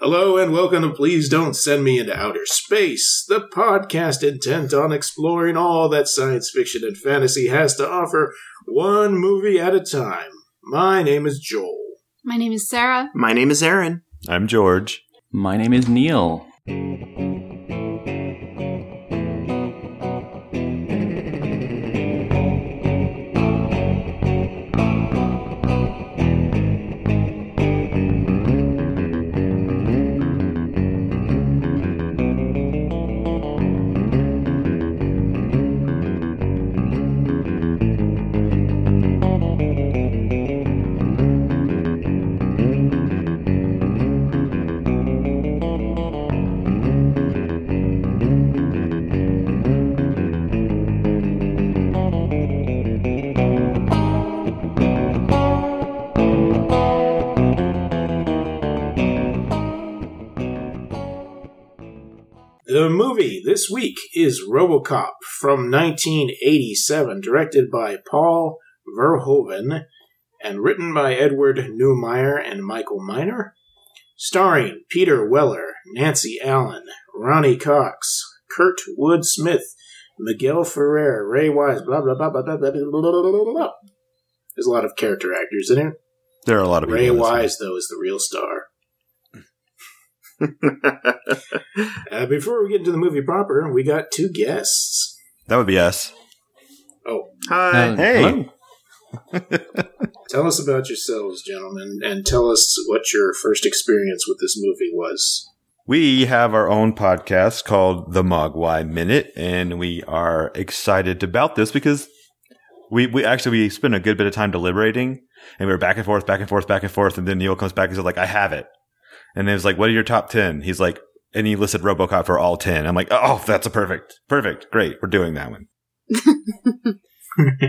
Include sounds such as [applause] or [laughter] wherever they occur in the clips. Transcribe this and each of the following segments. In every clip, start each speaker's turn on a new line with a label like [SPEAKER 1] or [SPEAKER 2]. [SPEAKER 1] Hello and welcome to Please Don't Send Me Into Outer Space, the podcast intent on exploring all that science fiction and fantasy has to offer, one movie at a time. My name is Joel.
[SPEAKER 2] My name is
[SPEAKER 3] [laughs]
[SPEAKER 2] Sarah. [laughs]
[SPEAKER 3] My name is Aaron.
[SPEAKER 4] I'm George.
[SPEAKER 5] My name is Neil.
[SPEAKER 1] The movie this week is Robocop from 1987, directed by Paul Verhoeven and written by Edward Neumeier and Michael Miner, starring Peter Weller, Nancy Allen, Ronnie Cox, Kurt Wood Smith, Miguel Ferrer, Ray Wise, blah blah blah blah blah blah blah blah blah blah, blah. blah. There's a lot of character actors in it.
[SPEAKER 4] There are a lot of
[SPEAKER 1] Ray
[SPEAKER 4] people in this
[SPEAKER 1] Wise, though, is the real star. [laughs] Uh, before we get into the movie proper, we got two guests.
[SPEAKER 4] one. That would be us.
[SPEAKER 1] Oh,
[SPEAKER 3] Hi.
[SPEAKER 5] Uh,
[SPEAKER 4] hey.
[SPEAKER 5] hello.
[SPEAKER 1] tell us about yourselves, gentlemen, and tell us what your first experience with this movie was.
[SPEAKER 4] We have our own podcast called The Mogwai Minute, and we are excited about this because we, we actually we spent a good bit of time deliberating, and we were back and forth, back and forth, back and forth, and then Neil comes back and says like, "I have it," and it was like, "What are your top 10? He's like, and he listed RoboCop for all ten. I'm like, "Oh, that's a perfect, perfect, great. We're doing that one."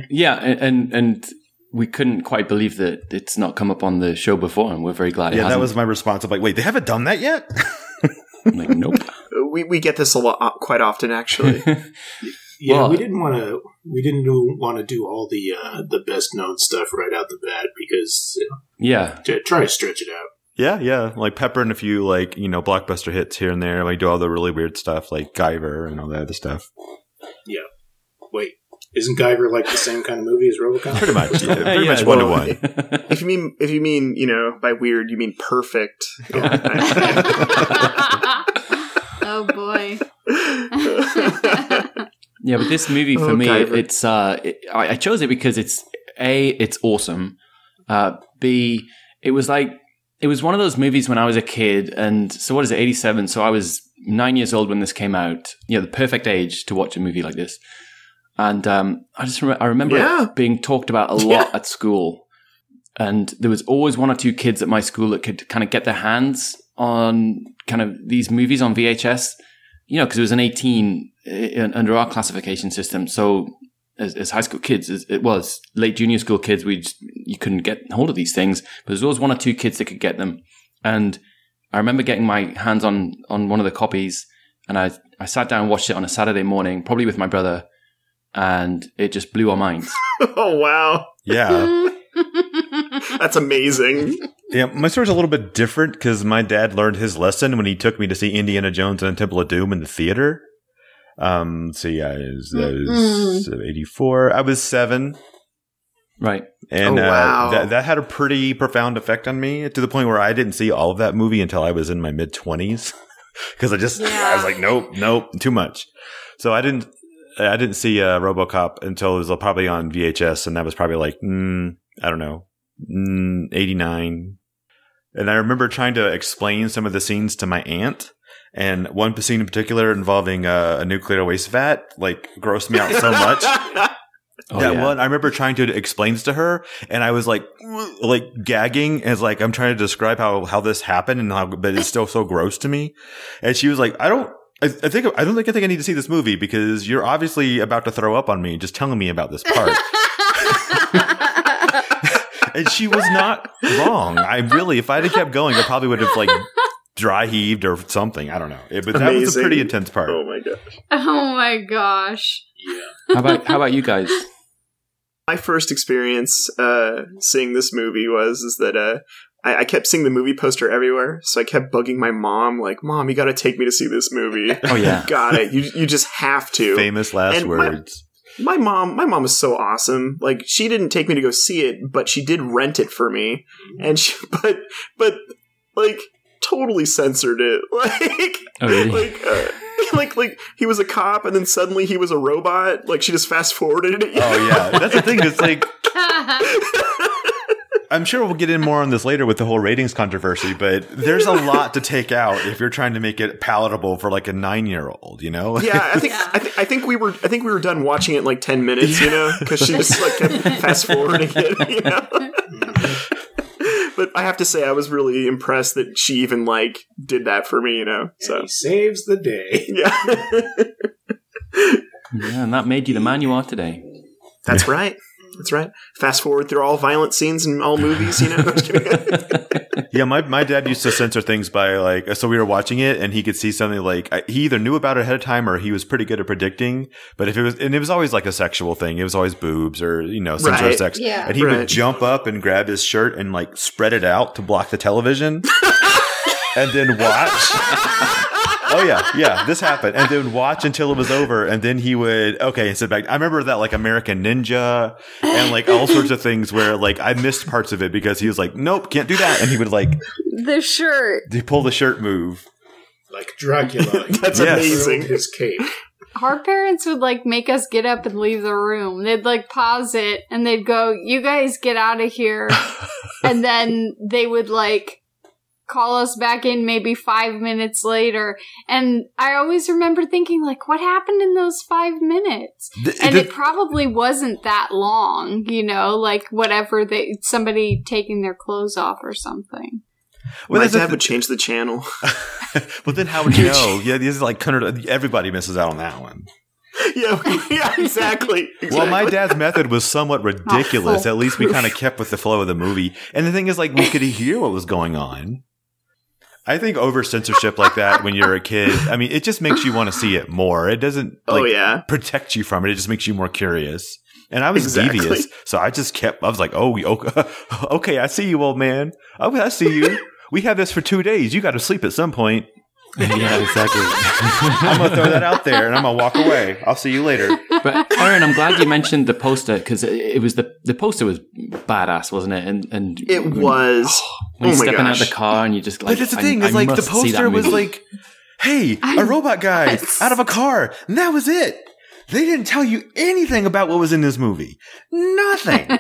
[SPEAKER 5] yeah, and, and and we couldn't quite believe that it's not come up on the show before, and we're very glad it
[SPEAKER 4] yeah, that
[SPEAKER 5] hasn't.
[SPEAKER 4] was my response. I'm like, "Wait, they haven't done that yet." [laughs]
[SPEAKER 5] I'm like, [laughs] nope.
[SPEAKER 3] We, we get this a lot, uh, quite often,
[SPEAKER 4] [laughs]
[SPEAKER 3] actually.
[SPEAKER 1] Yeah,
[SPEAKER 5] Well-
[SPEAKER 1] we didn't want to. We didn't do, want to do all the uh, the best known stuff right out the bat because you know,
[SPEAKER 5] [laughs] yeah,
[SPEAKER 1] to try to stretch it out.
[SPEAKER 4] Yeah, yeah. Like pepper and a few like, you know, blockbuster hits here and there. Like do all the really weird stuff like Guyver and all that other stuff.
[SPEAKER 1] Wait, isn't Guyver like the same kind of movie as
[SPEAKER 4] Pretty
[SPEAKER 1] RoboCop?
[SPEAKER 4] much. Yeah, pretty
[SPEAKER 5] Yeah,
[SPEAKER 4] much one to
[SPEAKER 3] well-
[SPEAKER 4] one.
[SPEAKER 3] if you mean if you mean you know by weird you mean perfect.
[SPEAKER 2] oh boy.
[SPEAKER 5] yeah. But this movie for
[SPEAKER 3] Oh,
[SPEAKER 5] me,
[SPEAKER 3] Guyver.
[SPEAKER 5] it's uh, it, I, I chose it because it's a, it's awesome. Uh, B, it was like it was one of those movies when I was a kid, and so what is it, eighty seven? So I was nine years old when this came out. You know, the perfect age to watch a movie like this. And um, I just rem- I remember
[SPEAKER 3] Yeah.
[SPEAKER 5] it [laughs] being talked about a lot
[SPEAKER 3] Yeah.
[SPEAKER 5] at school, and there was always one or two kids at my school that could kind of get their hands on kind of these movies on VHS. You know, because it was an eighteen uh, under our classification system, so as, as high school kids, as it was late junior school kids, we just, you couldn't get hold of these things. But there's always one or two kids that could get them. And I remember getting my hands on on one of the copies, and I I sat down and watched it on a Saturday morning, probably with my brother, and it just blew our minds.
[SPEAKER 3] oh wow,
[SPEAKER 4] [laughs] Yeah.
[SPEAKER 3] that's amazing.
[SPEAKER 4] Yeah. My story's a little bit different because my dad learned his lesson when he took me to see Indiana Jones and the Temple of Doom in the theater. Um so yeah, it was, that was eighty four. I was seven.
[SPEAKER 5] right?
[SPEAKER 4] And
[SPEAKER 3] Oh,
[SPEAKER 4] uh,
[SPEAKER 3] wow.
[SPEAKER 4] that, that had a pretty profound effect on me to the point where I didn't see all of that movie until I was in my mid [laughs] 20s. Because I just, I
[SPEAKER 2] Yeah.
[SPEAKER 4] was like, nope, nope, too much. So I didn't, I didn't see uh, Robocop until it was uh, probably on VHS. And that was probably like, mm, I don't know, mm, 89. And I remember trying to explain some of the scenes to my aunt. And one scene in particular involving uh, a nuclear waste vat, like, grossed me out
[SPEAKER 3] [laughs]
[SPEAKER 4] so much
[SPEAKER 5] Oh,
[SPEAKER 4] that one, I remember trying to explain this to her, and I was like, [sniffs] like gagging as like I'm trying to describe how how this happened and how, but it's still so gross to me. And she was like, I don't, I, I think I don't think I think I need to see this movie because you're obviously about to throw up on me just telling me about
[SPEAKER 2] [laughs]
[SPEAKER 4] this part. and she was not wrong. I really, if I had kept going, I probably would have like dry heaved or something. I don't know, It- but that was a
[SPEAKER 3] Amazing.
[SPEAKER 4] pretty intense part.
[SPEAKER 3] oh my god.
[SPEAKER 2] [laughs] oh my gosh. [laughs]
[SPEAKER 5] How about how about you guys?
[SPEAKER 3] My first experience uh, seeing this movie was is that uh, I, I kept seeing the movie poster everywhere, so I kept bugging my mom, like, "Mom, you got to take me to see this movie.
[SPEAKER 5] [laughs]
[SPEAKER 4] [laughs]
[SPEAKER 5] Oh yeah.
[SPEAKER 3] got it. You you just have to."
[SPEAKER 4] Famous last
[SPEAKER 3] And my-
[SPEAKER 4] words.
[SPEAKER 3] My mom, my mom is so awesome. Like she didn't take me to go see it, but she did rent it for me, and she, [laughs] but but like totally censored it. [laughs] Like
[SPEAKER 5] Oh really?
[SPEAKER 3] like uh, [laughs] like like he was a cop, and then suddenly he was a robot. Like she just fast forwarded it. [laughs]
[SPEAKER 4] oh yeah, that's the thing. It's like I'm sure we'll get in more on this later with the whole ratings controversy, but there's a lot to take out if you're trying to make it palatable for like a nine year old, you know?
[SPEAKER 3] Yeah, I think
[SPEAKER 2] Yeah.
[SPEAKER 3] I, th- I think we were I think we were done watching it in like ten minutes, you know, because she just like kept fast forwarding it, [laughs] you know. but I have to say, I was really impressed that she even like did that for me, you know.
[SPEAKER 1] So.
[SPEAKER 3] So
[SPEAKER 1] He saves the day.
[SPEAKER 3] yeah,
[SPEAKER 5] [laughs] Yeah, and that made you the man you are today.
[SPEAKER 3] that's right. That's right. Fast forward through all violent scenes in all movies, you know. I'm just
[SPEAKER 5] [laughs]
[SPEAKER 3] kidding.
[SPEAKER 4] [laughs] yeah, my, my dad used to censor things by like, so we were watching it and he could see something like, I- he either knew about it ahead of time or he was pretty good at predicting. But if it was, and it was always like a sexual thing, it was always boobs or, you know, some sort of
[SPEAKER 3] Right.
[SPEAKER 4] sex.
[SPEAKER 2] Yeah.
[SPEAKER 4] And he would
[SPEAKER 3] Right.
[SPEAKER 4] jump up and grab his shirt and like spread it out to block
[SPEAKER 3] [laughs]
[SPEAKER 4] the television and then watch. Oh yeah, yeah. This happened, and then watch until it was over, and then he would okay and sit back. I remember that like American Ninja and like all sorts of things where like I missed parts of it because he was like, nope, can't do that, and he would like
[SPEAKER 6] the shirt.
[SPEAKER 4] d- pull the shirt move.
[SPEAKER 1] Like Dracula.
[SPEAKER 3] That's
[SPEAKER 1] He
[SPEAKER 4] Yes.
[SPEAKER 3] amazing.
[SPEAKER 1] ruined His cape.
[SPEAKER 2] Our parents would like make us get up and leave the room. They'd like pause it and they'd go, "You guys get out of here," and then they would like call us back in maybe five minutes later. And I always remember thinking, like, what happened in those five minutes?
[SPEAKER 4] Th-
[SPEAKER 2] And
[SPEAKER 4] th-
[SPEAKER 2] it probably wasn't that long, you know, like whatever they somebody taking their clothes off
[SPEAKER 6] [laughs]
[SPEAKER 2] or something.
[SPEAKER 3] My
[SPEAKER 4] well, that's the [laughs]
[SPEAKER 3] dad would change the
[SPEAKER 5] [laughs]
[SPEAKER 3] channel.
[SPEAKER 4] thing. but then
[SPEAKER 2] [laughs]
[SPEAKER 4] how would you know? Yeah, this is like Connor- everybody misses out on that one.
[SPEAKER 3] yeah, yeah, [laughs] exactly.
[SPEAKER 4] Well, my
[SPEAKER 3] exactly. Oh,
[SPEAKER 4] dad's method
[SPEAKER 3] [laughs]
[SPEAKER 4] was somewhat ridiculous. At least we kind of kept with the flow of the movie. And the thing is, like, we could hear what was going on. I think over censorship like that when you're a kid, I mean, it just makes you want to see it more. It doesn't like
[SPEAKER 3] oh yeah,
[SPEAKER 4] protect you from it. It just makes you more curious. And I was
[SPEAKER 3] Exactly.
[SPEAKER 4] devious, so I just kept. I was like, "Oh, [laughs] we- okay, okay, I see you, old man. Okay, I see you. We had this for two days. You got to sleep at some point.
[SPEAKER 5] [laughs] yeah, exactly.
[SPEAKER 4] I'm gonna throw that out there, and I'm gonna walk away. I'll see you later."
[SPEAKER 5] [laughs] But Aaron, I'm glad you mentioned the poster because it, it was the the poster was badass, wasn't it? And and
[SPEAKER 3] it
[SPEAKER 5] [sighs]
[SPEAKER 3] was.
[SPEAKER 5] When
[SPEAKER 3] oh
[SPEAKER 5] you're
[SPEAKER 3] my
[SPEAKER 5] stepping
[SPEAKER 3] gosh.
[SPEAKER 5] out the car and you're just like,
[SPEAKER 4] but that's the
[SPEAKER 5] I-
[SPEAKER 4] thing
[SPEAKER 5] I
[SPEAKER 4] is like the
[SPEAKER 5] must see that
[SPEAKER 4] poster was
[SPEAKER 5] movie.
[SPEAKER 4] like hey a robot guy out of a car and that was it they didn't tell you anything about what was in this movie nothing
[SPEAKER 1] I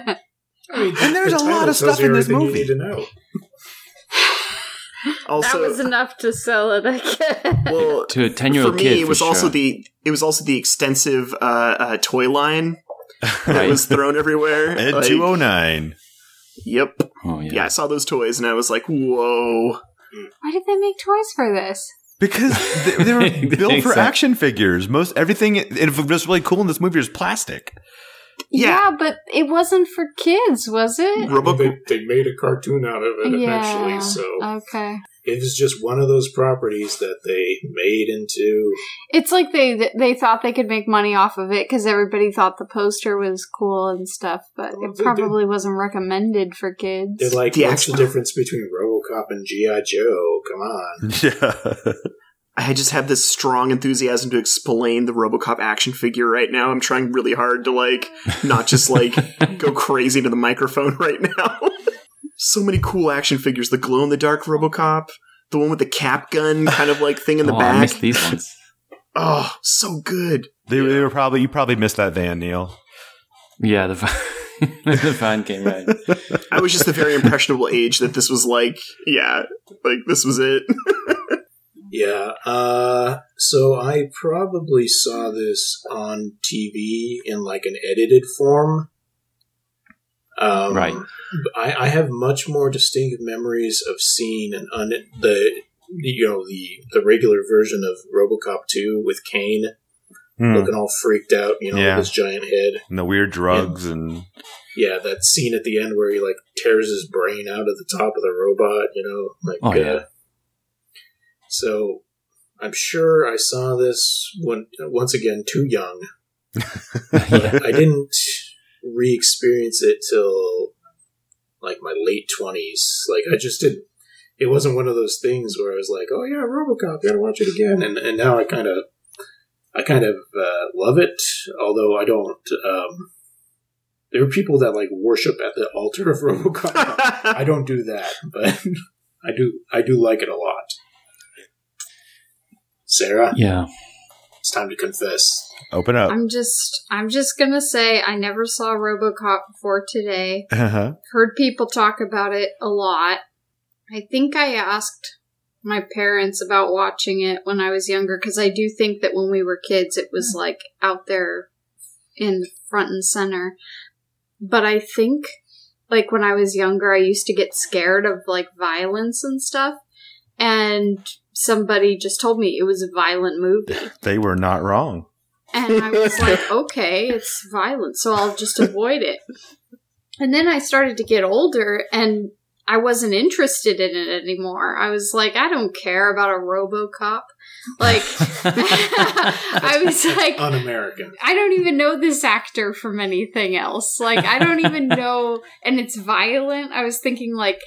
[SPEAKER 1] mean,
[SPEAKER 4] And there's
[SPEAKER 1] the
[SPEAKER 4] a lot
[SPEAKER 1] title
[SPEAKER 4] of stuff
[SPEAKER 1] tells you
[SPEAKER 4] in this
[SPEAKER 1] everything you
[SPEAKER 4] movie.
[SPEAKER 1] need to know.
[SPEAKER 3] Also,
[SPEAKER 6] that was enough to sell it, I guess.
[SPEAKER 3] well,
[SPEAKER 5] to a ten year old
[SPEAKER 3] for me,
[SPEAKER 5] kid.
[SPEAKER 3] it was
[SPEAKER 5] for
[SPEAKER 3] also
[SPEAKER 5] sure.
[SPEAKER 3] the it was also the extensive uh, uh, toy
[SPEAKER 5] [laughs]
[SPEAKER 3] line that
[SPEAKER 5] Right.
[SPEAKER 3] was thrown everywhere.
[SPEAKER 4] ed
[SPEAKER 3] Like,
[SPEAKER 4] 209
[SPEAKER 3] Yep.
[SPEAKER 5] oh yeah.
[SPEAKER 3] Yeah, I saw those toys and I was like, "Whoa!"
[SPEAKER 2] Why did they make toys for this?
[SPEAKER 4] because they, they were built for
[SPEAKER 5] Exactly.
[SPEAKER 4] action figures most everything and if it was really cool in this movie is plastic
[SPEAKER 3] Yeah.
[SPEAKER 2] yeah, but it wasn't for kids, was it?
[SPEAKER 1] I mean,
[SPEAKER 3] Robo-
[SPEAKER 1] they, they made a cartoon out of it
[SPEAKER 2] Yeah. Uh,
[SPEAKER 1] eventually, so
[SPEAKER 2] Okay.
[SPEAKER 1] it was just one of those properties that they made into.
[SPEAKER 2] It's like they they thought they could make money off of it because everybody thought the poster was cool and stuff, but
[SPEAKER 1] Well,
[SPEAKER 2] it
[SPEAKER 1] they-
[SPEAKER 2] probably wasn't recommended for kids.
[SPEAKER 1] They're like,
[SPEAKER 3] The
[SPEAKER 1] what's the
[SPEAKER 3] actual-
[SPEAKER 1] difference between RoboCop and GI Joe? Come on.
[SPEAKER 4] [laughs] yeah
[SPEAKER 3] I just have this strong enthusiasm to explain the RoboCop action figure right now. I'm trying really hard to like not just like go crazy to the microphone right now. [laughs] so many cool action figures: the glow in the dark RoboCop, the one with the cap gun kind of like thing in the
[SPEAKER 5] oh, I
[SPEAKER 3] back.
[SPEAKER 5] missed these
[SPEAKER 3] [laughs]
[SPEAKER 5] ones.
[SPEAKER 3] Oh, so good.
[SPEAKER 4] they, they were probably you probably missed that van neil
[SPEAKER 5] Yeah, the [laughs] van, the van came right.
[SPEAKER 3] I was just the very impressionable age that this was like, yeah, like this was it. [laughs]
[SPEAKER 1] Yeah. Uh, so I probably saw this on TV in like an edited form. Um,
[SPEAKER 5] Right.
[SPEAKER 1] I, I have much more distinct memories of seeing an un- the you know the the regular version of RoboCop two with Kane
[SPEAKER 4] Hmm.
[SPEAKER 1] looking all freaked out, you know,
[SPEAKER 4] Yeah.
[SPEAKER 1] with his giant head.
[SPEAKER 4] and the weird drugs and
[SPEAKER 1] Yeah, that scene at the end where he like tears his brain out of the top of the robot, you know, like
[SPEAKER 5] Oh, yeah.
[SPEAKER 1] uh, So I'm sure I saw this one once again too young.
[SPEAKER 5] [laughs] yeah.
[SPEAKER 1] I didn't re-experience it till like my late twenties. Like I just didn't. It wasn't one of those things where I was like, "Oh yeah, RoboCop, gotta watch it again." And and now I kind of, I kind of uh, love it. Although I don't. Um, there are people that like worship at the altar of RoboCop. I don't do that, but I do. I do like it a lot. Sarah,
[SPEAKER 5] Yeah. [laughs]
[SPEAKER 1] it's time to confess.
[SPEAKER 4] Open
[SPEAKER 6] Oh.
[SPEAKER 4] up.
[SPEAKER 2] I'm just I'm just gonna say I never saw Robocop before today.
[SPEAKER 4] Uh-huh.
[SPEAKER 2] heard people talk about it a lot. I think I asked my parents about watching it when I was younger because I do think that when we were kids it was like out there in front and center. But I think like when I was younger I used to get scared of like violence and stuff and somebody just told me it was a violent movie
[SPEAKER 4] [laughs] They were not wrong.
[SPEAKER 2] and I was like, okay, it's violent, so I'll just avoid it. And then I started to get older and I wasn't interested in it anymore. I was like, I don't care about a Robocop. Like, [laughs] I was like,
[SPEAKER 1] Un-American.
[SPEAKER 2] I don't even know this actor from anything else. Like, I don't even know. And it's violent. I was thinking, like,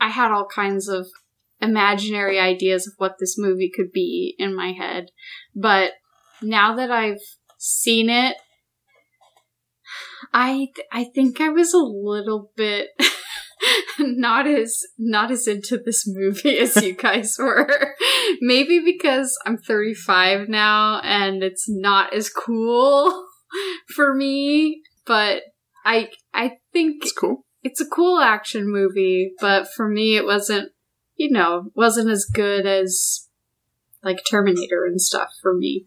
[SPEAKER 2] I had all kinds of imaginary ideas of what this movie could be in my head. But now that I've seen it, I I think I was a little bit [laughs] not as not as into this movie as you guys were. Maybe because I'm 35 now and it's not as cool [laughs] for me, but I I think
[SPEAKER 3] It's cool.
[SPEAKER 2] it's a cool action movie, but for me it wasn't, you know, wasn't as good as like Terminator and stuff for me.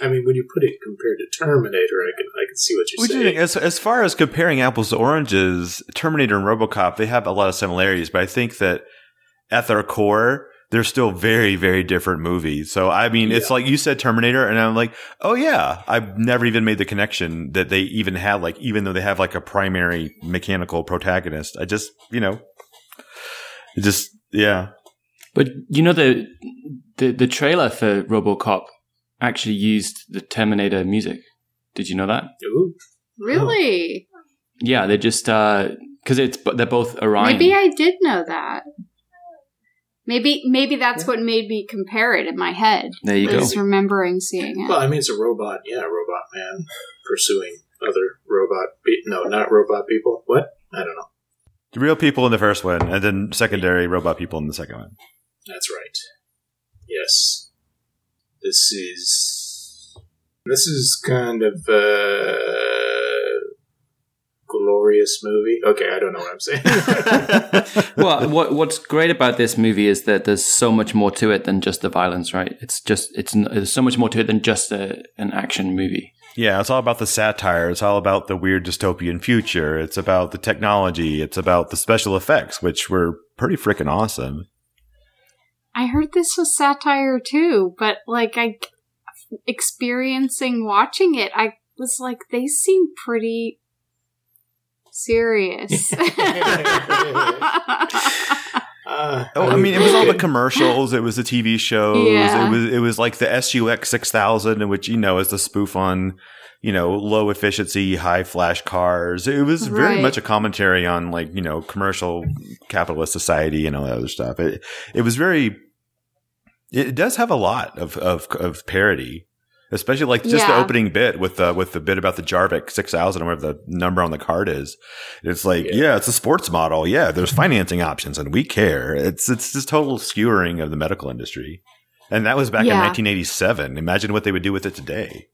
[SPEAKER 1] I mean, when you put it compared to Terminator, I can I can see what you're
[SPEAKER 4] We
[SPEAKER 1] saying.
[SPEAKER 4] did, as, as far as comparing apples to oranges, Terminator and Robocop, they have a lot of similarities, but I think that at their core, they're still very, very different movies. So, I mean, it's like you said Terminator, and I'm like, oh, yeah, I've never even made the connection that they even had, like, even though they have like a primary mechanical protagonist. I just, you know, it just, yeah.
[SPEAKER 5] But you know the the the trailer for RoboCop actually used the Terminator music. Did you know that?
[SPEAKER 1] Ooh,
[SPEAKER 2] Really?
[SPEAKER 5] Oh, Yeah, they just because it's but they're both Orion.
[SPEAKER 2] Maybe I did know that. Maybe maybe that's what made me compare it in my head.
[SPEAKER 5] there you go.
[SPEAKER 2] Is remembering seeing it.
[SPEAKER 1] well, I mean, it's a robot. Yeah, robot man pursuing other robot. Be- no, not robot people. What? I don't know.
[SPEAKER 4] The real people in the first one, and then secondary robot people in the second one.
[SPEAKER 1] That's right. Yes, this is this is kind of a glorious movie. Okay, I don't know what I'm saying. [laughs]
[SPEAKER 5] [laughs]
[SPEAKER 4] [laughs]
[SPEAKER 5] well, what what's great about this movie is that there's so much more to it than just the violence, right? It's just it's n- there's so much more to it than just a, an
[SPEAKER 2] [laughs]
[SPEAKER 5] action movie. [laughs]
[SPEAKER 4] Yeah, it's all about the satire. It's all about the weird dystopian future. It's about the technology. It's about the special effects, which were pretty freaking awesome.
[SPEAKER 2] I heard this was satire too, but like I experiencing watching it, I was like, they seem pretty serious. [laughs]
[SPEAKER 1] Uh,
[SPEAKER 4] Oh, I mean, it was all
[SPEAKER 2] [laughs]
[SPEAKER 4] the
[SPEAKER 1] good.
[SPEAKER 4] commercials. It was the TV shows.
[SPEAKER 2] Yeah.
[SPEAKER 4] It was it was like the SUX six thousand, which you know is the spoof on you know low efficiency, high flash cars. It was very
[SPEAKER 2] Right.
[SPEAKER 4] much a commentary on like you know commercial capitalist society and all that other stuff. It it was very. It does have a lot of of, of parody. Especially like just the
[SPEAKER 2] Yeah.
[SPEAKER 4] opening bit with the with the bit about the Jarvik six thousand or whatever the number on the card is. It's like,
[SPEAKER 1] Yeah.
[SPEAKER 4] yeah. it's a sports model. Yeah, there's financing options, and we care. It's it's this total skewering of the medical industry, and that was back
[SPEAKER 2] Yeah.
[SPEAKER 4] in 1987. Imagine what they would do with it today.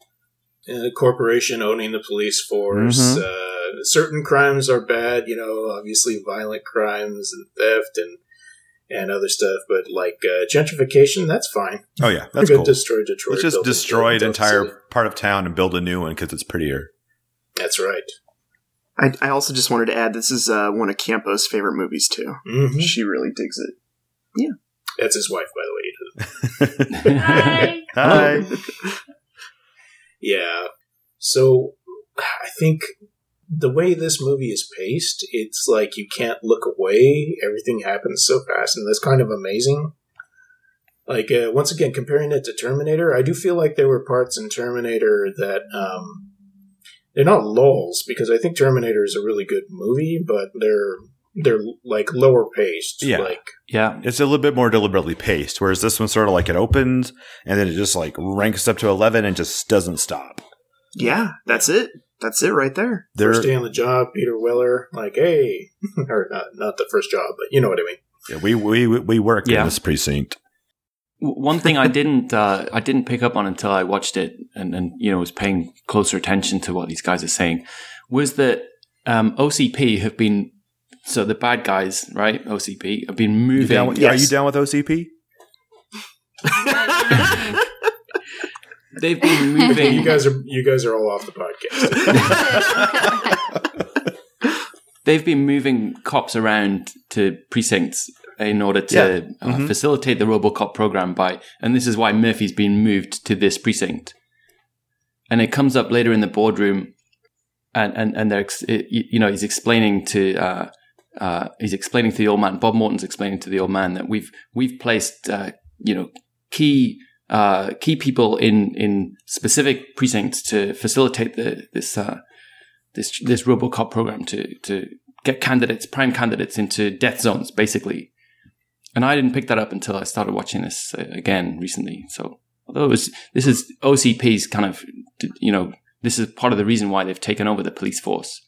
[SPEAKER 1] uh, corporation owning the police force.
[SPEAKER 4] Mhm.
[SPEAKER 1] Uh, certain crimes are bad, you know, obviously violent crimes and theft and and other stuff. But like uh, gentrification, that's fine.
[SPEAKER 4] Oh yeah,
[SPEAKER 1] We're
[SPEAKER 4] that's
[SPEAKER 1] gonna
[SPEAKER 4] cool.
[SPEAKER 1] destroy Detroit.
[SPEAKER 4] Let's just
[SPEAKER 1] build a-
[SPEAKER 4] destroy an
[SPEAKER 1] build a
[SPEAKER 4] entire
[SPEAKER 1] city.
[SPEAKER 4] part of town and build a new one because it's [laughs] prettier.
[SPEAKER 1] That's right.
[SPEAKER 3] I, I also just wanted to add this is uh, one of Campo's favorite movies too.
[SPEAKER 1] hmm
[SPEAKER 3] She really digs it.
[SPEAKER 1] That's his wife, by the way. you know.
[SPEAKER 2] [laughs] Hi.
[SPEAKER 4] Hi.
[SPEAKER 1] Yeah. So I think the way this movie is paced, it's like you can't look away. Everything happens so fast, and that's kind of amazing. Like uh, once again, comparing it to Terminator, I do feel like there were parts in Terminator that um, they're not lulls because I think Terminator is a really good movie, but they're they're like lower paced.
[SPEAKER 4] Yeah.
[SPEAKER 1] Like
[SPEAKER 5] Yeah.
[SPEAKER 4] It's a little bit more deliberately paced, whereas this one sort of like it opens and then it just like ranks up to eleven and just doesn't stop.
[SPEAKER 3] Yeah, that's it. That's it right there.
[SPEAKER 4] There,
[SPEAKER 1] first day on the job, Peter Weller, like, hey, [laughs] or not not the first job, but you know what I mean.
[SPEAKER 4] yeah, we we we work
[SPEAKER 5] Yeah.
[SPEAKER 4] in this precinct.
[SPEAKER 5] W- One thing I didn't uh, I didn't pick up on until I watched it and, and you know was paying closer attention to what these guys are saying was that um, OCP have been so the bad guys right OCP have been
[SPEAKER 4] You
[SPEAKER 5] moving.
[SPEAKER 4] down with-
[SPEAKER 3] Yes.
[SPEAKER 4] Are you down with OCP?
[SPEAKER 5] They've been moving.
[SPEAKER 1] You
[SPEAKER 2] [laughs]
[SPEAKER 1] guys are you guys are all off the podcast.
[SPEAKER 5] they've been moving cops around to precincts in order to uh,
[SPEAKER 4] Mhm.
[SPEAKER 5] facilitate the RoboCop program by, and this is why Murphy's been moved to this precinct. And it comes up later in the boardroom, and and and they're ex- it, you you know he's explaining to. Uh, uh, he's explaining to the old man. Bob Morton's explaining to the old man that we've we've placed uh, you know key uh, key people in in specific precincts to facilitate the this uh, this this RoboCop program to to get candidates, prime candidates, into death zones, basically. And I didn't pick that up until I started watching this uh, again recently. So although it was, this is OCP's kind of you know this is part of the reason why they've taken over the police force,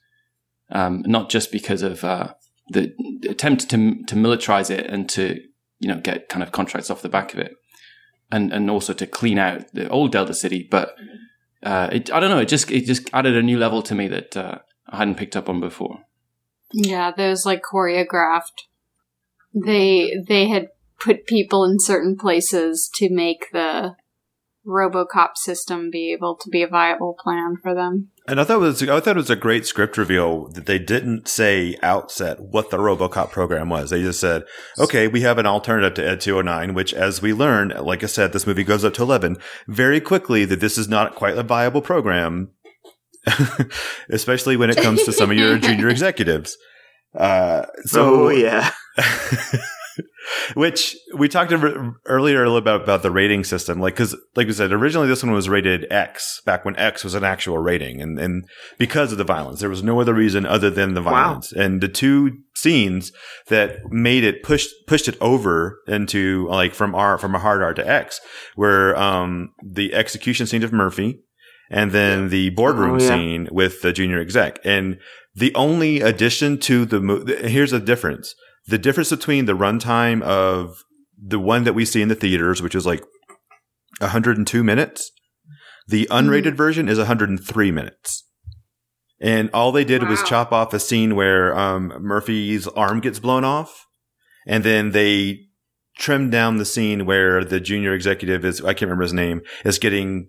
[SPEAKER 5] um, not just because of uh, the the attempt to to militarize it and to you know get kind of contracts off the back of it, and and also to clean out the old Delta City, but uh, it, I don't know. It just it just added a new level to me that uh, I hadn't picked up on before.
[SPEAKER 2] Yeah, those like choreographed. They they had put people in certain places to make the RoboCop system be able to be a viable plan for them.
[SPEAKER 4] And I thought it was I thought it was a great script reveal that they didn't say outset what the RoboCop program was. They just said, "Okay, we have an alternative to Ed 209," which, as we learned, like I said, this movie goes up to 11 very quickly. That this is not quite a viable program, [laughs] especially when it comes to some of your junior executives. Uh, so
[SPEAKER 3] oh yeah.
[SPEAKER 4] [laughs] which we talked ev- earlier a little bit about the rating system like because like we said originally this one was rated x back when x was an actual rating and, and because of the violence there was no other reason other than the
[SPEAKER 3] Wow.
[SPEAKER 4] violence and the two scenes that made it pushed pushed it over into like from r from a hard r to x were um the execution scene of murphy and then the boardroom
[SPEAKER 3] Oh, yeah.
[SPEAKER 4] scene with the junior exec and the only addition to the mo- here's the difference the difference between the runtime of the one that we see in the theaters, which is like 102 minutes, the
[SPEAKER 3] Mm.
[SPEAKER 4] unrated version is 103 minutes. And all they did was
[SPEAKER 2] Wow.
[SPEAKER 4] chop off a scene where um, Murphy's arm gets blown off, and then they trimmed down the scene where the junior executive is, I can't remember his name, is getting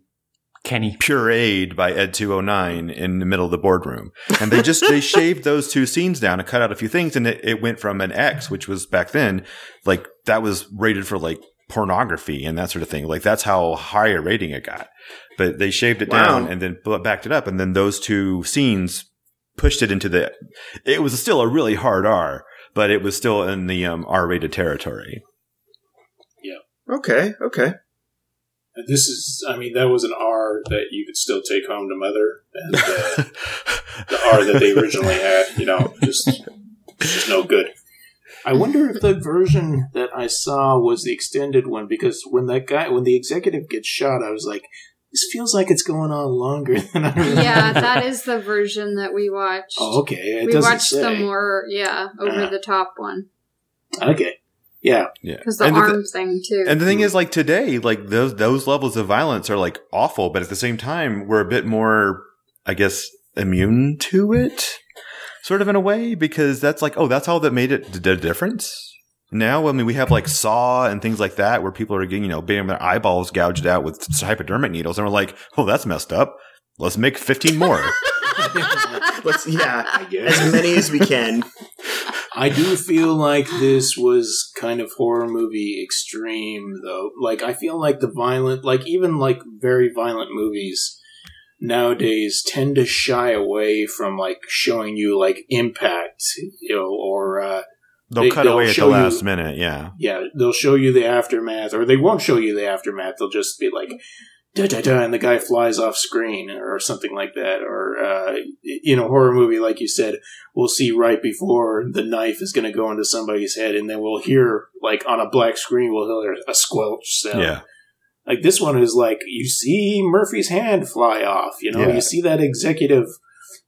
[SPEAKER 5] Kenny,
[SPEAKER 4] pureed by Ed 209 in the middle of the boardroom. And they just, they shaved those two scenes down and cut out a few things. And it, it went from an X, which was back then, like that was rated for like pornography and that sort of thing. Like that's how high a rating it got. But they shaved it
[SPEAKER 3] Wow.
[SPEAKER 4] down and then bu- backed it up. And then those two scenes pushed it into the, it was still a really hard R, but it was still in the um, R rated territory.
[SPEAKER 3] Okay. Okay.
[SPEAKER 1] This is, I mean, that was an R that you could still take home to mother, and uh, the R that they originally had, you know, just just no good. I wonder if the version that I saw was the extended one because when that guy, when the executive gets shot, I was like, this feels like it's going on longer [laughs] than I remember.
[SPEAKER 2] yeah, that is the version that we watched.
[SPEAKER 1] Oh, okay. It
[SPEAKER 2] we
[SPEAKER 1] doesn't
[SPEAKER 2] watched
[SPEAKER 1] say.
[SPEAKER 2] the more yeah over the top one
[SPEAKER 1] Okay. Yeah.
[SPEAKER 4] Yeah.
[SPEAKER 2] because the
[SPEAKER 4] And the thi-
[SPEAKER 2] arm thing too.
[SPEAKER 4] And the [laughs] thing is, like today, like those those levels of violence are like awful, but at the same time, we're a bit more, I guess, immune to it, sort of in a way, because that's like, oh, that's all that made it the- the difference. Now, I mean, we have like Saw and things like that, where people are getting, you know, being their eyeballs gouged out with hypodermic needles, and we're like, oh, that's messed up. Let's make fifteen more.
[SPEAKER 3] Let's
[SPEAKER 2] [laughs]
[SPEAKER 3] yeah,
[SPEAKER 1] I guess.
[SPEAKER 3] as many as we
[SPEAKER 4] [laughs]
[SPEAKER 3] can.
[SPEAKER 1] I do feel like this was kind of horror movie extreme, though. Like, I feel like the violent, like, even like very violent movies nowadays tend to shy away from like showing you like impact, you know, or, uh,
[SPEAKER 4] They'll
[SPEAKER 1] They-
[SPEAKER 4] cut
[SPEAKER 1] they'll
[SPEAKER 4] away at
[SPEAKER 1] show
[SPEAKER 4] the
[SPEAKER 1] you-
[SPEAKER 4] last minute. Yeah,
[SPEAKER 1] yeah, they'll show you the aftermath, or they won't show you the aftermath. They'll just be like, da da da, and the guy flies off screen or something like that. Or uh, in a horror movie, like you said, we'll see right before the knife is going to go into somebody's head, and then we'll hear like on a black screen, we'll hear a squelch sound.
[SPEAKER 4] Yeah.
[SPEAKER 1] Like this one is like you see Murphy's hand fly off. You know,
[SPEAKER 4] Yeah.
[SPEAKER 1] you see that executive.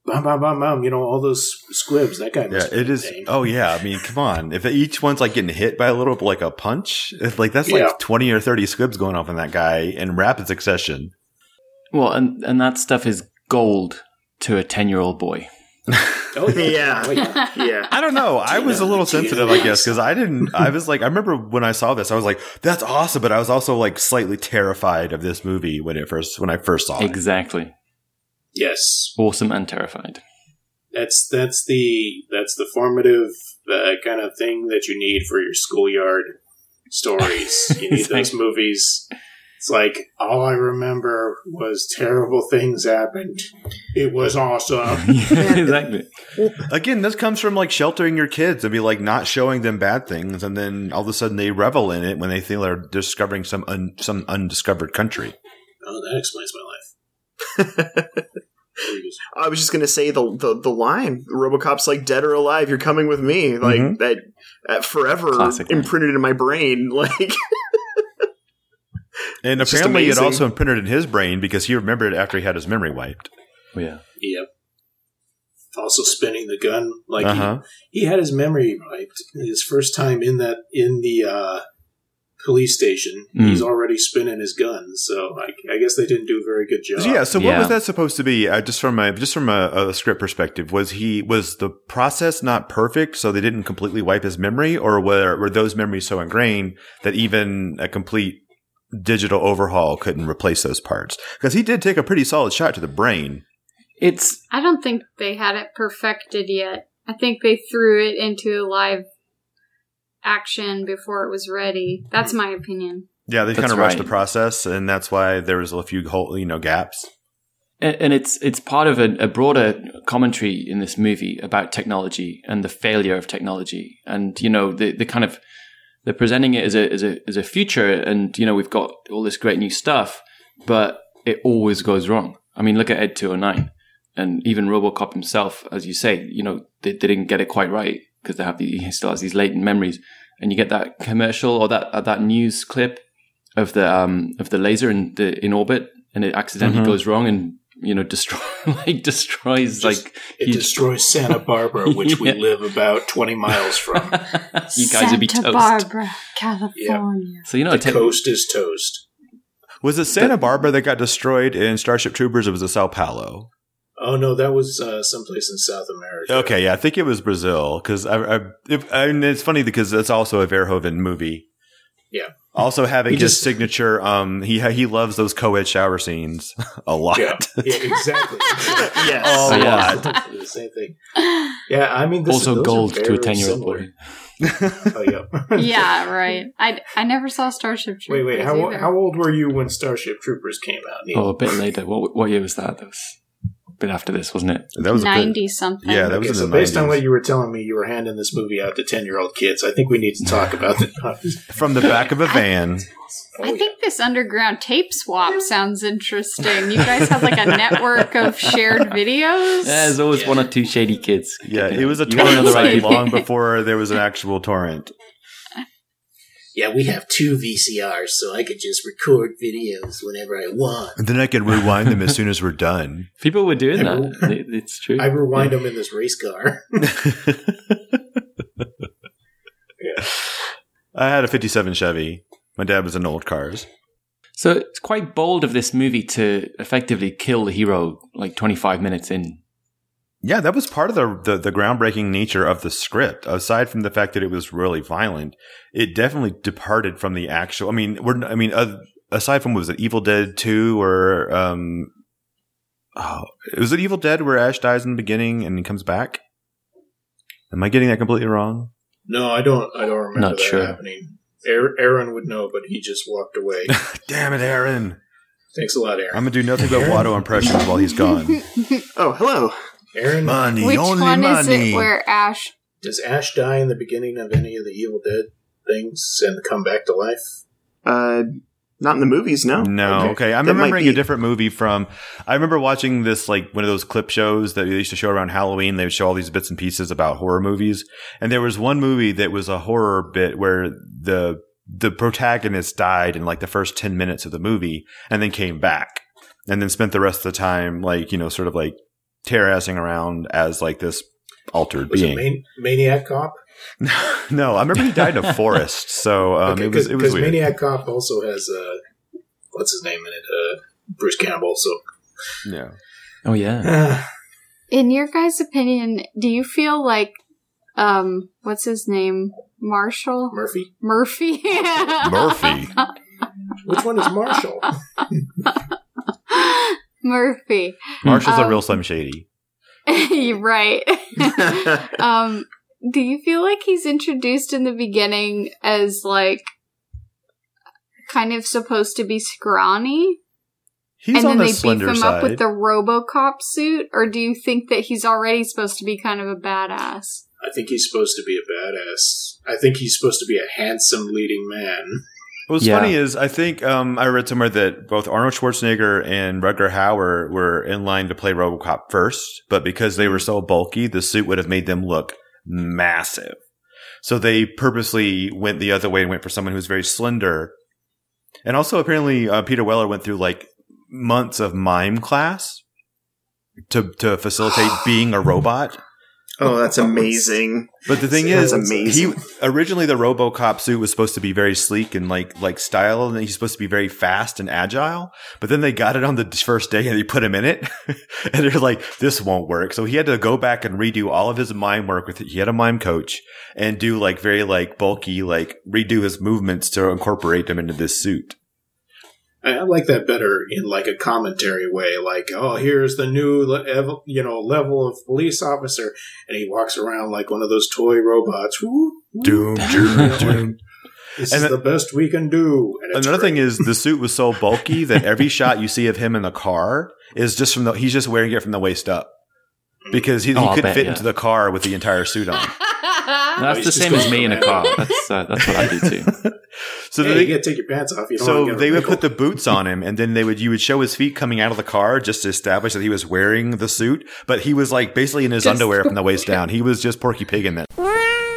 [SPEAKER 1] Bam, bam, bam, bam. You know all those squibs. That guy.
[SPEAKER 4] Yeah,
[SPEAKER 1] must
[SPEAKER 4] it
[SPEAKER 1] be
[SPEAKER 4] is.
[SPEAKER 1] insane.
[SPEAKER 4] Oh yeah, I mean, come on. If each one's like getting hit by a little like a punch, it's like that's
[SPEAKER 1] Yeah.
[SPEAKER 4] like twenty or thirty squibs going off in that guy in rapid succession.
[SPEAKER 5] Well, and and that stuff is gold to a ten year old boy.
[SPEAKER 1] Oh,
[SPEAKER 3] Yeah.
[SPEAKER 1] Oh, yeah.
[SPEAKER 3] Yeah.
[SPEAKER 4] I don't know. I was a little sensitive, I guess, because I didn't. I was like, I remember when I saw this, I was like, "That's awesome," but I was also like slightly terrified of this movie when it first when I first saw it.
[SPEAKER 5] Exactly.
[SPEAKER 1] Yes.
[SPEAKER 5] Awesome and terrified.
[SPEAKER 1] that's that's the that's the formative uh, kind of thing that you need for your schoolyard stories. You need
[SPEAKER 5] It's like-
[SPEAKER 1] those movies. It's like all I remember was terrible things happened. It was
[SPEAKER 5] [laughs]
[SPEAKER 1] awesome.
[SPEAKER 5] [laughs] exactly.
[SPEAKER 4] Again, this comes from like sheltering your kids and be like not showing them bad things, and then all of a sudden they revel in it when they think they're discovering some un, some undiscovered country.
[SPEAKER 1] oh, that explains my life. There it is.
[SPEAKER 3] I was just gonna say the the, the line RoboCop's like dead or alive, you're coming with me. Like
[SPEAKER 4] Mhm.
[SPEAKER 3] that, that forever
[SPEAKER 5] Classic line.
[SPEAKER 3] imprinted in my brain. [laughs] Like
[SPEAKER 4] And
[SPEAKER 3] It's just
[SPEAKER 4] apparently, it
[SPEAKER 3] amazing.
[SPEAKER 4] also imprinted in his brain because he remembered it after he had his memory wiped.
[SPEAKER 5] Yeah.
[SPEAKER 1] Yep. Also spinning the gun like
[SPEAKER 4] uh
[SPEAKER 1] he-
[SPEAKER 4] huh.
[SPEAKER 1] he had his memory wiped his first time in that in the uh, police station.
[SPEAKER 5] Mm.
[SPEAKER 1] He's already spinning his gun, so I, I guess they didn't do a very good job.
[SPEAKER 4] Yeah. So what
[SPEAKER 5] Yeah.
[SPEAKER 4] was that supposed to be? Uh, just from a just from a, a script perspective, was he was the process not perfect, so they didn't completely wipe his memory, or were were those memories so ingrained that even a complete digital overhaul couldn't replace those parts? Because he did take a pretty solid shot to the brain.
[SPEAKER 5] It's
[SPEAKER 2] I don't think they had it perfected yet. I think they threw it into live action before it was ready. That's my opinion.
[SPEAKER 4] Yeah, they
[SPEAKER 5] That's
[SPEAKER 4] kind of rushed
[SPEAKER 5] right.
[SPEAKER 4] the process, and that's why there was a few whole, you know gaps.
[SPEAKER 5] and and it's it's part of a, a broader commentary in this movie about technology and the failure of technology, and you know the the kind of they're presenting it as a as a as a future, and you know we've got all this great new stuff, but it always goes wrong. I mean, look at Ed two hundred nine, and even RoboCop himself, as you say, you know they, they didn't get it quite right because they have the, he still has these latent memories, and you get that commercial or that uh, that news clip of the um of the laser in the in orbit, and it accidentally
[SPEAKER 2] Mm-hmm.
[SPEAKER 4] Mhm.
[SPEAKER 5] goes wrong and you know destroy [laughs] like destroys
[SPEAKER 1] Just-
[SPEAKER 5] like [laughs]
[SPEAKER 1] It
[SPEAKER 5] huge-
[SPEAKER 1] destroys Santa
[SPEAKER 5] [laughs]
[SPEAKER 1] Barbara, which we
[SPEAKER 5] Yeah.
[SPEAKER 1] live about 20 miles
[SPEAKER 5] [laughs]
[SPEAKER 1] from.
[SPEAKER 5] you guys would be
[SPEAKER 2] Santa
[SPEAKER 5] toast.
[SPEAKER 2] Barbara,
[SPEAKER 5] [laughs]
[SPEAKER 2] California.
[SPEAKER 5] So you know,
[SPEAKER 1] the
[SPEAKER 5] tech-
[SPEAKER 1] coast is toast.
[SPEAKER 4] Was it Santa Barbara that got destroyed in Starship Troopers? Or was it Sao Paulo?
[SPEAKER 1] Oh, no, that was uh, someplace in South America.
[SPEAKER 4] Okay, yeah, I think it was Brazil because I, I, if, I mean, it's funny because it's also a Verhoeven movie.
[SPEAKER 1] Yeah.
[SPEAKER 4] Also having
[SPEAKER 1] He
[SPEAKER 4] his
[SPEAKER 1] just-
[SPEAKER 4] signature, um, he he loves those co-ed shower scenes [laughs] a lot.
[SPEAKER 1] Yeah, yeah exactly. [laughs]
[SPEAKER 3] yes.
[SPEAKER 4] [laughs] Oh,
[SPEAKER 5] So, yeah.
[SPEAKER 4] God.
[SPEAKER 1] the same thing. Yeah, I mean, this
[SPEAKER 5] also
[SPEAKER 1] those are
[SPEAKER 5] gold to a
[SPEAKER 1] very
[SPEAKER 5] ten-year-old
[SPEAKER 1] similar.
[SPEAKER 5] boy.
[SPEAKER 1] Oh, yeah. [laughs]
[SPEAKER 2] yeah, right. I, I never saw Starship
[SPEAKER 1] Wait,
[SPEAKER 2] Troopers.
[SPEAKER 1] wait. How,
[SPEAKER 2] either.
[SPEAKER 1] how old were you when Starship Troopers came out? Neil?
[SPEAKER 5] Oh, a bit later. What what year was that? That was a bit after this, wasn't it?
[SPEAKER 4] That was a bit-
[SPEAKER 2] ninety something?
[SPEAKER 4] Yeah, that
[SPEAKER 1] Okay,
[SPEAKER 4] was in
[SPEAKER 1] so
[SPEAKER 4] the
[SPEAKER 1] based on
[SPEAKER 4] 90s.
[SPEAKER 1] what you were telling me, you were handing this movie out to ten-year-old kids. I think we need to talk about [laughs] that. Oh,
[SPEAKER 4] from the back of a van.
[SPEAKER 2] I
[SPEAKER 1] yeah.
[SPEAKER 2] think this underground tape swap sounds interesting. You guys have like a network of shared videos.
[SPEAKER 5] Yeah, there's always one or two shady kids.
[SPEAKER 4] Yeah, it was a
[SPEAKER 5] You wanna know
[SPEAKER 4] torrent
[SPEAKER 5] the
[SPEAKER 2] Totally.
[SPEAKER 5] right
[SPEAKER 4] [laughs] site
[SPEAKER 5] people.
[SPEAKER 4] long before there was an actual torrent.
[SPEAKER 1] Yeah, we have two VCRs, so I could just record videos whenever I want.
[SPEAKER 4] And then I could rewind them as soon as we're done.
[SPEAKER 5] People were doing
[SPEAKER 1] I
[SPEAKER 5] that.
[SPEAKER 1] will-
[SPEAKER 5] It- It's true.
[SPEAKER 1] I rewind them in this race car.
[SPEAKER 4] [laughs] I had a '57 Chevy. My dad was in old cars.
[SPEAKER 5] So it's quite bold of this movie to effectively kill the hero like 25 minutes in.
[SPEAKER 4] Yeah, that was part of the, the the groundbreaking nature of the script. Aside from the fact that it was really violent, it definitely departed from the actual. I mean, we're I mean, uh, aside from was it Evil Dead Two or um, oh, was it Evil Dead where Ash dies in the beginning and he comes back? Am I getting that completely wrong?
[SPEAKER 1] No, I don't. I don't remember
[SPEAKER 5] Not
[SPEAKER 1] that
[SPEAKER 5] sure.
[SPEAKER 1] happening. Aaron Aaron would know, but he just walked
[SPEAKER 5] [laughs]
[SPEAKER 1] away.
[SPEAKER 4] Damn it, Aaron!
[SPEAKER 1] Thanks a lot, Aaron.
[SPEAKER 4] I'm gonna do nothing but Watto impressions while he's gone.
[SPEAKER 3] Oh, hello.
[SPEAKER 1] Aaron,
[SPEAKER 4] Money,
[SPEAKER 2] Which
[SPEAKER 4] only
[SPEAKER 2] one
[SPEAKER 4] money.
[SPEAKER 2] is it where Ash?
[SPEAKER 1] does Ash die in the beginning of any of the Evil Dead things and come back to life?
[SPEAKER 3] Uh, Not in the movies, no.
[SPEAKER 4] No, okay. I'm
[SPEAKER 3] That might
[SPEAKER 4] remembering
[SPEAKER 3] be-
[SPEAKER 4] a different movie from. I remember watching this like one of those clip shows that they used to show around Halloween. They would show all these bits and pieces about horror movies, and there was one movie that was a horror bit where the the protagonist died in like the first ten minutes of the movie, and then came back, and then spent the rest of the time like you know sort of like terrorizing around as like this altered
[SPEAKER 1] Was
[SPEAKER 4] being.
[SPEAKER 1] it Man- Maniac Cop?
[SPEAKER 4] [laughs] no, I remember he died in a forest, so um, it was it was
[SPEAKER 1] because
[SPEAKER 4] weird.
[SPEAKER 1] Maniac Cop also has uh, what's his name in it? Uh, Bruce Campbell. So
[SPEAKER 4] yeah.
[SPEAKER 5] Oh yeah. [laughs]
[SPEAKER 2] In your guys' opinion, do you feel like um what's his name? Marshall?
[SPEAKER 1] Murphy.
[SPEAKER 2] Murphy? [laughs]
[SPEAKER 4] Murphy.
[SPEAKER 1] Which one is Marshall?
[SPEAKER 2] Murphy. [laughs]
[SPEAKER 4] Marshall's
[SPEAKER 2] Um,
[SPEAKER 4] a real Slim Shady.
[SPEAKER 2] You're right. [laughs] um do you feel like he's introduced in the beginning as like kind of supposed to be scrawny
[SPEAKER 4] He's
[SPEAKER 2] and
[SPEAKER 4] on
[SPEAKER 2] then
[SPEAKER 4] the
[SPEAKER 2] they beef
[SPEAKER 4] slender
[SPEAKER 2] him
[SPEAKER 4] side.
[SPEAKER 2] up with the robocop suit or do you think that he's already supposed to be kind of a
[SPEAKER 4] [laughs]
[SPEAKER 2] badass [laughs]
[SPEAKER 1] I think he's supposed to be a badass. I think he's supposed to be a handsome leading man.
[SPEAKER 4] What's
[SPEAKER 5] Yeah.
[SPEAKER 4] funny is I think um, I read somewhere that both Arnold Schwarzenegger and Rutger Hauer were in line to play RoboCop first, but because they were so bulky, the suit would have made them look massive. So they purposely went the other way and went for someone who's very slender. And also, apparently, uh, Peter Weller went through like months of mime class to to [gasps] facilitate being a robot.
[SPEAKER 3] [laughs] oh, that's amazing.
[SPEAKER 4] But the thing
[SPEAKER 3] That's
[SPEAKER 4] is,
[SPEAKER 3] amazing.
[SPEAKER 4] he originally the RoboCop suit was supposed to be very sleek and like like style, and he's supposed to be very fast and agile. But then they got it on the first day and they put him in it, [laughs] and they're like, "This won't work." So he had to go back and redo all of his mime work with. He had a mime coach and do like very like bulky like redo his movements to incorporate them into this suit.
[SPEAKER 1] I, I like that better in like a commentary way, like, "Oh, here's the new le- ev- you know level of police officer," and he walks around like one of those toy robots. Woo, woo.
[SPEAKER 4] Doom, doom, doom.
[SPEAKER 1] This is
[SPEAKER 4] And
[SPEAKER 1] the
[SPEAKER 4] the-
[SPEAKER 1] best we can do. And it's
[SPEAKER 4] Another
[SPEAKER 1] great.
[SPEAKER 4] thing is the suit was so bulky that every shot you see of him in the car is just from the he's just wearing it from the waist up because he, he
[SPEAKER 5] Oh, I'll
[SPEAKER 4] couldn't
[SPEAKER 5] bet,
[SPEAKER 4] fit
[SPEAKER 5] yeah.
[SPEAKER 4] into the car with the entire
[SPEAKER 1] [laughs]
[SPEAKER 4] suit on.
[SPEAKER 5] That's
[SPEAKER 1] he's
[SPEAKER 5] the
[SPEAKER 1] just
[SPEAKER 5] same as
[SPEAKER 1] going
[SPEAKER 5] me in a
[SPEAKER 1] around.
[SPEAKER 5] car. That's uh, that's what I do too.
[SPEAKER 4] So
[SPEAKER 1] Hey,
[SPEAKER 4] they
[SPEAKER 1] you gotta take your pants off. You don't
[SPEAKER 4] so
[SPEAKER 1] wanna get
[SPEAKER 4] they would
[SPEAKER 1] wrinkled.
[SPEAKER 4] put the boots on him, and then they would you would show his feet coming out of the car just to establish that he was wearing the suit, but he was like basically in his underwear from the waist down. He was just Porky Pig in that. [laughs]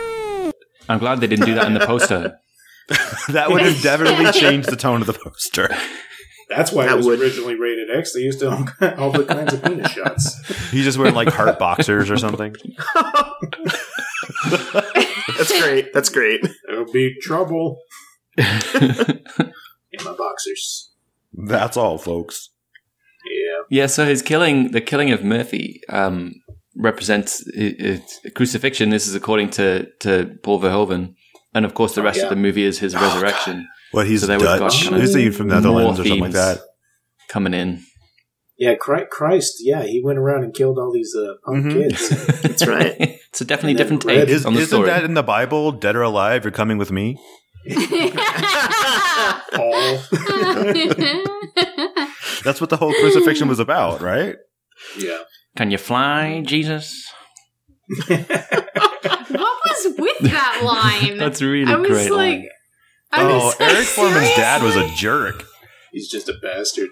[SPEAKER 5] I'm glad they didn't do that in the poster.
[SPEAKER 4] That would
[SPEAKER 1] [laughs]
[SPEAKER 4] have definitely changed the tone of the poster.
[SPEAKER 1] That's why
[SPEAKER 3] That
[SPEAKER 1] it was
[SPEAKER 3] would-
[SPEAKER 1] originally rated X. They used to have all the kinds of penis shots.
[SPEAKER 4] He's just wearing like heart boxers or something.
[SPEAKER 3] That's great. That's great.
[SPEAKER 1] There'll be trouble in my boxers.
[SPEAKER 4] That's all, folks.
[SPEAKER 1] Yeah.
[SPEAKER 5] yeah. So his killing, the killing of Murphy, um, represents i i crucifixion. This is according to to Paul Verhoeven, and of course the rest
[SPEAKER 1] Oh, yeah.
[SPEAKER 5] of the movie is
[SPEAKER 4] Oh,
[SPEAKER 5] his resurrection
[SPEAKER 4] Well, he's
[SPEAKER 5] So they would've got
[SPEAKER 4] Dutch.
[SPEAKER 5] kinda
[SPEAKER 4] Is he from Netherlands or something like
[SPEAKER 5] morphemes.
[SPEAKER 4] that?
[SPEAKER 5] coming in.
[SPEAKER 1] Yeah, Chri- Christ, yeah, he went around and killed all these uh, punk
[SPEAKER 4] Mhm.
[SPEAKER 1] kids.
[SPEAKER 4] [laughs]
[SPEAKER 5] That's [laughs]
[SPEAKER 3] right.
[SPEAKER 5] so definitely
[SPEAKER 1] And
[SPEAKER 5] different
[SPEAKER 1] then
[SPEAKER 5] take
[SPEAKER 1] red
[SPEAKER 4] Is,
[SPEAKER 5] on the
[SPEAKER 4] isn't
[SPEAKER 5] story.
[SPEAKER 4] that in the Bible? Dead or alive, you're coming with me.
[SPEAKER 1] All.
[SPEAKER 2] [laughs]
[SPEAKER 4] That's what the whole crucifixion was about, right?
[SPEAKER 1] Yeah.
[SPEAKER 5] Can you fly, Jesus?
[SPEAKER 1] [laughs]
[SPEAKER 2] what was with that line
[SPEAKER 5] [laughs] That's really
[SPEAKER 2] i was
[SPEAKER 5] great.
[SPEAKER 2] like
[SPEAKER 5] line.
[SPEAKER 2] I
[SPEAKER 4] oh,
[SPEAKER 2] was like, [laughs]
[SPEAKER 4] Eric Foreman's dad was a
[SPEAKER 2] seriously?
[SPEAKER 4] jerk.
[SPEAKER 1] He's just a bastard.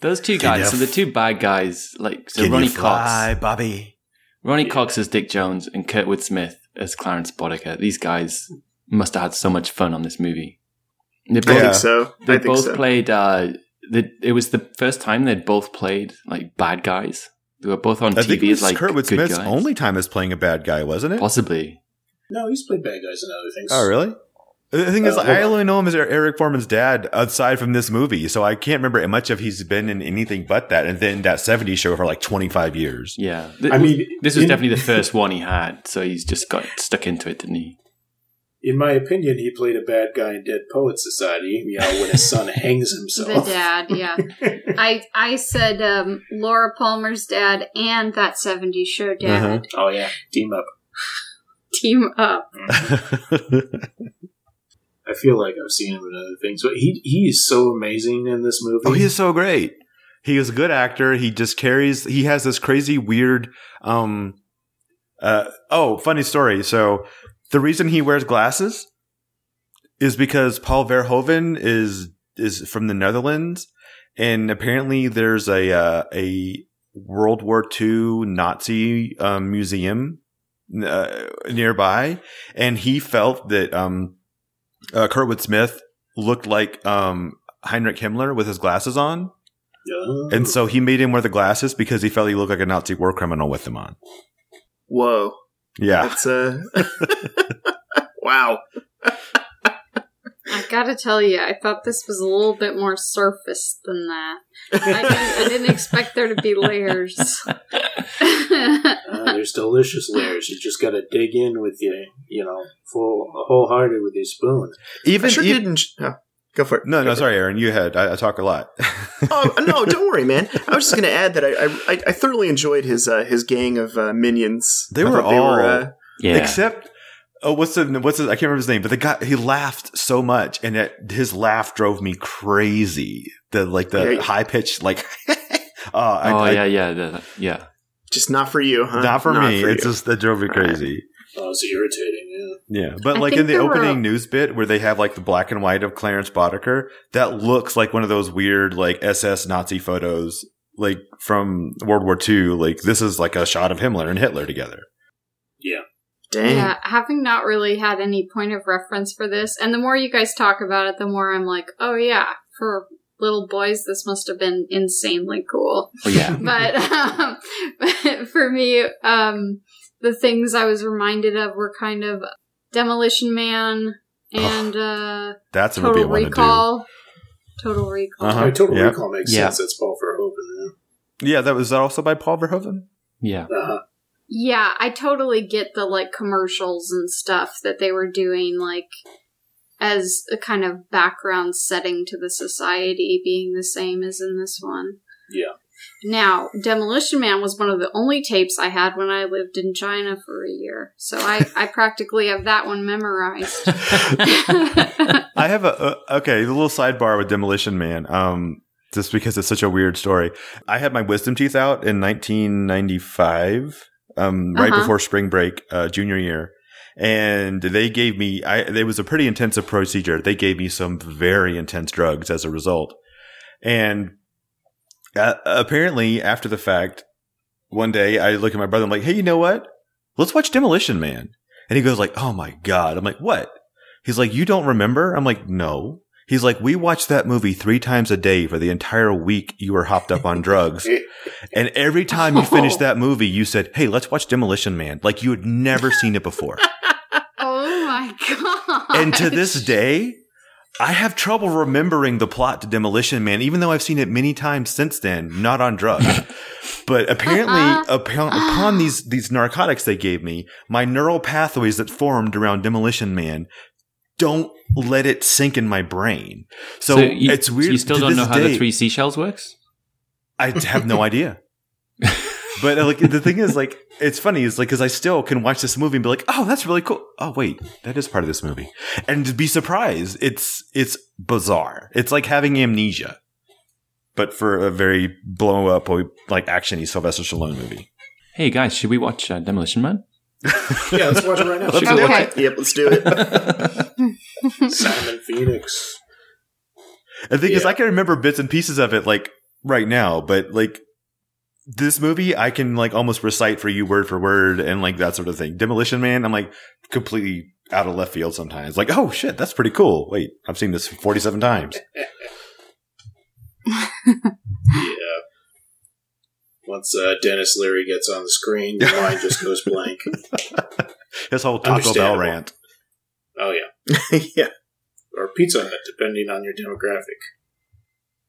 [SPEAKER 5] Those two
[SPEAKER 4] Can
[SPEAKER 5] guys,
[SPEAKER 4] you
[SPEAKER 5] so the
[SPEAKER 4] f-
[SPEAKER 5] two bad guys, like so Ronnie Cox,
[SPEAKER 4] Bobby?
[SPEAKER 5] Ronnie Cox as Dick Jones, and Kurtwood Smith as Clarence Boddicker. These guys must have had so much fun on this movie. They both,
[SPEAKER 3] I
[SPEAKER 4] Yeah.
[SPEAKER 3] think so.
[SPEAKER 5] they
[SPEAKER 3] I think
[SPEAKER 5] both
[SPEAKER 3] so.
[SPEAKER 5] played. Uh, they, it was the first time they'd both played like bad guys. They were both on
[SPEAKER 4] I think
[SPEAKER 5] TV
[SPEAKER 4] it
[SPEAKER 5] as
[SPEAKER 4] was
[SPEAKER 5] like
[SPEAKER 4] Kurtwood
[SPEAKER 5] good
[SPEAKER 4] Smith's
[SPEAKER 5] guys.
[SPEAKER 4] only time as playing a bad guy, wasn't it?
[SPEAKER 5] possibly.
[SPEAKER 1] No, he's played bad guys and other things.
[SPEAKER 4] Oh, really? The thing is,
[SPEAKER 1] Uh,
[SPEAKER 4] I only know him as Er-, Eric Foreman's dad aside from this movie, so I can't remember much of he's been in anything but that, and then that 70s show for like 25 years. [laughs]
[SPEAKER 5] Yeah,
[SPEAKER 1] I mean,
[SPEAKER 5] this was
[SPEAKER 1] in-
[SPEAKER 5] definitely the first one he had, so he's just got stuck into it, didn't he?
[SPEAKER 1] In my opinion, he played a bad guy in Dead Poet Society, you know, when his
[SPEAKER 4] [laughs]
[SPEAKER 1] son hangs
[SPEAKER 2] the
[SPEAKER 1] himself.
[SPEAKER 2] dad yeah i i said um laura palmer's dad and that 70s show dad
[SPEAKER 4] Uh-huh.
[SPEAKER 1] Oh, yeah. Team up.
[SPEAKER 2] team up
[SPEAKER 1] I feel like I've seen him in other things, but he, he is so amazing in this movie.
[SPEAKER 4] Oh, he is so great. He is a good actor. He just carries. He has this crazy, weird. Um, uh, oh, funny story. So the reason he wears glasses is because Paul Verhoeven is is from the Netherlands, and apparently there's a uh, a World War II Nazi um, museum uh, nearby, and he felt that um, uh, Kurtwood Smith looked like um, Heinrich Himmler with his glasses on, and so he made him wear the glasses because he felt he looked like a Nazi war criminal with them on.
[SPEAKER 3] Whoa.
[SPEAKER 4] Yeah,
[SPEAKER 3] That's uh [laughs]
[SPEAKER 5] [laughs]
[SPEAKER 3] Wow.
[SPEAKER 2] I gotta tell you, I thought this was a little bit more surface than that. I didn't, I didn't expect there to be
[SPEAKER 4] [laughs]
[SPEAKER 2] layers. [laughs]
[SPEAKER 1] Uh, there's delicious layers. You just got to dig in with your, you know, full wholehearted with your spoon.
[SPEAKER 4] even,
[SPEAKER 3] I sure
[SPEAKER 4] even-
[SPEAKER 3] didn't oh, go for it.
[SPEAKER 4] no, no,
[SPEAKER 3] Go for it.
[SPEAKER 4] sorry, Aaron, you had I, I talk a lot. [laughs]
[SPEAKER 3] oh no, don't worry, man. I was just going to add that I, I I thoroughly enjoyed his uh, his gang of uh, minions.
[SPEAKER 4] They
[SPEAKER 3] I
[SPEAKER 4] were
[SPEAKER 3] thought uh,
[SPEAKER 4] all-
[SPEAKER 5] Yeah.
[SPEAKER 4] Except, oh, what's the what's his, I can't remember his name, but the guy he laughed so much, and it, his laugh drove me crazy. The like the
[SPEAKER 3] Yeah.
[SPEAKER 4] high pitched like, [laughs] oh, I,
[SPEAKER 5] oh
[SPEAKER 4] I-
[SPEAKER 5] yeah, yeah, yeah, yeah.
[SPEAKER 3] just not for you, huh?
[SPEAKER 4] not for me. it's
[SPEAKER 3] you.
[SPEAKER 4] just that drove me crazy.
[SPEAKER 1] Oh, it's irritating.
[SPEAKER 4] Yeah, but
[SPEAKER 2] I
[SPEAKER 4] like
[SPEAKER 2] think uh,
[SPEAKER 4] in the
[SPEAKER 2] there were-
[SPEAKER 4] opening news bit where they have like the black and white of Clarence Boddicker, that looks like one of those weird like SS Nazi photos. Like from World War II, like this is like a shot of Himmler and Hitler together.
[SPEAKER 3] dang.
[SPEAKER 2] yeah, having not really had any point of reference for this, and the more you guys talk about it, the more I'm like, oh yeah, for little boys, this must have been insanely cool.
[SPEAKER 5] [laughs] Oh, yeah.
[SPEAKER 2] but, um, [laughs] but for me, um, the things I was reminded of were kind of Demolition Man and uh,
[SPEAKER 4] That's a
[SPEAKER 2] Total
[SPEAKER 4] movie I want
[SPEAKER 2] Recall. Total Recall.
[SPEAKER 4] Uh-huh.
[SPEAKER 1] Yeah. Total
[SPEAKER 4] yeah.
[SPEAKER 1] Recall makes
[SPEAKER 5] Yeah.
[SPEAKER 1] sense. That's Paul Verhoeven.
[SPEAKER 4] to do. Yeah, that was that also by Paul Verhoeven.
[SPEAKER 5] Yeah.
[SPEAKER 1] Yeah. Uh-huh.
[SPEAKER 2] Yeah, I totally get the like commercials and stuff that they were doing, like as a kind of background setting to the society being the same as in this one.
[SPEAKER 1] Yeah.
[SPEAKER 2] Now, Demolition Man was one of the only tapes I had when I lived in China for a year, so I, I practically have that one memorized. [laughs]
[SPEAKER 4] I have a uh, okay. A little sidebar with Demolition Man. Um, just because it's such a weird story. I had my wisdom teeth out in 1995, um, right
[SPEAKER 2] Uh-huh.
[SPEAKER 4] before spring break, uh, junior year, and they gave me. I it was a pretty intensive procedure. They gave me some very intense drugs as a result, and uh, apparently after the fact, one day I look at my brother. I'm like, hey, you know what? Let's watch Demolition Man. And he goes like, oh my god. I'm like, what? He's like, you don't remember? I'm like, no. He's like, we watched that movie three times a day for the entire week you were hopped up on drugs. and every time you finished that movie, you said, hey, let's watch Demolition Man. Like you had never seen it before.
[SPEAKER 2] oh my god!
[SPEAKER 4] and
[SPEAKER 5] [laughs]
[SPEAKER 4] to this day, I have trouble remembering the plot to Demolition Man, even though I've seen it many times since then, not on drugs.
[SPEAKER 5] [laughs]
[SPEAKER 4] but
[SPEAKER 5] Uh-huh.
[SPEAKER 4] apparently, upon, upon these, these narcotics they gave me, my neural pathways that formed around Demolition Man don't let it sink in my brain. So,
[SPEAKER 5] you,
[SPEAKER 4] it's weird.
[SPEAKER 5] You still
[SPEAKER 4] to
[SPEAKER 5] don't know
[SPEAKER 4] this
[SPEAKER 5] how
[SPEAKER 4] day-
[SPEAKER 5] the three seashells works?
[SPEAKER 4] I have no idea. but uh, like the thing is, like it's funny is like because I still can watch this movie and be like, oh, that's really cool. Oh, wait, that is part of this movie, and to be surprised. It's it's bizarre. It's like having amnesia, but for a very blow up like actiony Sylvester Stallone movie.
[SPEAKER 5] Hey guys, should we watch uh, Demolition Man?
[SPEAKER 1] Yeah, let's watch it right now.
[SPEAKER 5] Let's
[SPEAKER 2] go watch
[SPEAKER 3] Okay. Yep, let's do it.
[SPEAKER 1] Simon Phoenix.
[SPEAKER 4] And the thing is,
[SPEAKER 1] Yeah.
[SPEAKER 4] I can remember bits and pieces of it like right now, but like this movie, I can like almost recite for you word for word and like that sort of thing. Demolition Man, I'm like completely out of left field sometimes. Like, oh shit, that's pretty cool. Wait, I've seen this 47 times.
[SPEAKER 1] Yeah. Once uh, Dennis Leary gets on the screen, your mind just goes
[SPEAKER 4] [laughs]
[SPEAKER 1] blank.
[SPEAKER 4] This whole Taco Bell
[SPEAKER 1] Understandable.
[SPEAKER 4] rant.
[SPEAKER 1] Oh yeah.
[SPEAKER 3] [laughs] yeah.
[SPEAKER 1] or Pizza Hut, depending on your demographic.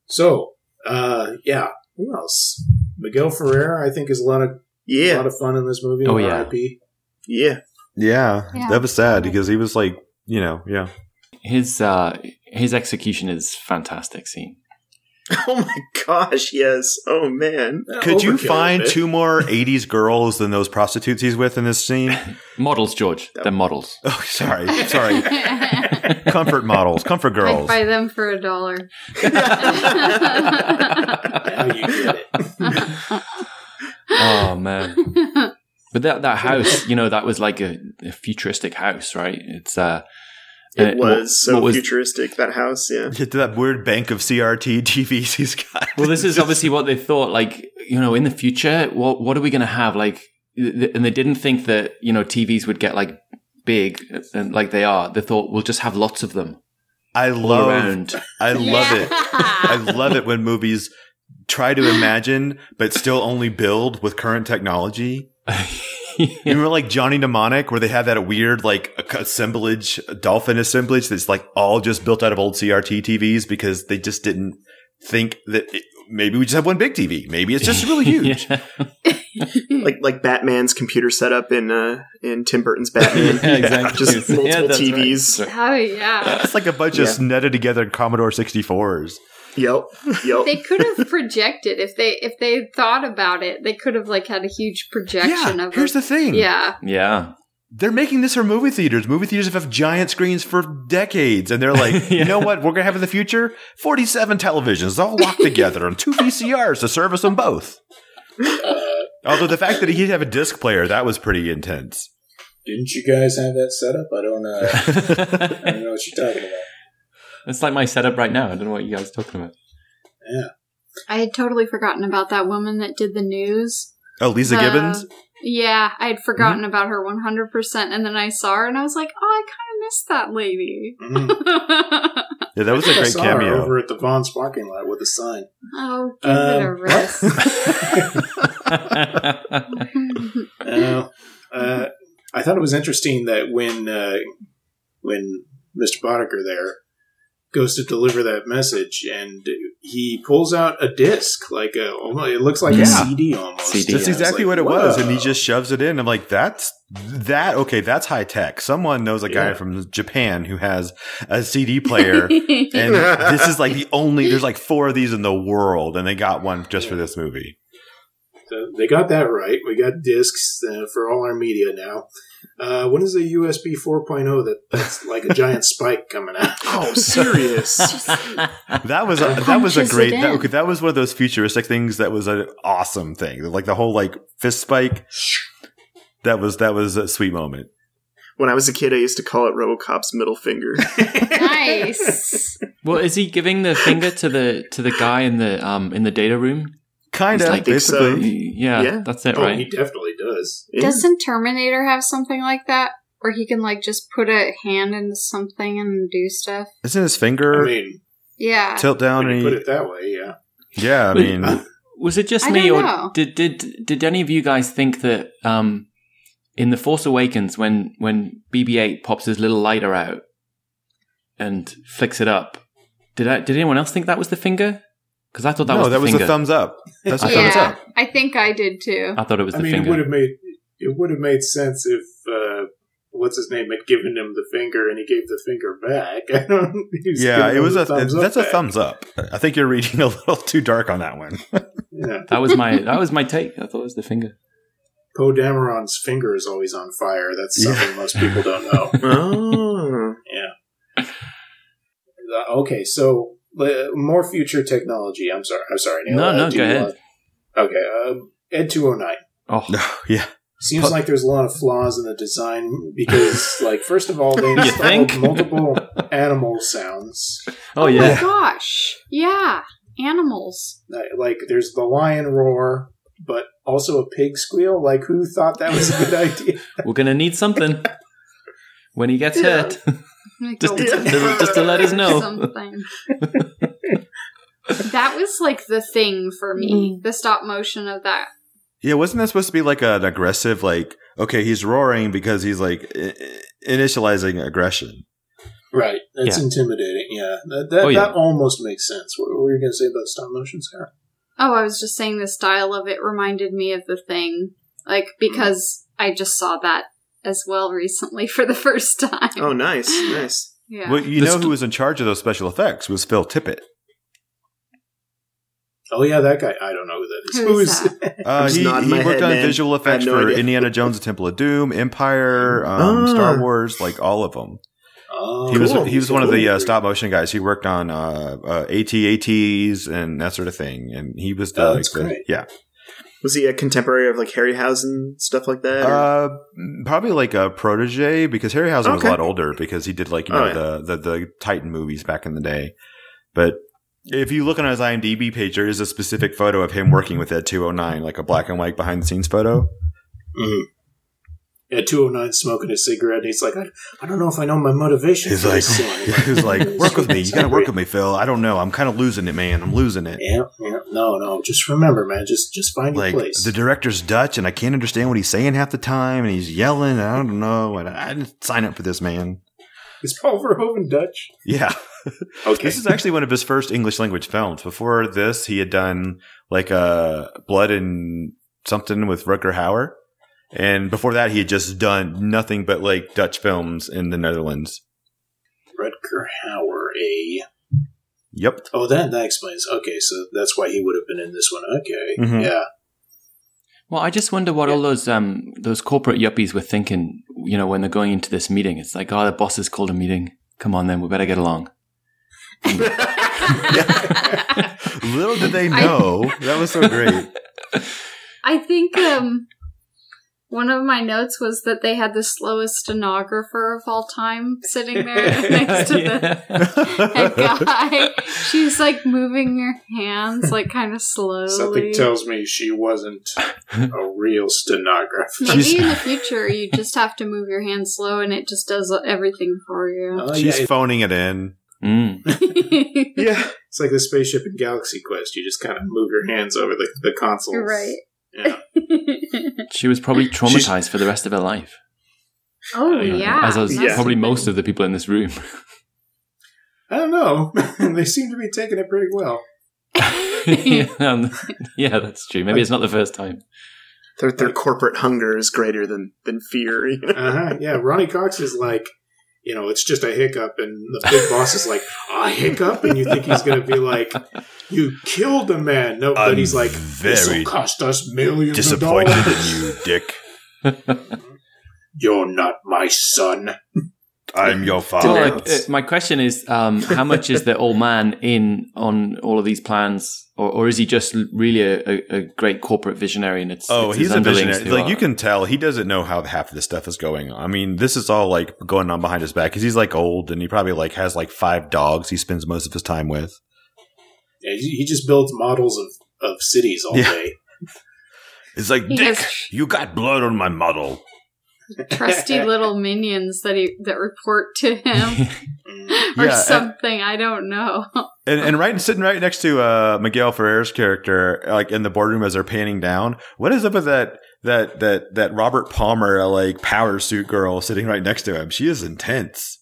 [SPEAKER 1] So, uh, yeah, who else? Miguel Ferrer, I think, is a lot of a
[SPEAKER 3] Yeah.
[SPEAKER 1] lot of fun in this movie.
[SPEAKER 5] Oh, yeah.
[SPEAKER 1] R.I.P..
[SPEAKER 3] Yeah. [laughs]
[SPEAKER 4] Yeah,
[SPEAKER 2] Yeah.
[SPEAKER 4] that was sad because he was like, you know, yeah.
[SPEAKER 5] His uh, his execution is fantastic scene.
[SPEAKER 3] Oh my gosh, yes. Oh man.
[SPEAKER 4] Could you
[SPEAKER 1] Overkill a
[SPEAKER 4] find
[SPEAKER 1] bit.
[SPEAKER 4] two more 80s girls than those prostitutes he's with in this scene? [laughs]
[SPEAKER 5] Models, George. They're models. [laughs] Oh,
[SPEAKER 4] Oh, sorry,
[SPEAKER 2] [laughs]
[SPEAKER 4] sorry.
[SPEAKER 2] I'd
[SPEAKER 4] comfort models, comfort girls.
[SPEAKER 2] buy them for a dollar.
[SPEAKER 1] Now you get it.
[SPEAKER 5] Oh man. But that that house, you know, that was like a, a futuristic house, right? It's uh
[SPEAKER 3] It
[SPEAKER 5] Uh,
[SPEAKER 3] was
[SPEAKER 5] what-
[SPEAKER 3] so
[SPEAKER 5] what was-
[SPEAKER 3] futuristic that house. Yeah,
[SPEAKER 4] [laughs] Get to that weird bank of CRT TVs he's got.
[SPEAKER 5] Well,
[SPEAKER 4] [laughs]
[SPEAKER 5] this is obviously what they thought. Like, you know, in the future, what what are we going to have? Like, th- th- and they didn't think that you know TVs would get like big and like they are. They thought we'll just have lots of them
[SPEAKER 4] I
[SPEAKER 5] all
[SPEAKER 4] love. [laughs]
[SPEAKER 5] around.
[SPEAKER 4] I
[SPEAKER 2] [laughs]
[SPEAKER 4] love it. I
[SPEAKER 2] it.
[SPEAKER 4] love it when movies try to imagine but still only build with current technology. You remember like Johnny Mnemonic where they have that weird like ac- assemblage, dolphin assemblage that's like all just built out of old CRT TVs because they just didn't think that it, maybe we just have one big TV. Maybe it's just
[SPEAKER 5] [laughs]
[SPEAKER 4] really huge.
[SPEAKER 5] Yeah.
[SPEAKER 3] like like Batman's computer setup in uh, in Tim Burton's
[SPEAKER 4] [laughs]
[SPEAKER 3] Batman.
[SPEAKER 5] [laughs] Yeah, exactly.
[SPEAKER 3] Just multiple
[SPEAKER 5] that's right.
[SPEAKER 3] TVs.
[SPEAKER 5] That's right.
[SPEAKER 2] Oh yeah.
[SPEAKER 4] It's like a bunch of netted together Commodore 64s.
[SPEAKER 3] Yep, yep.
[SPEAKER 2] They could
[SPEAKER 4] [laughs]
[SPEAKER 2] have projected if they if they thought about it. They could have like had a huge projection
[SPEAKER 4] yeah,
[SPEAKER 2] of
[SPEAKER 4] here's
[SPEAKER 2] it.
[SPEAKER 4] the thing.
[SPEAKER 2] yeah.
[SPEAKER 4] [laughs]
[SPEAKER 5] Yeah.
[SPEAKER 4] they're making this for movie theaters. Movie theaters have had giant screens for decades, and they're like,
[SPEAKER 5] Yeah.
[SPEAKER 4] you know what? We're gonna have in the future forty-seven televisions all locked together and two VCRs to service them both.
[SPEAKER 1] Uh,
[SPEAKER 4] Although the fact that he'd have a disc player that was pretty intense.
[SPEAKER 1] Didn't you guys have that set up? I don't, uh, I don't know what you're talking
[SPEAKER 4] [laughs]
[SPEAKER 1] about.
[SPEAKER 5] That's like my setup right now. I don't know what you guys are talking about.
[SPEAKER 2] I had totally forgotten about that woman that did the news.
[SPEAKER 4] Oh, Lisa
[SPEAKER 2] Uh,
[SPEAKER 4] Gibbons.
[SPEAKER 2] Yeah, I had forgotten
[SPEAKER 4] Mm-hmm.
[SPEAKER 2] about her 100%. And then I saw her and I was like, oh, I kind of missed that lady. [laughs]
[SPEAKER 1] Mm.
[SPEAKER 2] Oh,
[SPEAKER 4] Yeah, that was a
[SPEAKER 1] I
[SPEAKER 4] great
[SPEAKER 1] saw her
[SPEAKER 4] cameo. [laughs]
[SPEAKER 1] over [laughs] at the Vaughn's parking lot with a sign.
[SPEAKER 2] oh, give it a
[SPEAKER 1] Um,
[SPEAKER 2] rest.
[SPEAKER 4] [laughs]
[SPEAKER 1] Uh, uh, I thought it was interesting that when uh, when Mr. Boddicker there goes to deliver that message, and he pulls out a disc, like a almo- it looks like
[SPEAKER 4] Yeah.
[SPEAKER 1] a CD almost.
[SPEAKER 5] CD,
[SPEAKER 4] That's
[SPEAKER 5] Yeah, it's
[SPEAKER 4] exactly
[SPEAKER 1] It's like,
[SPEAKER 4] what it was, and he
[SPEAKER 1] whoa.
[SPEAKER 4] just shoves it in. I'm like, that's that. Okay, that's high tech. Someone knows a guy
[SPEAKER 1] Yeah.
[SPEAKER 4] from Japan who has a CD [laughs] player and this is like the only there's like four of these in the world and they got one just for this movie
[SPEAKER 1] So they got that right. We got discs uh, for all our media now. Uh, when is the USB 4.0 that,
[SPEAKER 4] [laughs]
[SPEAKER 1] that's like a giant spike coming out?
[SPEAKER 3] oh, serious.
[SPEAKER 4] that was a, that was a
[SPEAKER 2] Punches
[SPEAKER 4] great
[SPEAKER 2] it
[SPEAKER 4] that,
[SPEAKER 2] in.
[SPEAKER 4] okay, that was one of those futuristic things that was an awesome thing like the whole like fist spike that was that was a sweet moment
[SPEAKER 3] when I was a kid, I used to call it RoboCop's middle
[SPEAKER 4] [laughs]
[SPEAKER 3] finger.
[SPEAKER 2] [laughs] nice.
[SPEAKER 5] well, is he giving the finger to the to the guy in the um in the data room?
[SPEAKER 4] kind
[SPEAKER 5] It's
[SPEAKER 4] of
[SPEAKER 5] like-
[SPEAKER 3] I think so.
[SPEAKER 4] basically
[SPEAKER 5] Yeah,
[SPEAKER 3] Yeah.
[SPEAKER 5] that's it,
[SPEAKER 1] Oh,
[SPEAKER 5] right?
[SPEAKER 1] he definitely does.
[SPEAKER 3] Yeah.
[SPEAKER 2] Doesn't Terminator have something like that? Where he can like just put a hand into something and do stuff?
[SPEAKER 4] isn't his
[SPEAKER 1] I
[SPEAKER 4] finger
[SPEAKER 1] mean,
[SPEAKER 2] Yeah.
[SPEAKER 4] tilt down
[SPEAKER 1] when
[SPEAKER 4] and
[SPEAKER 1] you put
[SPEAKER 4] he,
[SPEAKER 1] it that way, yeah.
[SPEAKER 4] yeah i mean
[SPEAKER 5] Was it just
[SPEAKER 2] I
[SPEAKER 5] me,
[SPEAKER 2] don't
[SPEAKER 5] or
[SPEAKER 2] know.
[SPEAKER 5] did did did any of you guys think that um, in the Force Awakens when when BB-8 pops his little lighter out and flicks it up, did I, did anyone else think that was the finger? Because I thought that
[SPEAKER 4] no
[SPEAKER 5] was the
[SPEAKER 4] that was
[SPEAKER 5] finger.
[SPEAKER 4] a thumbs up that's a
[SPEAKER 5] I
[SPEAKER 4] thumbs
[SPEAKER 2] yeah,
[SPEAKER 4] up
[SPEAKER 2] I think I did too.
[SPEAKER 5] I thought it was
[SPEAKER 1] I
[SPEAKER 5] the
[SPEAKER 1] mean, it
[SPEAKER 5] finger.
[SPEAKER 1] would have made it would have made sense if uh, what's his name had given him the finger and he gave the finger back. [laughs] I don't. he
[SPEAKER 4] yeah
[SPEAKER 1] giving
[SPEAKER 4] it
[SPEAKER 1] him
[SPEAKER 4] was
[SPEAKER 1] the
[SPEAKER 4] a
[SPEAKER 1] thumbs up
[SPEAKER 4] that's a
[SPEAKER 1] back.
[SPEAKER 4] thumbs up i think you're reading a little [laughs] too dark on that one
[SPEAKER 1] Yeah.
[SPEAKER 5] That was
[SPEAKER 1] [laughs]
[SPEAKER 5] my that was my take. I thought it was the finger.
[SPEAKER 1] Poe Dameron's finger is always on fire. That's
[SPEAKER 4] Yeah.
[SPEAKER 1] something most people don't
[SPEAKER 4] [laughs]
[SPEAKER 1] know.
[SPEAKER 3] oh,
[SPEAKER 1] Uh, okay, so uh, more future technology. I'm sorry. I'm sorry. Neil.
[SPEAKER 5] No,
[SPEAKER 1] Uh,
[SPEAKER 5] no,
[SPEAKER 1] do
[SPEAKER 5] go
[SPEAKER 1] you
[SPEAKER 5] ahead.
[SPEAKER 1] want- okay, um, Ed 209.
[SPEAKER 5] Oh,
[SPEAKER 4] yeah
[SPEAKER 1] Seems
[SPEAKER 4] Pu-
[SPEAKER 1] like there's a lot of flaws in the design
[SPEAKER 4] [laughs]
[SPEAKER 1] because, like, first of all, they
[SPEAKER 5] You
[SPEAKER 1] installed
[SPEAKER 5] think?
[SPEAKER 1] multiple animal sounds.
[SPEAKER 5] oh
[SPEAKER 2] Oh
[SPEAKER 5] yeah.
[SPEAKER 2] my gosh. Yeah. Animals.
[SPEAKER 1] Like, there's the lion roar, but also a pig squeal. Like, who thought that was [laughs] a good idea?
[SPEAKER 5] We're gonna need something when he
[SPEAKER 2] [laughs]
[SPEAKER 5] gets
[SPEAKER 3] Yeah.
[SPEAKER 5] hurt. [laughs]
[SPEAKER 2] Like
[SPEAKER 5] Just
[SPEAKER 2] a
[SPEAKER 5] to-
[SPEAKER 2] little
[SPEAKER 5] to- just to let us know.
[SPEAKER 2] something.
[SPEAKER 5] [laughs]
[SPEAKER 2] that was like the thing for me. The stop motion of that.
[SPEAKER 4] Yeah, wasn't that supposed to be like an aggressive, like, okay, he's roaring because he's like I- I- initializing aggression?
[SPEAKER 1] Right. That's
[SPEAKER 5] Yeah.
[SPEAKER 1] intimidating. Yeah. That, that,
[SPEAKER 5] Oh, yeah.
[SPEAKER 1] that almost makes sense. What were you going to say about stop motion, Sarah?
[SPEAKER 2] Oh, I was just saying the style of it reminded me of the thing. Like because I just saw that as well recently [laughs] for the first time.
[SPEAKER 3] Oh, nice, nice.
[SPEAKER 2] yeah. [laughs]
[SPEAKER 4] Oh. Well, you
[SPEAKER 5] The
[SPEAKER 4] know
[SPEAKER 5] st-
[SPEAKER 4] who was in charge of those special effects was Phil Tippett.
[SPEAKER 1] Oh, yeah, that guy. I don't know who that is.
[SPEAKER 2] Who is
[SPEAKER 1] Who's-
[SPEAKER 4] Uh,
[SPEAKER 3] just
[SPEAKER 4] he he
[SPEAKER 3] nodding my
[SPEAKER 4] worked
[SPEAKER 3] head,
[SPEAKER 4] on
[SPEAKER 3] man.
[SPEAKER 4] visual effects
[SPEAKER 3] no
[SPEAKER 4] for
[SPEAKER 3] idea.
[SPEAKER 4] Indiana Jones, The Temple of Doom, Empire, um,
[SPEAKER 3] Ah.
[SPEAKER 4] Star Wars, like all of them.
[SPEAKER 1] Oh,
[SPEAKER 4] He was
[SPEAKER 3] Cool.
[SPEAKER 4] he was one of the uh,
[SPEAKER 1] Cool.
[SPEAKER 4] stop motion guys. He worked on uh, uh, AT-ATs and that sort of thing, and he was the,
[SPEAKER 1] Oh,
[SPEAKER 4] like,
[SPEAKER 1] that's
[SPEAKER 4] the
[SPEAKER 1] great.
[SPEAKER 4] yeah.
[SPEAKER 3] Was he a contemporary of like Harryhausen stuff like that? or-
[SPEAKER 4] Uh, probably like a protege because Harryhausen was a
[SPEAKER 3] Okay.
[SPEAKER 4] lot older because he did like you
[SPEAKER 3] Oh,
[SPEAKER 4] know
[SPEAKER 3] yeah.
[SPEAKER 4] the, the the Titan movies back in the day. But if you look on his IMDb page, there is a specific photo of him working with Ed 209, like a black and white behind the scenes photo.
[SPEAKER 1] Mm. Yeah, 209 smoking a cigarette, and he's like, I, I don't know if I know my motivation.
[SPEAKER 4] He's
[SPEAKER 1] for
[SPEAKER 4] [laughs] like,
[SPEAKER 1] this [laughs] song."
[SPEAKER 4] he's like, work with me. You gotta work with me, Phil. I don't know. I'm kind of losing it, man. I'm losing it.
[SPEAKER 1] Yeah, yeah. No, no. Just remember, man. Just just find your
[SPEAKER 4] Like
[SPEAKER 1] place.
[SPEAKER 4] the director's Dutch, and I can't understand what he's saying half the time, and he's yelling. And I don't know. And I I didn't sign up for this, man.
[SPEAKER 1] Is Paul Verhoeven Dutch?
[SPEAKER 4] Yeah.
[SPEAKER 1] Okay.
[SPEAKER 4] This is actually one of his first English language films. Before this, he had done like uh, Blood and something with Rutger Hauer. And before that, he had just done nothing but like Dutch films in the Netherlands.
[SPEAKER 1] Rutger Hauer, eh? a.
[SPEAKER 4] Yep.
[SPEAKER 1] Oh, that, that explains. Okay, so that's why he would have been in this one. Okay.
[SPEAKER 4] Mhm.
[SPEAKER 1] Yeah.
[SPEAKER 5] Well, I just wonder what
[SPEAKER 1] Yeah.
[SPEAKER 5] all those um those corporate yuppies were thinking. You know, when they're going into this meeting, it's like, oh, the boss has called a meeting. Come on, then we better
[SPEAKER 2] [laughs]
[SPEAKER 5] get along.
[SPEAKER 4] Little did [laughs] they
[SPEAKER 2] I-
[SPEAKER 4] know. that was so [laughs] great.
[SPEAKER 2] I think um one of my notes was that they had the slowest stenographer of all time sitting there next
[SPEAKER 5] [laughs]
[SPEAKER 2] to the [laughs] head guy. She's like moving her hands like kind of slowly.
[SPEAKER 1] Something tells me she wasn't a
[SPEAKER 4] [laughs]
[SPEAKER 1] real stenographer.
[SPEAKER 2] Maybe
[SPEAKER 4] She's-
[SPEAKER 2] in the future you just have to move your hands slow and it just does everything for you.
[SPEAKER 1] Oh,
[SPEAKER 4] She's
[SPEAKER 1] yeah,
[SPEAKER 4] phoning it in.
[SPEAKER 5] Mm.
[SPEAKER 2] [laughs]
[SPEAKER 3] yeah.
[SPEAKER 1] it's like the spaceship in Galaxy Quest. You just kind of move your hands over the, the consoles.
[SPEAKER 6] You're right.
[SPEAKER 1] Yeah.
[SPEAKER 5] She was probably
[SPEAKER 1] She's-
[SPEAKER 5] traumatized for the rest of her life,
[SPEAKER 2] oh
[SPEAKER 1] Yeah.
[SPEAKER 2] yeah.
[SPEAKER 5] as was
[SPEAKER 3] Yeah.
[SPEAKER 5] probably most of the people in
[SPEAKER 2] [laughs]
[SPEAKER 5] this room. [laughs]
[SPEAKER 1] I don't know. [laughs] they seem to be taking it pretty well.
[SPEAKER 5] yeah, um, yeah, that's true. Maybe it's not the first time.
[SPEAKER 3] Their their corporate hunger is greater than than fear. You
[SPEAKER 1] [laughs]
[SPEAKER 3] know?
[SPEAKER 1] Uh huh. Yeah. Ronnie Cox is like, you know, it's just a hiccup, and the big boss is like, a hiccup, and you think he's going to be like, you killed a man. No, but
[SPEAKER 4] I'm
[SPEAKER 1] he's like, this will
[SPEAKER 4] very
[SPEAKER 1] cost us millions of
[SPEAKER 4] Disappointed
[SPEAKER 1] dollars.
[SPEAKER 4] in you, Dick.
[SPEAKER 1] You're not my son.
[SPEAKER 4] I'm your
[SPEAKER 5] Well,
[SPEAKER 4] father.
[SPEAKER 5] like, uh, my question is, um, how much is the old man in on all of these plans, or, or is he just really a, a, a great corporate visionary? And it's
[SPEAKER 4] Oh,
[SPEAKER 5] it's his
[SPEAKER 4] he's a
[SPEAKER 5] underlings
[SPEAKER 4] visionary.
[SPEAKER 5] who
[SPEAKER 4] Like
[SPEAKER 5] are-
[SPEAKER 4] you can tell, he doesn't know how half of this stuff is going. on. I mean, this is all like going on behind his back because he's like old and he probably like has like five dogs he spends most of his time with.
[SPEAKER 1] Yeah, he, he just builds models of, of cities all
[SPEAKER 4] Yeah.
[SPEAKER 1] day.
[SPEAKER 4] It's like
[SPEAKER 2] He
[SPEAKER 4] Dick,
[SPEAKER 2] has-
[SPEAKER 4] [laughs] you got blood on my model.
[SPEAKER 2] Trusty little minions that he that report to him
[SPEAKER 1] Mm.
[SPEAKER 2] or
[SPEAKER 4] Yeah, and-
[SPEAKER 2] something, I don't know.
[SPEAKER 4] And and right sitting right next to uh, Miguel Ferrer's character, like in the boardroom as they're panning down. What is up with that that that that Robert Palmer uh, like power suit girl sitting right next to him? She is intense.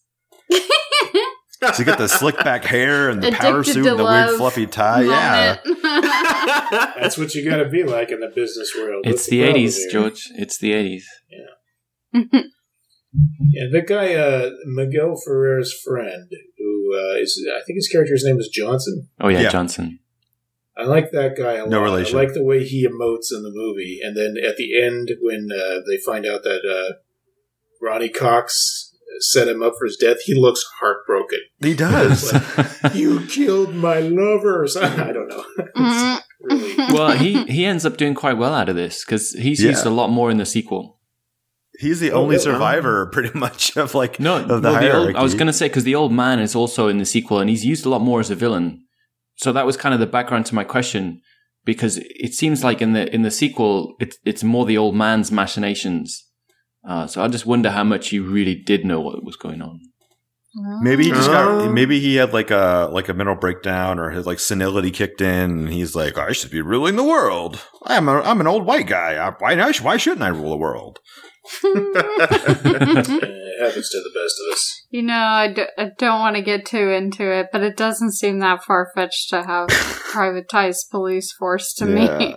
[SPEAKER 4] She got the [laughs] slick back hair and the
[SPEAKER 2] [laughs]
[SPEAKER 4] power
[SPEAKER 2] Addicted
[SPEAKER 4] suit
[SPEAKER 2] to
[SPEAKER 4] and the weird
[SPEAKER 2] love [laughs]
[SPEAKER 4] fluffy tie.
[SPEAKER 3] Uh,
[SPEAKER 4] Yeah.
[SPEAKER 2] Moment.
[SPEAKER 1] That's what you got to be like in the business world.
[SPEAKER 5] It's
[SPEAKER 1] That's
[SPEAKER 5] the
[SPEAKER 1] problem
[SPEAKER 5] eighties,
[SPEAKER 1] here.
[SPEAKER 5] George. It's the eighties.
[SPEAKER 1] Yeah, that guy, uh, Miguel Ferrer's friend, who uh, is, I think his character's name is Johnson.
[SPEAKER 5] Oh yeah,
[SPEAKER 4] Yeah.
[SPEAKER 5] [laughs] Johnson.
[SPEAKER 1] I like that guy a lot.
[SPEAKER 4] No relation.
[SPEAKER 1] I like the way he emotes in the movie. And then at the end, when uh, they find out that uh, Ronnie Cox set him up for his death, he looks heartbroken.
[SPEAKER 4] He does.
[SPEAKER 1] you killed my lovers. [laughs] I don't know. It's
[SPEAKER 2] [laughs]
[SPEAKER 1] really,
[SPEAKER 5] well, he he ends up doing quite well out of this because he's
[SPEAKER 4] Yeah.
[SPEAKER 5] used a lot more in the sequel.
[SPEAKER 4] He's the
[SPEAKER 1] Oh,
[SPEAKER 4] only
[SPEAKER 1] yeah.
[SPEAKER 4] survivor, [laughs] pretty much, of like
[SPEAKER 5] No,
[SPEAKER 4] of the
[SPEAKER 5] well, the
[SPEAKER 4] hierarchy.
[SPEAKER 5] old, I was going to say because the old man is also in the sequel, and he's used a lot more as a villain. So that was kind of the background to my question, because it seems like in the in the sequel, it's it's more the old man's machinations. Uh, so I just wonder how much he really did know what was going on.
[SPEAKER 4] Maybe he just
[SPEAKER 1] Oh.
[SPEAKER 3] Uh.
[SPEAKER 4] got. Maybe he had like a like a mental breakdown, or his like senility kicked in, and he's like, "I should be ruling the world. I'm a, I'm an old white guy. I, why I sh- why shouldn't I rule the world?"
[SPEAKER 1] it uh, happens to the best of us.
[SPEAKER 2] [laughs] you know, I, d- I don't want to get too into it, but it doesn't seem that far fetched to
[SPEAKER 3] [laughs]
[SPEAKER 2] have privatized police force to
[SPEAKER 4] Yeah.
[SPEAKER 2] me.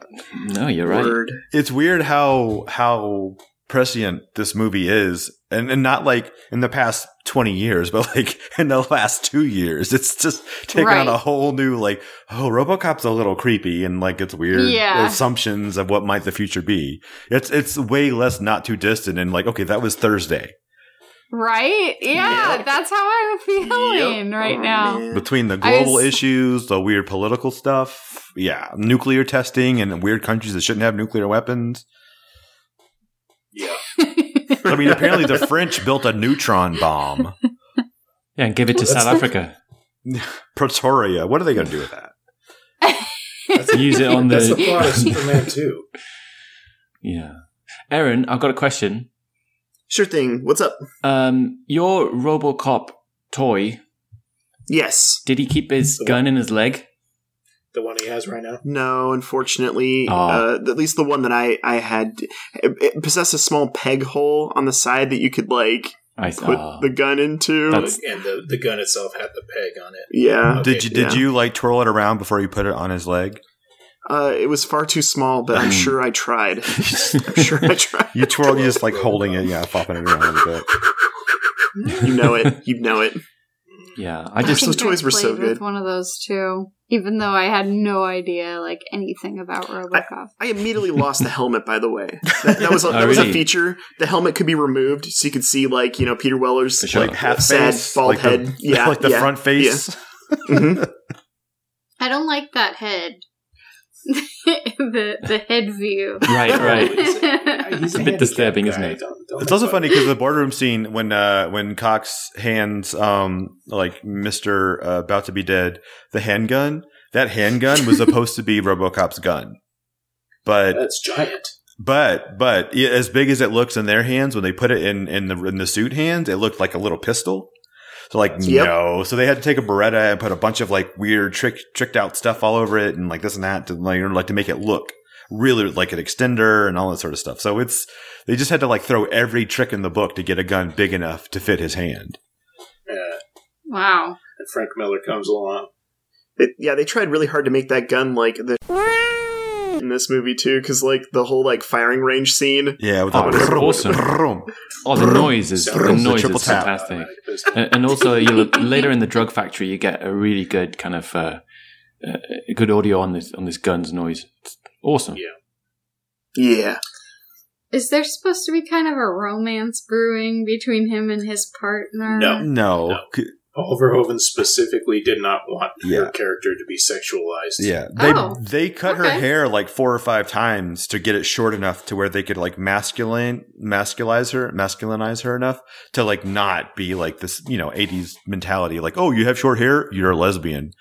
[SPEAKER 5] No, you're right.
[SPEAKER 3] Word.
[SPEAKER 4] It's weird how how prescient this movie is, and and not like in the past twenty years, [laughs] but like in the last two years, it's just taken on
[SPEAKER 2] Right.
[SPEAKER 4] a whole new like. Oh, RoboCop's a little creepy, and like it's weird
[SPEAKER 2] Yeah.
[SPEAKER 4] assumptions of what might the future be. It's it's way less not too distant, and like okay, that was Thursday.
[SPEAKER 2] [laughs] Right? Yeah, that's how I'm feeling right
[SPEAKER 3] Oh,
[SPEAKER 2] now. [laughs]
[SPEAKER 3] man.
[SPEAKER 4] Between the
[SPEAKER 2] I
[SPEAKER 4] global
[SPEAKER 2] was-
[SPEAKER 4] issues, the weird political stuff, yeah, nuclear testing and weird countries that shouldn't have nuclear weapons.
[SPEAKER 1] Yeah.
[SPEAKER 4] I mean,
[SPEAKER 2] [laughs]
[SPEAKER 4] apparently the French built a neutron bomb.
[SPEAKER 5] Yeah, and give it to South
[SPEAKER 4] [laughs]
[SPEAKER 5] Africa.
[SPEAKER 4] Pretoria. What are they going to do with that?
[SPEAKER 5] Use it on
[SPEAKER 1] That's the plot
[SPEAKER 5] [laughs]
[SPEAKER 1] of
[SPEAKER 5] the.
[SPEAKER 1] Superman 2.
[SPEAKER 5] yeah. Aaron, I've got a question.
[SPEAKER 3] Sure thing. What's up?
[SPEAKER 5] Um, your RoboCop toy,
[SPEAKER 3] Yes.
[SPEAKER 5] did he keep his gun in his leg?
[SPEAKER 1] The one he has right now.
[SPEAKER 3] No, unfortunately,
[SPEAKER 5] Aw.
[SPEAKER 3] uh, at least the one that I I had it, it possessed a small peg hole on the side that you could like
[SPEAKER 5] I
[SPEAKER 3] put
[SPEAKER 5] thought.
[SPEAKER 3] the gun into.
[SPEAKER 5] Ah. That's-
[SPEAKER 1] And the, the gun itself had the peg on it.
[SPEAKER 3] yeah,
[SPEAKER 1] Okay,
[SPEAKER 4] did you did
[SPEAKER 3] yeah.
[SPEAKER 4] you like twirl it around before you put it on his leg?
[SPEAKER 3] uh, it was far too small, but I'm sure I tried. I'm sure I tried.
[SPEAKER 4] [laughs] You twirled, you just like holding it, yeah, flopping it around a little bit.
[SPEAKER 3] You know it. You know it.
[SPEAKER 5] yeah, I
[SPEAKER 2] I
[SPEAKER 5] just.
[SPEAKER 3] Those
[SPEAKER 2] think I
[SPEAKER 3] toys were so
[SPEAKER 2] played with
[SPEAKER 3] good.
[SPEAKER 2] One of those two, even though I had no idea like anything about RoboCop.
[SPEAKER 3] I immediately lost the helmet. By the way, that, that was a,
[SPEAKER 5] [laughs] Oh,
[SPEAKER 3] that was a
[SPEAKER 5] really?
[SPEAKER 3] feature. The helmet could be removed, so you could see like you know Peter Weller's
[SPEAKER 5] For sure.
[SPEAKER 4] [laughs] Like half
[SPEAKER 3] Sad
[SPEAKER 4] face,
[SPEAKER 3] bald
[SPEAKER 4] like the- [laughs]
[SPEAKER 3] head. Yeah,
[SPEAKER 4] like
[SPEAKER 3] [laughs]
[SPEAKER 4] the
[SPEAKER 3] yeah,
[SPEAKER 4] front face.
[SPEAKER 3] Mhm.
[SPEAKER 2] I don't like that head. [laughs] the the head view.
[SPEAKER 5] Right, right.
[SPEAKER 1] He's
[SPEAKER 5] a bit
[SPEAKER 1] handicapped
[SPEAKER 5] disturbing,
[SPEAKER 1] guy.
[SPEAKER 5] isn't it?
[SPEAKER 1] Don't- don't
[SPEAKER 4] It's also
[SPEAKER 1] fuck-
[SPEAKER 4] funny because the boardroom scene when uh, when Cox hands um, like Mister uh, about to be dead the handgun that handgun was supposed to be RoboCop's gun, but
[SPEAKER 1] That's giant.
[SPEAKER 4] but but yeah, as big as it looks in their hands when they put it in in the in the suit hands it looked like a little pistol. So like
[SPEAKER 3] Yep.
[SPEAKER 4] no, so they had to take a Beretta and put a bunch of like weird trick tricked out stuff all over it and like this and that to like, in order, like to make it look really like an extender and all that sort of stuff. So it's they just had to like throw every trick in the book to get a gun big enough to fit his hand.
[SPEAKER 1] Yeah.
[SPEAKER 2] [laughs] Wow.
[SPEAKER 1] Uh, And Frank Miller comes along.
[SPEAKER 3] It- yeah, they tried really hard to make that gun like the [laughs] in this movie too, because like the whole like firing range scene.
[SPEAKER 4] Yeah, with [laughs]
[SPEAKER 5] Oh, that's awesome. Oh, the noise is
[SPEAKER 1] Brrrr.
[SPEAKER 5] the noise
[SPEAKER 4] Triple
[SPEAKER 5] is
[SPEAKER 4] tap.
[SPEAKER 5] fantastic.
[SPEAKER 1] Like this. It
[SPEAKER 5] And, and also, you later in the drug factory, you get a really good kind of uh, uh, good audio on this on this gun's noise. It's awesome.
[SPEAKER 1] Yeah.
[SPEAKER 3] Yeah,
[SPEAKER 2] Is there supposed to be kind of a romance brewing between him and his partner?
[SPEAKER 1] No.
[SPEAKER 4] No,
[SPEAKER 1] No. Paul Verhoeven specifically did not want
[SPEAKER 4] Yeah.
[SPEAKER 1] her character to be sexualized.
[SPEAKER 4] yeah, they
[SPEAKER 2] Oh,
[SPEAKER 4] they cut her
[SPEAKER 2] okay.
[SPEAKER 4] hair like four or five times to get it short enough to where they could like masculine masculize her, masculinize her enough to like not be like this, you know, eighties mentality, like oh, you have short hair, you're a lesbian,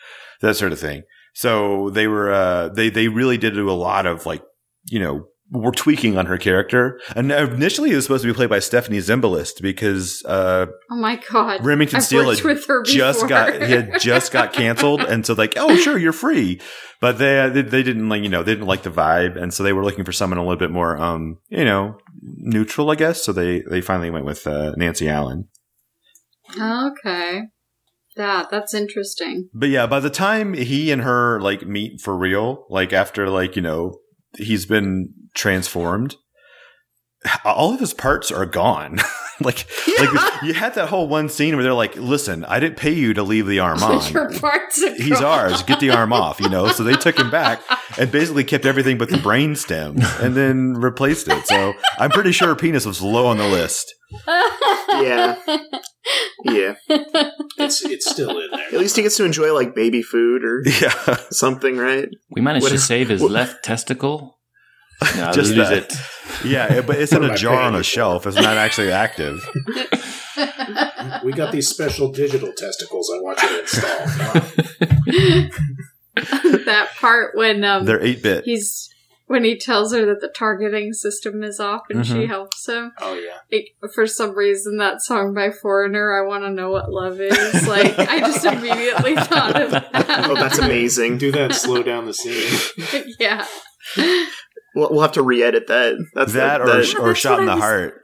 [SPEAKER 4] that sort of thing. So they were uh, they they really did do a lot of like you know were tweaking on her character. And initially, it was supposed to be played by Stephanie Zimbalist because uh,
[SPEAKER 2] Oh my god.
[SPEAKER 4] Remington
[SPEAKER 2] I've
[SPEAKER 4] Steele
[SPEAKER 2] worked
[SPEAKER 4] had
[SPEAKER 2] with her before.
[SPEAKER 4] just got he had just got canceled, and so like, oh sure, you're free, but they they, they didn't like you know they didn't like the vibe, and so they were looking for someone a little bit more um you know neutral, I guess. So they they finally went with uh, Nancy Allen.
[SPEAKER 2] Okay. Yeah, that's interesting.
[SPEAKER 4] But yeah, by the time he and her like meet for real, like after like you know he's been transformed, all of his parts are gone. [laughs] like like you had that whole one scene where they're like, listen, I didn't pay you to leave
[SPEAKER 2] [laughs]
[SPEAKER 4] the arm on.
[SPEAKER 2] Your parts are [laughs]
[SPEAKER 4] he's
[SPEAKER 2] gone.
[SPEAKER 4] ours. Get the arm off, you know. So they took him back and basically kept everything but the brain stem and then replaced it. So I'm pretty sure penis was low on the list. [laughs]
[SPEAKER 3] Yeah. yeah.
[SPEAKER 1] It's, it's still in there.
[SPEAKER 3] At least he gets to enjoy like baby food
[SPEAKER 5] [laughs]
[SPEAKER 3] or
[SPEAKER 4] Yeah,
[SPEAKER 3] something, right?
[SPEAKER 5] We managed
[SPEAKER 3] What
[SPEAKER 5] to
[SPEAKER 3] if-
[SPEAKER 5] save his
[SPEAKER 3] what-
[SPEAKER 5] left testicle. No,
[SPEAKER 4] Just
[SPEAKER 5] lose
[SPEAKER 4] that.
[SPEAKER 5] it.
[SPEAKER 4] yeah. But it's in
[SPEAKER 1] What am
[SPEAKER 4] a
[SPEAKER 1] I
[SPEAKER 4] jar
[SPEAKER 1] paying
[SPEAKER 4] on
[SPEAKER 1] you
[SPEAKER 4] a
[SPEAKER 1] for?
[SPEAKER 4] shelf. It's not actually active.
[SPEAKER 1] We got these special digital testicles I want you to install.
[SPEAKER 2] that part when um
[SPEAKER 4] They're eight bit.
[SPEAKER 2] he's when he tells her that the targeting system is off and she
[SPEAKER 4] Mm-hmm.
[SPEAKER 5] Mhm.
[SPEAKER 2] helps him.
[SPEAKER 1] Oh, yeah.
[SPEAKER 2] Like, for some reason, that song by Foreigner, "I Want to Know What Love Is," like I
[SPEAKER 3] [laughs]
[SPEAKER 2] just immediately thought of that.
[SPEAKER 3] Oh, that's amazing.
[SPEAKER 1] Do that and slow down the scene.
[SPEAKER 2] [laughs] yeah.
[SPEAKER 3] We'll, we'll have to re-edit that. That's
[SPEAKER 4] That
[SPEAKER 3] the-
[SPEAKER 4] or
[SPEAKER 3] the-
[SPEAKER 4] or
[SPEAKER 2] that's
[SPEAKER 4] shot
[SPEAKER 2] what
[SPEAKER 4] in the
[SPEAKER 2] I was-
[SPEAKER 4] heart.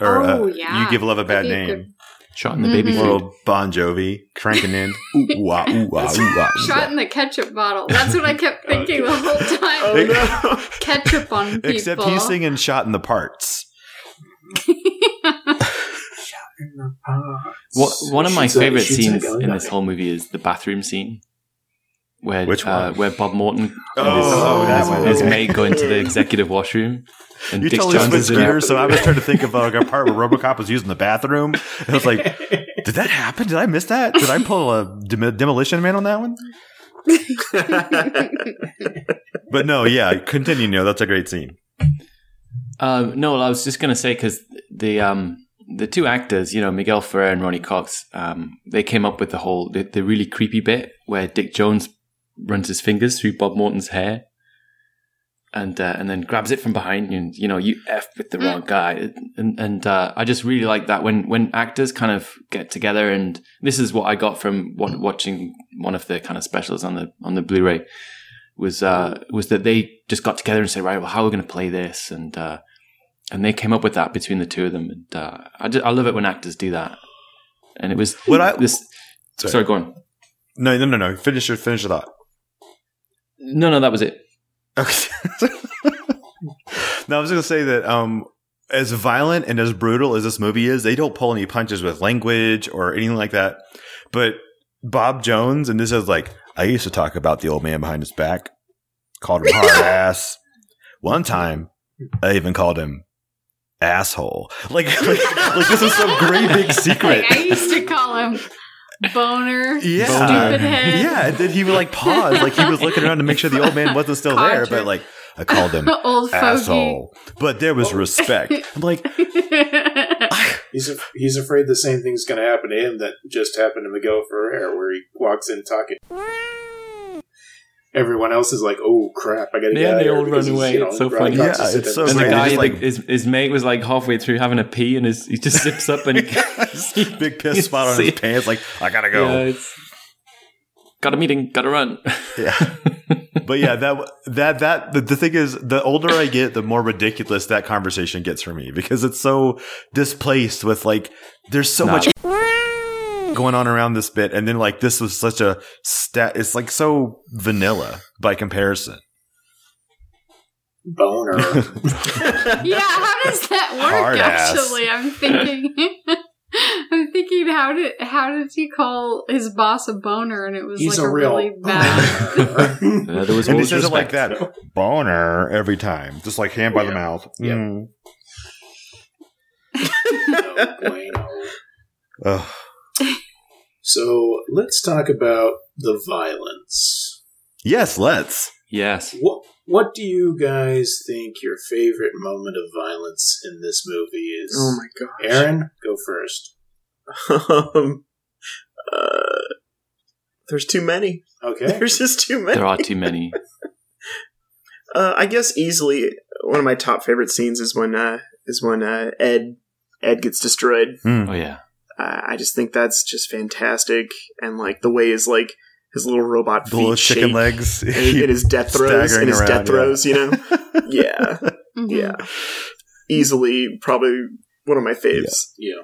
[SPEAKER 4] Or
[SPEAKER 2] Oh,
[SPEAKER 4] uh,
[SPEAKER 2] yeah.
[SPEAKER 4] you give love a bad
[SPEAKER 2] That'd be a
[SPEAKER 4] name.
[SPEAKER 5] Shot in the
[SPEAKER 4] Mm-hmm.
[SPEAKER 5] baby
[SPEAKER 2] Mhm.
[SPEAKER 5] food.
[SPEAKER 4] Little Bon Jovi cranking in. Ooh wah ooh wah ooh wah. ooh,
[SPEAKER 2] Shot
[SPEAKER 4] wah.
[SPEAKER 2] in the ketchup bottle. That's what I kept thinking the whole time.
[SPEAKER 3] oh no.
[SPEAKER 2] Ketchup on people.
[SPEAKER 4] [laughs] Except he's singing "Shot in the Parts."
[SPEAKER 5] What, one of my
[SPEAKER 1] She's a-
[SPEAKER 5] favorite
[SPEAKER 1] she's a
[SPEAKER 5] scenes
[SPEAKER 1] gun
[SPEAKER 5] in
[SPEAKER 1] guy.
[SPEAKER 5] this whole movie is the bathroom scene where
[SPEAKER 4] Which
[SPEAKER 5] uh,
[SPEAKER 4] one?
[SPEAKER 5] where Bob Morton
[SPEAKER 4] Oh,
[SPEAKER 1] oh, that
[SPEAKER 5] and his,
[SPEAKER 1] one,
[SPEAKER 5] his
[SPEAKER 1] okay.
[SPEAKER 5] mate go into the executive washroom, and
[SPEAKER 4] You
[SPEAKER 5] Dick
[SPEAKER 4] totally
[SPEAKER 5] Jones
[SPEAKER 4] switched
[SPEAKER 5] is in it.
[SPEAKER 4] gears, so I was trying to think of like a part where RoboCop was using the bathroom. And I was like,
[SPEAKER 1] [laughs]
[SPEAKER 4] did that happen? Did I miss that? Did I pull a dem- demolition man on that one? [laughs] But no, yeah, continue. No, that's a great scene.
[SPEAKER 5] Um, no, well, I was just going to say because the um, the two actors, you know, Miguel Ferrer and Ronnie Cox, um, they came up with the whole the, the really creepy bit where Dick Jones runs his fingers through Bob Morton's hair, and uh, and then grabs it from behind and you know you f with the wrong guy, and and uh, I just really like that when when actors kind of get together, and this is what I got from wa- watching one of the kind of specials on the on the Blu-ray. Was uh was that they just got together and said right well how are we going to play this and uh and they came up with that between the two of them. And uh, I, ju- I love it when actors do that. And it was
[SPEAKER 4] What I-
[SPEAKER 5] this.
[SPEAKER 4] Sorry.
[SPEAKER 5] Sorry. go on.
[SPEAKER 4] No, no, no, no. Finish your finish your thought.
[SPEAKER 5] No, no, that was it.
[SPEAKER 4] Okay. [laughs] no, I was going to say that um, as violent and as brutal as this movie is, they don't pull any punches with language or anything like that. But Bob Jones, and this is like, I used to talk about the old man behind his back, called him hard ass. One time, I even called him asshole. Like, [laughs] like, like this is some great big secret.
[SPEAKER 2] [laughs] Like, I used to call him boner.
[SPEAKER 4] yeah.
[SPEAKER 2] Stupid head.
[SPEAKER 4] Yeah, and then he would like pause, like he was looking around to make sure the old man wasn't still there. But
[SPEAKER 2] Conjured.
[SPEAKER 4] like, I called him
[SPEAKER 2] [laughs] Old fogey.
[SPEAKER 4] asshole. But there
[SPEAKER 5] Oh.
[SPEAKER 4] was
[SPEAKER 5] [laughs]
[SPEAKER 4] respect. I'm like,
[SPEAKER 1] [laughs]
[SPEAKER 4] [laughs]
[SPEAKER 2] [laughs]
[SPEAKER 1] He's af- he's afraid the same thing's going to happen to him that just happened to Miguel Ferrer, where he walks in talking. Everyone else is like, "Oh crap, I got to get
[SPEAKER 5] Yeah,
[SPEAKER 1] out of
[SPEAKER 5] they
[SPEAKER 1] here
[SPEAKER 5] all
[SPEAKER 1] because,
[SPEAKER 5] run away.
[SPEAKER 1] you know,
[SPEAKER 5] It's so
[SPEAKER 1] Brian
[SPEAKER 5] funny.
[SPEAKER 1] Cox
[SPEAKER 4] Yeah,
[SPEAKER 1] is sitting there
[SPEAKER 4] it's so
[SPEAKER 1] with
[SPEAKER 5] And
[SPEAKER 1] his
[SPEAKER 5] the
[SPEAKER 4] great.
[SPEAKER 1] hand
[SPEAKER 5] guy,
[SPEAKER 4] Just like-
[SPEAKER 5] the, his, his mate was like halfway through having a pee and his, he just zips
[SPEAKER 4] [laughs]
[SPEAKER 5] up and he, [laughs]
[SPEAKER 4] big piss spot on
[SPEAKER 5] See?
[SPEAKER 4] his pants. Like, I gotta
[SPEAKER 5] Yeah,
[SPEAKER 4] go.
[SPEAKER 5] it's- got a meeting, got to run.
[SPEAKER 4] Yeah. But yeah, that that that the, the thing is, the older I get, the more ridiculous that conversation gets for me because it's so displaced with like, there's so
[SPEAKER 5] Nah,
[SPEAKER 4] much going on around this bit, and then like this was such a stat. It's like so vanilla by comparison.
[SPEAKER 1] boner.
[SPEAKER 2] yeah, how
[SPEAKER 5] [laughs]
[SPEAKER 2] does that work?
[SPEAKER 4] Hard ass.
[SPEAKER 2] actually, I'm thinking. [laughs] I'm thinking, how did how did he call his boss a boner? And it was
[SPEAKER 1] he's
[SPEAKER 2] like
[SPEAKER 1] a real [laughs]
[SPEAKER 2] really bad.
[SPEAKER 1] boner.
[SPEAKER 5] Uh, [laughs] there was
[SPEAKER 4] and he
[SPEAKER 5] always
[SPEAKER 4] says it like
[SPEAKER 5] respect.
[SPEAKER 4] that boner every time, just like hand by the mouth.
[SPEAKER 1] Yeah.
[SPEAKER 4] Mm.
[SPEAKER 1] [laughs] No bueno.
[SPEAKER 4] Ugh.
[SPEAKER 1] So let's talk about the violence.
[SPEAKER 4] Yes, let's.
[SPEAKER 5] Yes.
[SPEAKER 1] What What do you guys think your favorite moment of violence in this movie is?
[SPEAKER 3] [laughs] Oh my god.
[SPEAKER 1] Aaron, go first.
[SPEAKER 3] [laughs] um, uh, there's too many.
[SPEAKER 1] Okay.
[SPEAKER 3] [laughs] There's just too many.
[SPEAKER 5] There are
[SPEAKER 4] [laughs]
[SPEAKER 5] too many.
[SPEAKER 3] Uh, I guess easily one of my top favorite scenes is when uh, is when uh, Ed Ed gets destroyed.
[SPEAKER 4] Mm.
[SPEAKER 5] Oh, yeah.
[SPEAKER 3] Uh, I just think that's just fantastic, and like the way is like his little robot
[SPEAKER 4] The
[SPEAKER 3] feet
[SPEAKER 4] little chicken
[SPEAKER 3] shake [laughs]
[SPEAKER 4] legs. [laughs]
[SPEAKER 3] in, in his death throes. In
[SPEAKER 4] staggering
[SPEAKER 3] his
[SPEAKER 4] around,
[SPEAKER 3] death throes, you know. yeah,
[SPEAKER 2] Mhm.
[SPEAKER 3] yeah. Easily, probably one of my faves.
[SPEAKER 1] Yeah.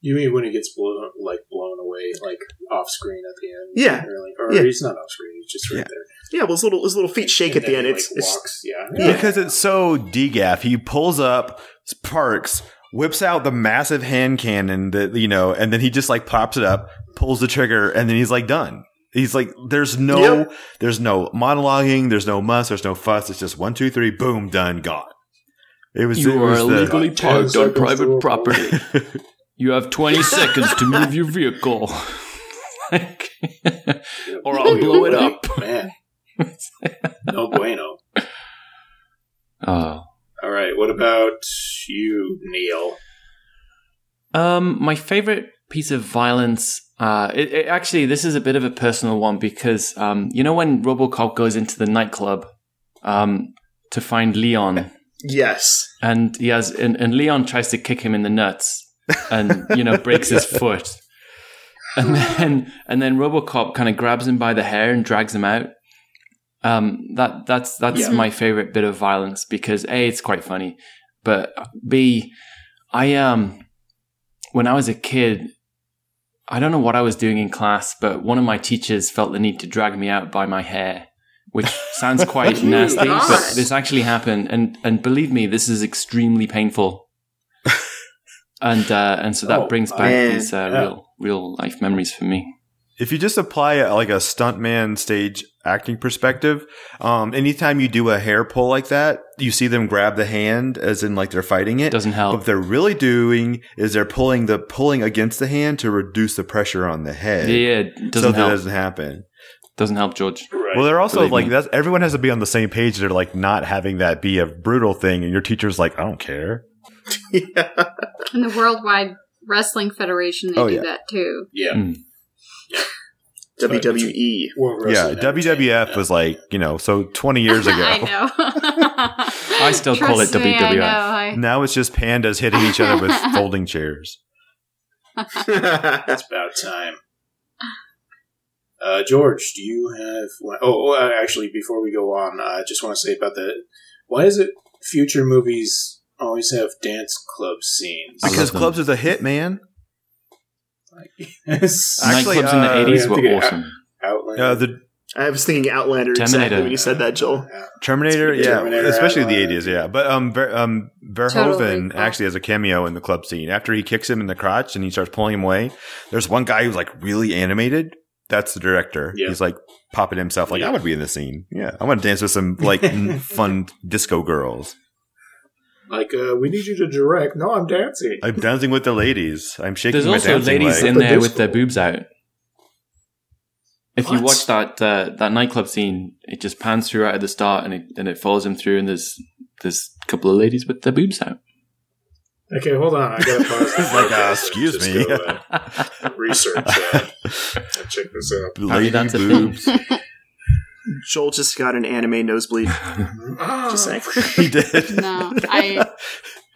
[SPEAKER 1] You mean when he gets blown like blown away, like off screen at the end?
[SPEAKER 3] Yeah.
[SPEAKER 1] Or, like- or
[SPEAKER 3] Yeah.
[SPEAKER 1] he's not off screen; he's just right
[SPEAKER 4] Yeah.
[SPEAKER 1] there.
[SPEAKER 3] Yeah, well, his little his little feet shake
[SPEAKER 1] And
[SPEAKER 3] at the
[SPEAKER 1] then
[SPEAKER 3] end.
[SPEAKER 1] he,
[SPEAKER 3] It's
[SPEAKER 1] like,
[SPEAKER 3] it's
[SPEAKER 1] walks. Yeah.
[SPEAKER 3] [laughs] Yeah.
[SPEAKER 4] Because it's so degaff. He pulls up, parks, whips out the massive hand cannon that, you know, and then he just like pops it up, pulls the trigger, and then he's like done. He's like, there's no,
[SPEAKER 3] Yep.
[SPEAKER 4] there's no monologuing, there's no muss, there's no fuss. It's just one, two, three, boom, done, gone. It was, it
[SPEAKER 5] You are
[SPEAKER 4] was the-
[SPEAKER 5] illegally
[SPEAKER 1] Ten
[SPEAKER 5] parked on
[SPEAKER 1] seconds to
[SPEAKER 5] Oh, private
[SPEAKER 1] a
[SPEAKER 5] property. [laughs] You have 20 seconds to move your [laughs] vehicle. Like- [laughs]
[SPEAKER 1] Yeah.
[SPEAKER 5] Or I'll blow it up.
[SPEAKER 1] [laughs] man. no bueno.
[SPEAKER 5] oh.
[SPEAKER 1] All right. What about you, Neil?
[SPEAKER 5] Um, my favorite piece of violence. Uh, it, it- actually, this is a bit of a personal one because um, you know when RoboCop goes into the nightclub um, to find Leon,
[SPEAKER 3] yes. [laughs]
[SPEAKER 5] and he has and, and Leon tries to kick him in the nuts, and you know breaks his foot, and then and then RoboCop kind of grabs him by the hair and drags him out. Um, that that's that's
[SPEAKER 2] Yeah.
[SPEAKER 5] my favorite bit of violence because a it's quite funny, but b I um when I was a kid, I don't know what I was doing in class, but one of my teachers felt the need to drag me out by my hair, which sounds quite nasty,
[SPEAKER 6] Gosh.
[SPEAKER 5] but this actually happened, and and believe me, this is extremely painful. and uh, and so that
[SPEAKER 1] Oh,
[SPEAKER 5] brings back
[SPEAKER 4] Oh,
[SPEAKER 3] man.
[SPEAKER 5] these uh,
[SPEAKER 1] Yeah.
[SPEAKER 5] real real life memories for me.
[SPEAKER 4] if you just apply a, like a stuntman stage acting perspective, um, anytime you do a hair pull like that, you see them grab the hand as in like they're fighting it.
[SPEAKER 5] Doesn't
[SPEAKER 4] [laughs]
[SPEAKER 5] help.
[SPEAKER 4] What they're really doing is they're pulling the pulling against the hand to reduce the pressure on the head.
[SPEAKER 5] Yeah, yeah, it
[SPEAKER 4] so
[SPEAKER 5] doesn't
[SPEAKER 4] that
[SPEAKER 5] help.
[SPEAKER 4] doesn't happen.
[SPEAKER 5] Doesn't help, George.
[SPEAKER 1] Right.
[SPEAKER 4] Well, they're also
[SPEAKER 5] Believe
[SPEAKER 4] like
[SPEAKER 5] me.
[SPEAKER 4] that's everyone has to be on the same page. They're like not having that be a brutal thing, and your teacher's like, I don't care.
[SPEAKER 3] yeah.
[SPEAKER 2] In the Worldwide Wrestling Federation, they
[SPEAKER 4] Oh,
[SPEAKER 2] do
[SPEAKER 4] yeah.
[SPEAKER 2] that too.
[SPEAKER 1] yeah.
[SPEAKER 5] Mm.
[SPEAKER 3] WWE.
[SPEAKER 1] World Wrestling
[SPEAKER 4] yeah,
[SPEAKER 1] Entertainment.
[SPEAKER 4] WWF was like you know, so twenty
[SPEAKER 5] [laughs]
[SPEAKER 2] [laughs]
[SPEAKER 4] years ago.
[SPEAKER 2] I know. I
[SPEAKER 5] still call it
[SPEAKER 2] I know.
[SPEAKER 5] WWF.
[SPEAKER 2] I-
[SPEAKER 4] Now it's just pandas hitting each other
[SPEAKER 5] [laughs]
[SPEAKER 4] with folding chairs.
[SPEAKER 3] [laughs]
[SPEAKER 1] It's about time. Uh, George, do you have? one- Oh, oh, uh, actually, before we go on, uh, I just want to say about that. Why is it future movies always have dance club scenes?
[SPEAKER 5] I
[SPEAKER 4] Because
[SPEAKER 5] them.
[SPEAKER 4] clubs is a hit, man.
[SPEAKER 1] [laughs]
[SPEAKER 4] Actually,
[SPEAKER 5] Nightclubs in the
[SPEAKER 4] uh,
[SPEAKER 5] eighties
[SPEAKER 1] yeah, I
[SPEAKER 5] were
[SPEAKER 1] think it-
[SPEAKER 5] awesome.
[SPEAKER 1] Outland.
[SPEAKER 4] Uh, the
[SPEAKER 3] I was thinking Outlander exactly
[SPEAKER 5] Terminator.
[SPEAKER 3] when you said that, Joel.
[SPEAKER 1] Yeah.
[SPEAKER 4] Terminator,
[SPEAKER 1] Speaking of
[SPEAKER 4] yeah,
[SPEAKER 1] Terminator,
[SPEAKER 4] especially
[SPEAKER 1] uh,
[SPEAKER 4] the eighties, yeah. But um, Ver, um, Verhoeven
[SPEAKER 2] Totally.
[SPEAKER 4] actually has a cameo in the club scene after he kicks him in the crotch and he starts pulling him away. There's one guy who's like really animated. That's the director.
[SPEAKER 1] Yeah.
[SPEAKER 4] He's like popping himself. Like
[SPEAKER 1] Yeah.
[SPEAKER 4] I would be in the scene. Yeah, I want to dance with some like
[SPEAKER 1] [laughs]
[SPEAKER 4] n- fun disco girls.
[SPEAKER 1] Like, uh, we need you to direct. No, I'm dancing.
[SPEAKER 4] I'm dancing with the ladies. I'm shaking.
[SPEAKER 5] There's
[SPEAKER 4] my
[SPEAKER 5] also
[SPEAKER 4] dancing
[SPEAKER 5] ladies
[SPEAKER 4] leg.
[SPEAKER 5] in there
[SPEAKER 1] Disco.
[SPEAKER 5] with their boobs out. If you
[SPEAKER 1] What?
[SPEAKER 5] watch that uh, that nightclub scene, it just pans through right at the start, and it and it follows him through, and there's there's a couple of ladies with their boobs out.
[SPEAKER 1] Okay, hold on. I
[SPEAKER 4] [laughs]
[SPEAKER 1] gotta pause. this
[SPEAKER 4] Like, uh,
[SPEAKER 1] podcast and
[SPEAKER 4] excuse
[SPEAKER 1] just
[SPEAKER 4] me.
[SPEAKER 1] go, uh, research that [laughs] and check this out.
[SPEAKER 4] Lady
[SPEAKER 5] that's a [laughs]
[SPEAKER 4] boobs.
[SPEAKER 3] Joel just got an anime nosebleed.
[SPEAKER 1] Ah.
[SPEAKER 2] [laughs]
[SPEAKER 3] Just saying.
[SPEAKER 4] he did.
[SPEAKER 2] Oh, No, I-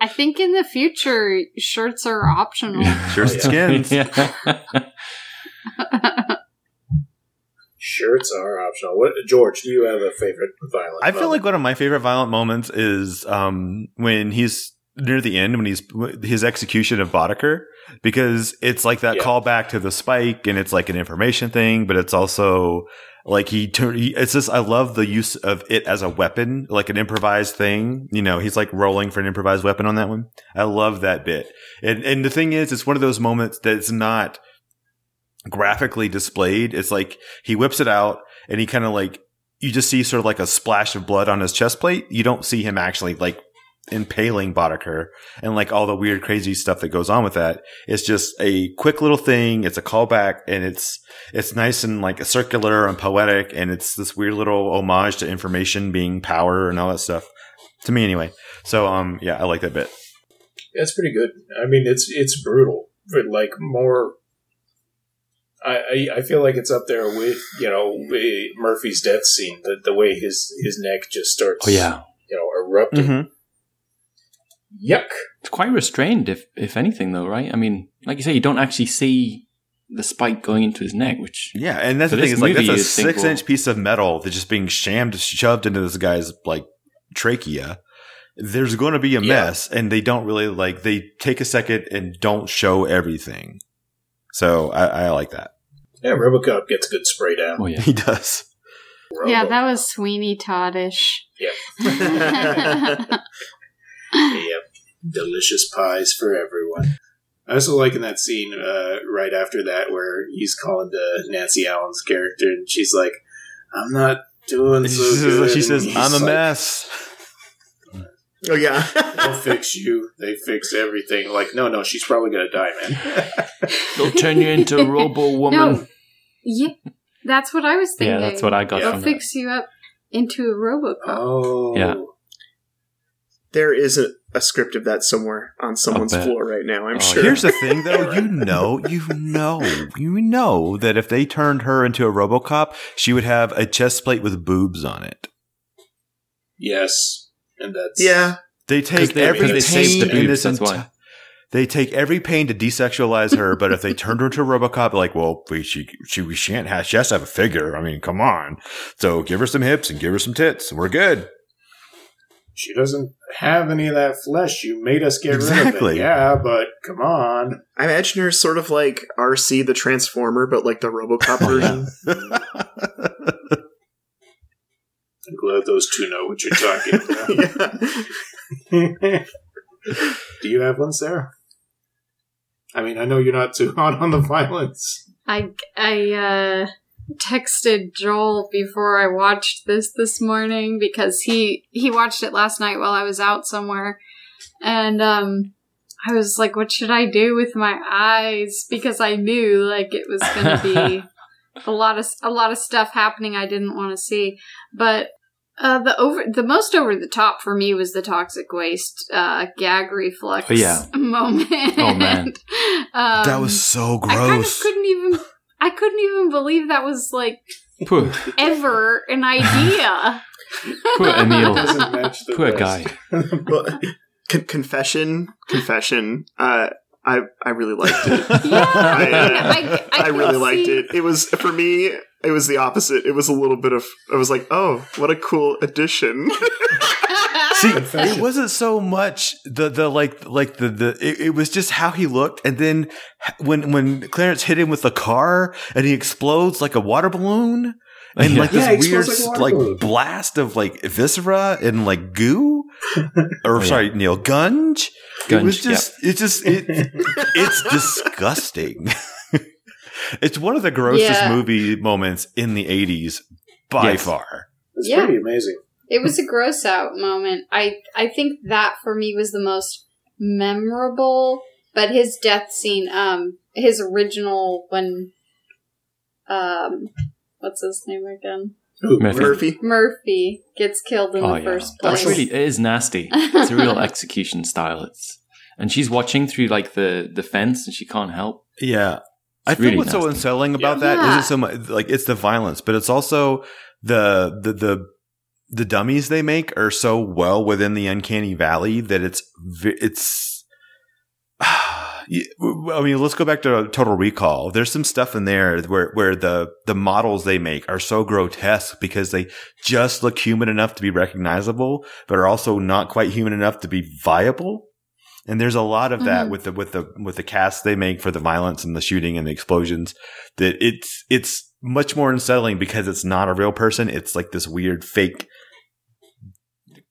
[SPEAKER 2] I think in the future, shirts are optional.
[SPEAKER 4] Shirts and skins.
[SPEAKER 5] [laughs] yeah.
[SPEAKER 1] Shirts are optional. What, George? Do you have a favorite violent?
[SPEAKER 4] I feel
[SPEAKER 1] moment?
[SPEAKER 4] like one of my favorite violent moments is um, when he's near the end when he's his execution of Boddicker because it's like that
[SPEAKER 1] Yeah.
[SPEAKER 4] callback to the spike and it's like an information thing, but it's also like he turned. He, it's just I love the use of it as a weapon, like an improvised thing. You know, he's like rolling for an improvised weapon on that one. I love that bit. And and the thing is, it's one of those moments that's not graphically displayed. It's like he whips it out and he kind of like you just see sort of like a splash of blood on his chest plate. You don't see him actually like impaling Boddicker and like all the weird crazy stuff that goes on with that. It's just a quick little thing. It's a callback and it's it's nice and like circular and poetic and it's this weird little homage to information being power and all that stuff. To me anyway. So um yeah, I like that bit.
[SPEAKER 1] Yeah, it's pretty good. I mean, it's it's brutal, but like more. I, I I feel like it's up there with you know eh, Murphy's death scene, the the way his his neck just starts.
[SPEAKER 5] Oh yeah,
[SPEAKER 1] you know, erupting.
[SPEAKER 4] Mm-hmm.
[SPEAKER 1] Yuck.
[SPEAKER 5] it's quite restrained, if if anything, though, right? I mean, like you say, you don't actually see the spike going into his neck, which
[SPEAKER 4] Yeah, and that's
[SPEAKER 5] So
[SPEAKER 4] the
[SPEAKER 5] this
[SPEAKER 4] thing. It's like that's
[SPEAKER 5] movie
[SPEAKER 4] a
[SPEAKER 5] is think-
[SPEAKER 4] six inch piece of metal that's just being shammed, shoved into this guy's like trachea. There's going to be a
[SPEAKER 1] Yeah.
[SPEAKER 4] mess, and they don't really like. They take a second and don't show everything. So I, I like that.
[SPEAKER 1] Yeah, RoboCop gets a good spray down.
[SPEAKER 5] oh
[SPEAKER 4] [laughs]
[SPEAKER 5] yeah,
[SPEAKER 4] He
[SPEAKER 1] [laughs]
[SPEAKER 4] does.
[SPEAKER 1] Robo.
[SPEAKER 2] Yeah, that was Sweeney Toddish.
[SPEAKER 1] Yeah.
[SPEAKER 2] [laughs]
[SPEAKER 1] [laughs]
[SPEAKER 2] Yeah.
[SPEAKER 1] Yep. Delicious pies for everyone. I also like in that scene uh, right after that where he's calling to Nancy Allen's character and she's like, I'm not doing
[SPEAKER 4] She
[SPEAKER 1] so good.
[SPEAKER 4] says, she says,
[SPEAKER 1] And he's
[SPEAKER 4] "I'm a
[SPEAKER 1] like, [laughs]
[SPEAKER 4] mess."
[SPEAKER 3] Oh yeah. [laughs]
[SPEAKER 1] They'll fix you. They fix everything. Like, no, no, she's probably going to die, man.
[SPEAKER 5] they'll turn you into a Robo Woman.
[SPEAKER 2] No. yeah, that's what I was thinking.
[SPEAKER 5] yeah, that's what I got
[SPEAKER 1] Yeah.
[SPEAKER 5] from
[SPEAKER 2] They'll fix you up into a Robocop.
[SPEAKER 1] oh.
[SPEAKER 5] Yeah.
[SPEAKER 3] there is a, a script of that somewhere on someone's
[SPEAKER 5] bet.
[SPEAKER 3] floor right now. I'm
[SPEAKER 5] Oh,
[SPEAKER 3] sure.
[SPEAKER 5] yeah.
[SPEAKER 4] Here's the thing, though. You know, you know, you know that if they turned her into a RoboCop, she would have a chest plate with boobs on it.
[SPEAKER 1] Yes. And that's.
[SPEAKER 3] yeah.
[SPEAKER 4] They take
[SPEAKER 5] they-
[SPEAKER 4] every
[SPEAKER 1] because they
[SPEAKER 4] pain
[SPEAKER 1] saved the
[SPEAKER 4] in
[SPEAKER 5] boobs,
[SPEAKER 4] this
[SPEAKER 5] that's
[SPEAKER 4] enti-
[SPEAKER 5] why.
[SPEAKER 4] They take every pain to desexualize her, but if they turned her into a RoboCop, like, well, we she she we shan't have she has to have a figure. I mean, come on. So give her some hips and give her some tits, and we're good.
[SPEAKER 1] She doesn't have any of that flesh. You made us get rid of
[SPEAKER 4] Exactly.
[SPEAKER 1] it. Yeah, but come on.
[SPEAKER 3] I imagine her sort of like RC the Transformer, but like the RoboCop
[SPEAKER 1] Oh,
[SPEAKER 3] version.
[SPEAKER 1] I'm glad those two know what you're talking about.
[SPEAKER 3] [laughs] yeah.
[SPEAKER 1] Do you have one, Sarah? I mean, I know you're not too hot on the violence.
[SPEAKER 2] I I uh, texted Joel before I watched this this morning because he he watched it last night while I was out somewhere, and um, I was like, "What should I do with my eyes?" Because I knew like it was going to
[SPEAKER 5] [laughs]
[SPEAKER 2] be a lot of a lot of stuff happening I didn't want to see, but. Uh, the over the most over the top for me was the toxic waste uh, gag reflex
[SPEAKER 5] Oh, yeah.
[SPEAKER 2] [laughs] moment.
[SPEAKER 5] Oh, man.
[SPEAKER 2] [laughs] um,
[SPEAKER 4] that was so gross.
[SPEAKER 2] I kind of couldn't [laughs] even. I couldn't even believe that was like
[SPEAKER 5] Poor,
[SPEAKER 2] ever an idea.
[SPEAKER 1] [laughs]
[SPEAKER 5] poor Emil.
[SPEAKER 1] Doesn't match the
[SPEAKER 5] Poor
[SPEAKER 1] rest.
[SPEAKER 5] guy.
[SPEAKER 3] Well, con- confession, confession. Uh, I I really liked it.
[SPEAKER 2] yeah, I, mean,
[SPEAKER 3] I,
[SPEAKER 2] I, I,
[SPEAKER 3] I really
[SPEAKER 2] could
[SPEAKER 3] liked
[SPEAKER 2] see- [laughs]
[SPEAKER 3] it. It was for me. It was the opposite. It was a little bit of. I was like, oh, what a cool addition.
[SPEAKER 4] See, it wasn't so much the the like like the the it, it was just how he looked, and then when when Clarence hit him with the car and he explodes like a water balloon, and like
[SPEAKER 1] Yeah, he
[SPEAKER 4] this weird
[SPEAKER 1] explodes like a water
[SPEAKER 4] like,
[SPEAKER 1] balloon.
[SPEAKER 4] blast of like viscera and
[SPEAKER 1] [laughs]
[SPEAKER 4] like goo, or
[SPEAKER 5] yeah.
[SPEAKER 4] sorry, Neil Gunge. it
[SPEAKER 5] Gunge,
[SPEAKER 4] was just it's just it, it's disgusting. [laughs] it's one of the grossest
[SPEAKER 2] Yeah.
[SPEAKER 4] movie moments in the eighties by
[SPEAKER 5] Yes.
[SPEAKER 4] far.
[SPEAKER 1] It's
[SPEAKER 2] Yeah.
[SPEAKER 1] pretty amazing.
[SPEAKER 2] It was a gross out moment. I I think that for me was the most memorable. But his death scene, um, his original when, um, what's his name again?
[SPEAKER 1] Ooh,
[SPEAKER 5] Murphy.
[SPEAKER 3] Murphy.
[SPEAKER 2] Murphy gets killed in
[SPEAKER 5] Oh,
[SPEAKER 2] the
[SPEAKER 5] yeah.
[SPEAKER 2] first place.
[SPEAKER 5] That's really
[SPEAKER 2] [laughs]
[SPEAKER 5] it is nasty. It's a real execution style. It's and she's watching through like the the fence and she can't help.
[SPEAKER 4] Yeah. I
[SPEAKER 5] It's
[SPEAKER 4] think
[SPEAKER 5] really
[SPEAKER 4] what's so
[SPEAKER 5] nasty.
[SPEAKER 4] unsettling about
[SPEAKER 2] Yeah.
[SPEAKER 4] that not so much like it's the violence, but it's also the the the the dummies they make are so well within the uncanny valley that it's ve- it's [sighs] Yeah, I mean, let's go back to Total Recall. There's some stuff in there where where the the models they make are so grotesque because they just look human enough to be recognizable, but are also not quite human enough to be viable. And there's a lot of that
[SPEAKER 2] Mhm.
[SPEAKER 4] with the with the with the casts they make for the violence and the shooting and the explosions. That it's it's much more unsettling because it's not a real person. It's like this weird fake,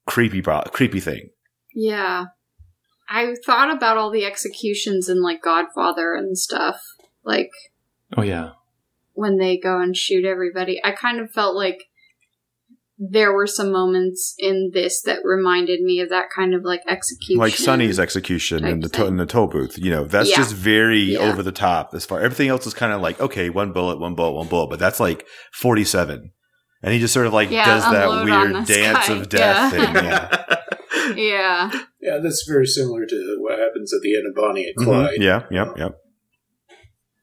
[SPEAKER 4] creepy bro- creepy thing.
[SPEAKER 2] Yeah. I thought about all the executions in like Godfather and stuff. Like
[SPEAKER 5] Oh yeah,
[SPEAKER 2] when they go and shoot everybody. I kind of felt like there were some moments in this that reminded me of that kind of like execution.
[SPEAKER 4] like Sonny's execution
[SPEAKER 2] type
[SPEAKER 4] in the to- in the toll booth. You know, that's
[SPEAKER 2] Yeah.
[SPEAKER 4] just very
[SPEAKER 2] Yeah.
[SPEAKER 4] over the top. As far everything else is kind of like okay, one bullet, one bullet, one bullet, but that's like forty seven, and he just sort of like
[SPEAKER 2] Yeah,
[SPEAKER 4] does that
[SPEAKER 2] unload on
[SPEAKER 4] weird
[SPEAKER 2] this
[SPEAKER 4] dance
[SPEAKER 2] guy.
[SPEAKER 4] of death
[SPEAKER 2] Yeah.
[SPEAKER 4] thing.
[SPEAKER 3] [laughs]
[SPEAKER 4] Yeah.
[SPEAKER 2] Yeah.
[SPEAKER 1] Yeah, that's very similar to what happens at the end of Bonnie and Clyde.
[SPEAKER 4] Mhm. yeah, yeah, yeah.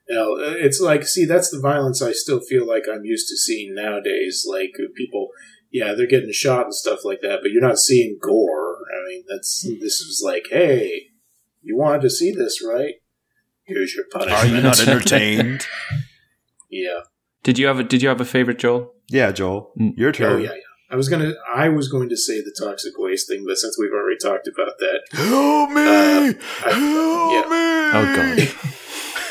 [SPEAKER 1] Now, uh, it's like, see, that's the violence I still feel like I'm used to seeing nowadays. Like, uh, people, yeah, they're getting shot and stuff like that, but you're not seeing gore. I mean, that's
[SPEAKER 4] Mm.
[SPEAKER 1] this is like, hey, you wanted to see this, right? Here's your punishment.
[SPEAKER 4] Are you
[SPEAKER 1] [laughs]
[SPEAKER 4] not entertained?
[SPEAKER 1] Yeah. Oh,
[SPEAKER 5] did you have a did you have a favorite Joel?
[SPEAKER 4] yeah, Joel,
[SPEAKER 5] Mm.
[SPEAKER 4] your
[SPEAKER 1] Oh,
[SPEAKER 4] turn.
[SPEAKER 1] yeah, yeah. I was gonna, I was going to say the toxic waste thing, but since we've already talked about that,
[SPEAKER 4] [gasps]
[SPEAKER 1] [laughs]
[SPEAKER 4] Help me!
[SPEAKER 1] Uh, I-
[SPEAKER 4] Help me!
[SPEAKER 5] Oh,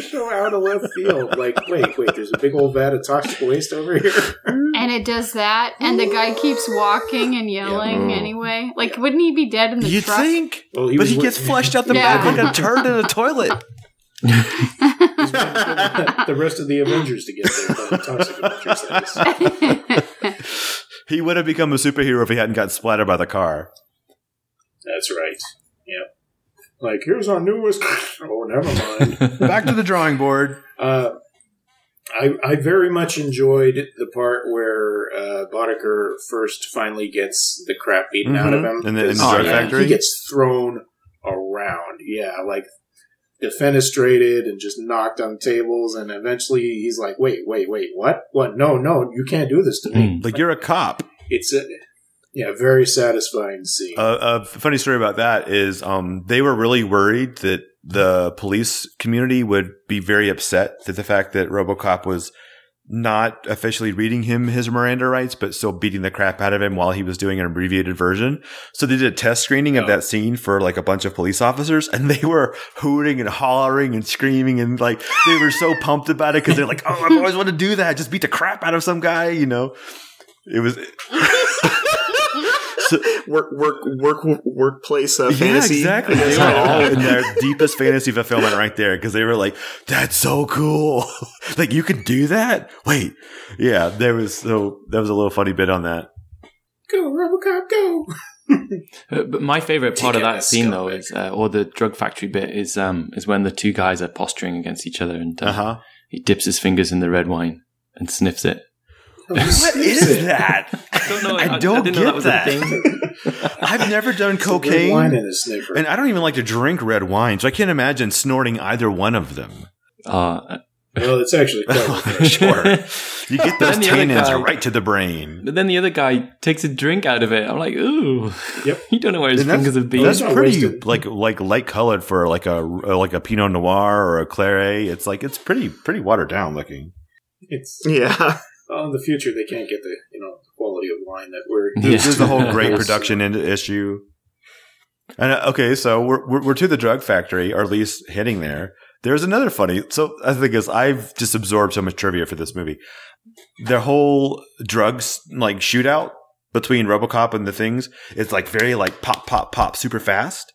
[SPEAKER 1] so out of left field. Like, wait, wait, there's a big old vat of toxic waste over here.
[SPEAKER 2] And it does that and the guy keeps walking and yelling
[SPEAKER 5] Yeah. anyway.
[SPEAKER 2] anyway. Like wouldn't he be dead in the
[SPEAKER 4] You'd
[SPEAKER 2] truck?
[SPEAKER 4] think,
[SPEAKER 1] Well, he
[SPEAKER 4] but
[SPEAKER 1] was
[SPEAKER 4] he
[SPEAKER 1] wi-
[SPEAKER 4] gets flushed
[SPEAKER 1] [laughs]
[SPEAKER 4] out
[SPEAKER 2] [laughs]
[SPEAKER 4] the
[SPEAKER 2] Yeah.
[SPEAKER 4] back like a turd in a
[SPEAKER 2] [laughs]
[SPEAKER 4] toilet.
[SPEAKER 1] the rest of the Avengers to get there. But toxic Avengers, that [laughs] is.
[SPEAKER 4] He would have become a superhero if he hadn't got splattered by the car.
[SPEAKER 1] That's right. Yep. Like, here's our newest. [laughs] oh, never mind.
[SPEAKER 4] Back to the drawing board.
[SPEAKER 1] Uh, I, I very much enjoyed the part where uh, Boddicker first finally gets the crap beaten out of
[SPEAKER 4] Mhm.
[SPEAKER 1] him.
[SPEAKER 4] In the- in the
[SPEAKER 1] Oh,
[SPEAKER 5] drug
[SPEAKER 1] yeah.
[SPEAKER 4] factory?
[SPEAKER 1] He gets thrown around. Yeah, like defenestrated and just knocked on tables. And eventually he's like, wait, wait, wait, what? What? No, no, you can't do this to me.
[SPEAKER 5] Mm.
[SPEAKER 4] Like you're a cop.
[SPEAKER 1] It's a, yeah, very satisfying scene.
[SPEAKER 4] A, a funny story about that is um, they were really worried that the police community would be very upset that the fact that RoboCop was not officially reading him his Miranda rights, but still beating the crap out of him while he was doing an abbreviated version. So they did a test screening of
[SPEAKER 1] Oh.
[SPEAKER 4] that scene for like a bunch of police officers, and they were hooting and hollering and screaming, and like they were so pumped about it because they're like, "Oh, I've always wanted to do that, just beat the crap out of some guy," you know. It was So-
[SPEAKER 3] work work work workplace uh, fantasy.
[SPEAKER 4] Yeah, exactly.
[SPEAKER 3] I guess.
[SPEAKER 4] They were all in
[SPEAKER 5] [laughs]
[SPEAKER 4] their deepest fantasy fulfillment right there because they were like, "That's so cool! [laughs] like you could do that." Wait, yeah, there was so there was a little funny bit on that.
[SPEAKER 1] Go, Robocop, go!
[SPEAKER 5] Uh, But my favorite part of that
[SPEAKER 1] Kick-ass
[SPEAKER 5] scene, though,
[SPEAKER 1] scumbag.
[SPEAKER 5] is uh, or the drug factory bit is um, is when the two guys are posturing against each other, and uh,
[SPEAKER 4] Uh huh.
[SPEAKER 5] he dips his fingers in the red wine and sniffs it.
[SPEAKER 4] What is that?
[SPEAKER 5] I don't
[SPEAKER 4] [laughs]
[SPEAKER 5] know.
[SPEAKER 4] I don't get that. I've never done
[SPEAKER 1] Cocaine. Wine
[SPEAKER 4] cocaine,
[SPEAKER 1] in a sniffer.
[SPEAKER 4] and I don't even like to drink red wine, so I can't imagine snorting either one of them.
[SPEAKER 5] [laughs] Uh,
[SPEAKER 1] well, it's
[SPEAKER 4] [laughs]
[SPEAKER 1] actually clever.
[SPEAKER 5] [laughs]
[SPEAKER 4] sure, you get those
[SPEAKER 5] Then the other
[SPEAKER 4] tannins
[SPEAKER 5] guy-
[SPEAKER 4] right to the brain.
[SPEAKER 5] but then the other guy takes a drink out of it. I'm like, ooh,
[SPEAKER 1] Yep.
[SPEAKER 5] [laughs] you don't know where his
[SPEAKER 4] And that's-
[SPEAKER 5] fingers have been.
[SPEAKER 4] That's
[SPEAKER 1] not
[SPEAKER 4] pretty
[SPEAKER 1] wasted.
[SPEAKER 4] like like light colored for like a like a Pinot Noir or a Claret. It's like it's pretty pretty watered down looking.
[SPEAKER 1] it's
[SPEAKER 3] Yeah.
[SPEAKER 1] well, in the future they can't get the you know the quality of wine that we're
[SPEAKER 5] Yeah.
[SPEAKER 4] This is the whole
[SPEAKER 1] [laughs]
[SPEAKER 4] great
[SPEAKER 1] Yes.
[SPEAKER 4] production in- issue. And uh, okay, so we're, we're we're to the drug factory, or at least hitting there. There's another funny. So I think is I've just absorbed so much trivia for this movie. Their whole drugs like shootout between RoboCop and the things. It's like very like pop pop pop super fast.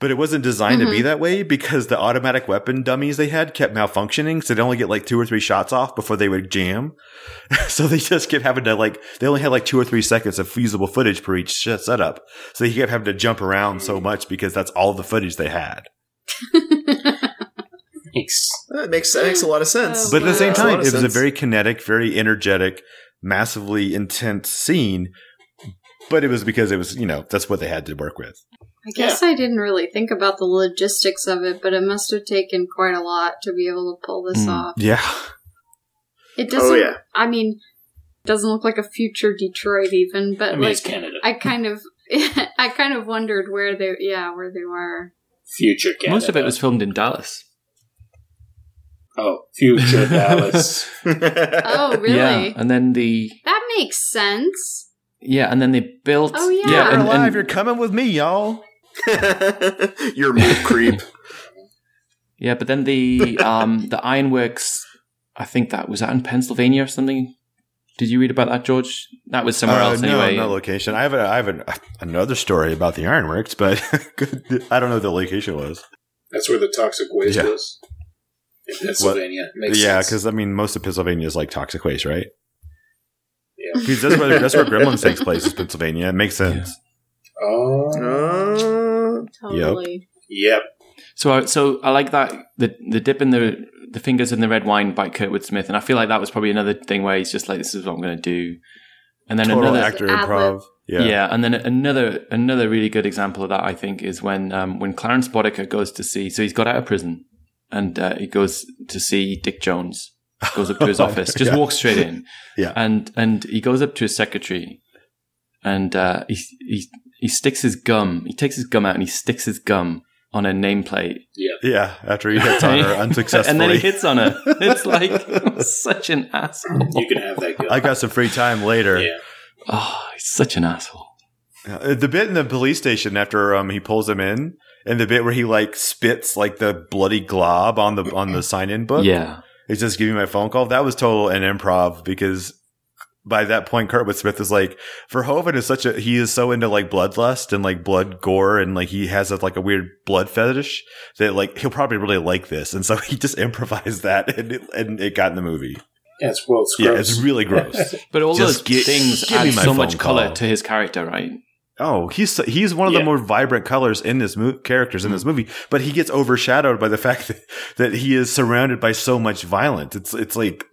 [SPEAKER 4] But it wasn't designed to be that way because the automatic weapon dummies they had kept malfunctioning, so they'd only get like two or three shots off before they would jam. [laughs] so they just kept having to like they only had like two or three seconds of feasible footage per each sh- setup. So they kept having to jump around so much because that's all the footage they had.
[SPEAKER 2] [laughs]
[SPEAKER 4] [laughs]
[SPEAKER 3] That makes that makes a lot of sense.
[SPEAKER 2] Oh,
[SPEAKER 4] But at the
[SPEAKER 2] Wow.
[SPEAKER 4] same
[SPEAKER 3] Makes a lot of
[SPEAKER 4] time, it was a
[SPEAKER 3] sense.
[SPEAKER 4] very kinetic, very energetic, massively intense scene. But it was because it was, you know, that's what they had to work with.
[SPEAKER 2] I guess I didn't really think about the logistics of it, but it must have taken quite a lot to be able to pull
[SPEAKER 1] Hmm.
[SPEAKER 2] this
[SPEAKER 5] Mm.
[SPEAKER 2] off.
[SPEAKER 4] Yeah.
[SPEAKER 2] It doesn't.
[SPEAKER 3] yeah.
[SPEAKER 2] I mean, doesn't look like a future Detroit even, but
[SPEAKER 1] I mean, it's
[SPEAKER 2] like
[SPEAKER 1] Canada.
[SPEAKER 2] I kind of, [laughs] I kind of wondered where they, yeah, where they were.
[SPEAKER 1] Future Canada.
[SPEAKER 5] Most of it was filmed in Dallas.
[SPEAKER 1] oh,
[SPEAKER 4] [laughs]
[SPEAKER 1] future Dallas. [laughs]
[SPEAKER 2] Oh, really?
[SPEAKER 5] Yeah, and then the
[SPEAKER 2] That makes sense.
[SPEAKER 5] yeah, and then they built.
[SPEAKER 2] Oh, yeah.
[SPEAKER 5] yeah
[SPEAKER 4] You're
[SPEAKER 5] and-
[SPEAKER 4] alive.
[SPEAKER 5] and-
[SPEAKER 4] you're coming with me, y'all.
[SPEAKER 3] [laughs] You're a move
[SPEAKER 4] [laughs]
[SPEAKER 3] creep.
[SPEAKER 5] Yeah, but then the um the ironworks, I think that was that in Pennsylvania or something. Did you read about that, George? That was somewhere
[SPEAKER 4] Uh,
[SPEAKER 5] else
[SPEAKER 4] no,
[SPEAKER 5] anyway.
[SPEAKER 4] not location. I have, a, I have an, another story about the ironworks, but [laughs] I don't know what the location was.
[SPEAKER 1] That's where the toxic waste
[SPEAKER 4] Yeah.
[SPEAKER 1] was. In Pennsylvania. Makes
[SPEAKER 4] yeah,
[SPEAKER 1] sense.
[SPEAKER 4] because I mean, most of Pennsylvania is like toxic waste, right?
[SPEAKER 1] Yeah.
[SPEAKER 4] 'Cause that's where [laughs] that's where Gremlins takes place is Pennsylvania. It makes sense.
[SPEAKER 1] Oh.
[SPEAKER 3] Uh, [laughs]
[SPEAKER 2] Totally.
[SPEAKER 1] Yep.
[SPEAKER 5] so I, so I like that the the dip in the the fingers in the red wine by Kurtwood Smith, and I feel like that was probably another thing where he's just like, "This is what I'm going to do," and then
[SPEAKER 4] Total
[SPEAKER 5] another.
[SPEAKER 4] actor
[SPEAKER 2] Ad-lib.
[SPEAKER 4] improv.
[SPEAKER 5] Yeah.
[SPEAKER 4] Yeah.
[SPEAKER 5] and then another another really good example of that I think is when um, when Clarence Boddicker goes to see so he's got out of prison and uh, he goes to see Dick Jones goes up
[SPEAKER 4] [laughs]
[SPEAKER 5] to his office just
[SPEAKER 4] Oh, Yeah.
[SPEAKER 5] walks straight in
[SPEAKER 4] [laughs] Yeah.
[SPEAKER 5] and and he goes up to his secretary and uh, he he he sticks his gum he takes his gum out and he sticks his gum on a nameplate
[SPEAKER 4] Yeah, after he hits on
[SPEAKER 5] [laughs]
[SPEAKER 4] her unsuccessfully.
[SPEAKER 5] and then he hits
[SPEAKER 4] [laughs]
[SPEAKER 5] on her it's like [laughs] such an asshole
[SPEAKER 1] You can have that gun.
[SPEAKER 4] I got some free time later.
[SPEAKER 1] yeah.
[SPEAKER 5] oh he's such an asshole
[SPEAKER 4] Uh, The bit in the police station after um he pulls him in, and the bit where he like spits like the bloody glob on the on the sign in book.
[SPEAKER 5] yeah
[SPEAKER 4] It's just giving me my phone call. That was total an improv because by that point, Kurtwood Smith is like, Verhoeven is such a, he is so into like bloodlust and like blood gore and like he has a, like a weird blood fetish that like he'll probably really like this. And so [laughs] he just improvised that and it, and it got in the movie.
[SPEAKER 1] Yeah, it's well, it's
[SPEAKER 4] Yeah,
[SPEAKER 1] gross.
[SPEAKER 4] it's really gross.
[SPEAKER 5] But all
[SPEAKER 4] Just
[SPEAKER 5] those
[SPEAKER 4] gi-
[SPEAKER 5] things
[SPEAKER 4] give
[SPEAKER 5] add
[SPEAKER 4] me my
[SPEAKER 5] so much
[SPEAKER 4] phone
[SPEAKER 5] color
[SPEAKER 4] call.
[SPEAKER 5] to his character, right?
[SPEAKER 4] Oh, he's so- he's one of
[SPEAKER 1] Yeah.
[SPEAKER 4] the more vibrant colors in this mo- characters
[SPEAKER 5] Mm-hmm.
[SPEAKER 4] in this movie, but he gets overshadowed by the [laughs] fact that, that he is surrounded by so much violence. It's it's like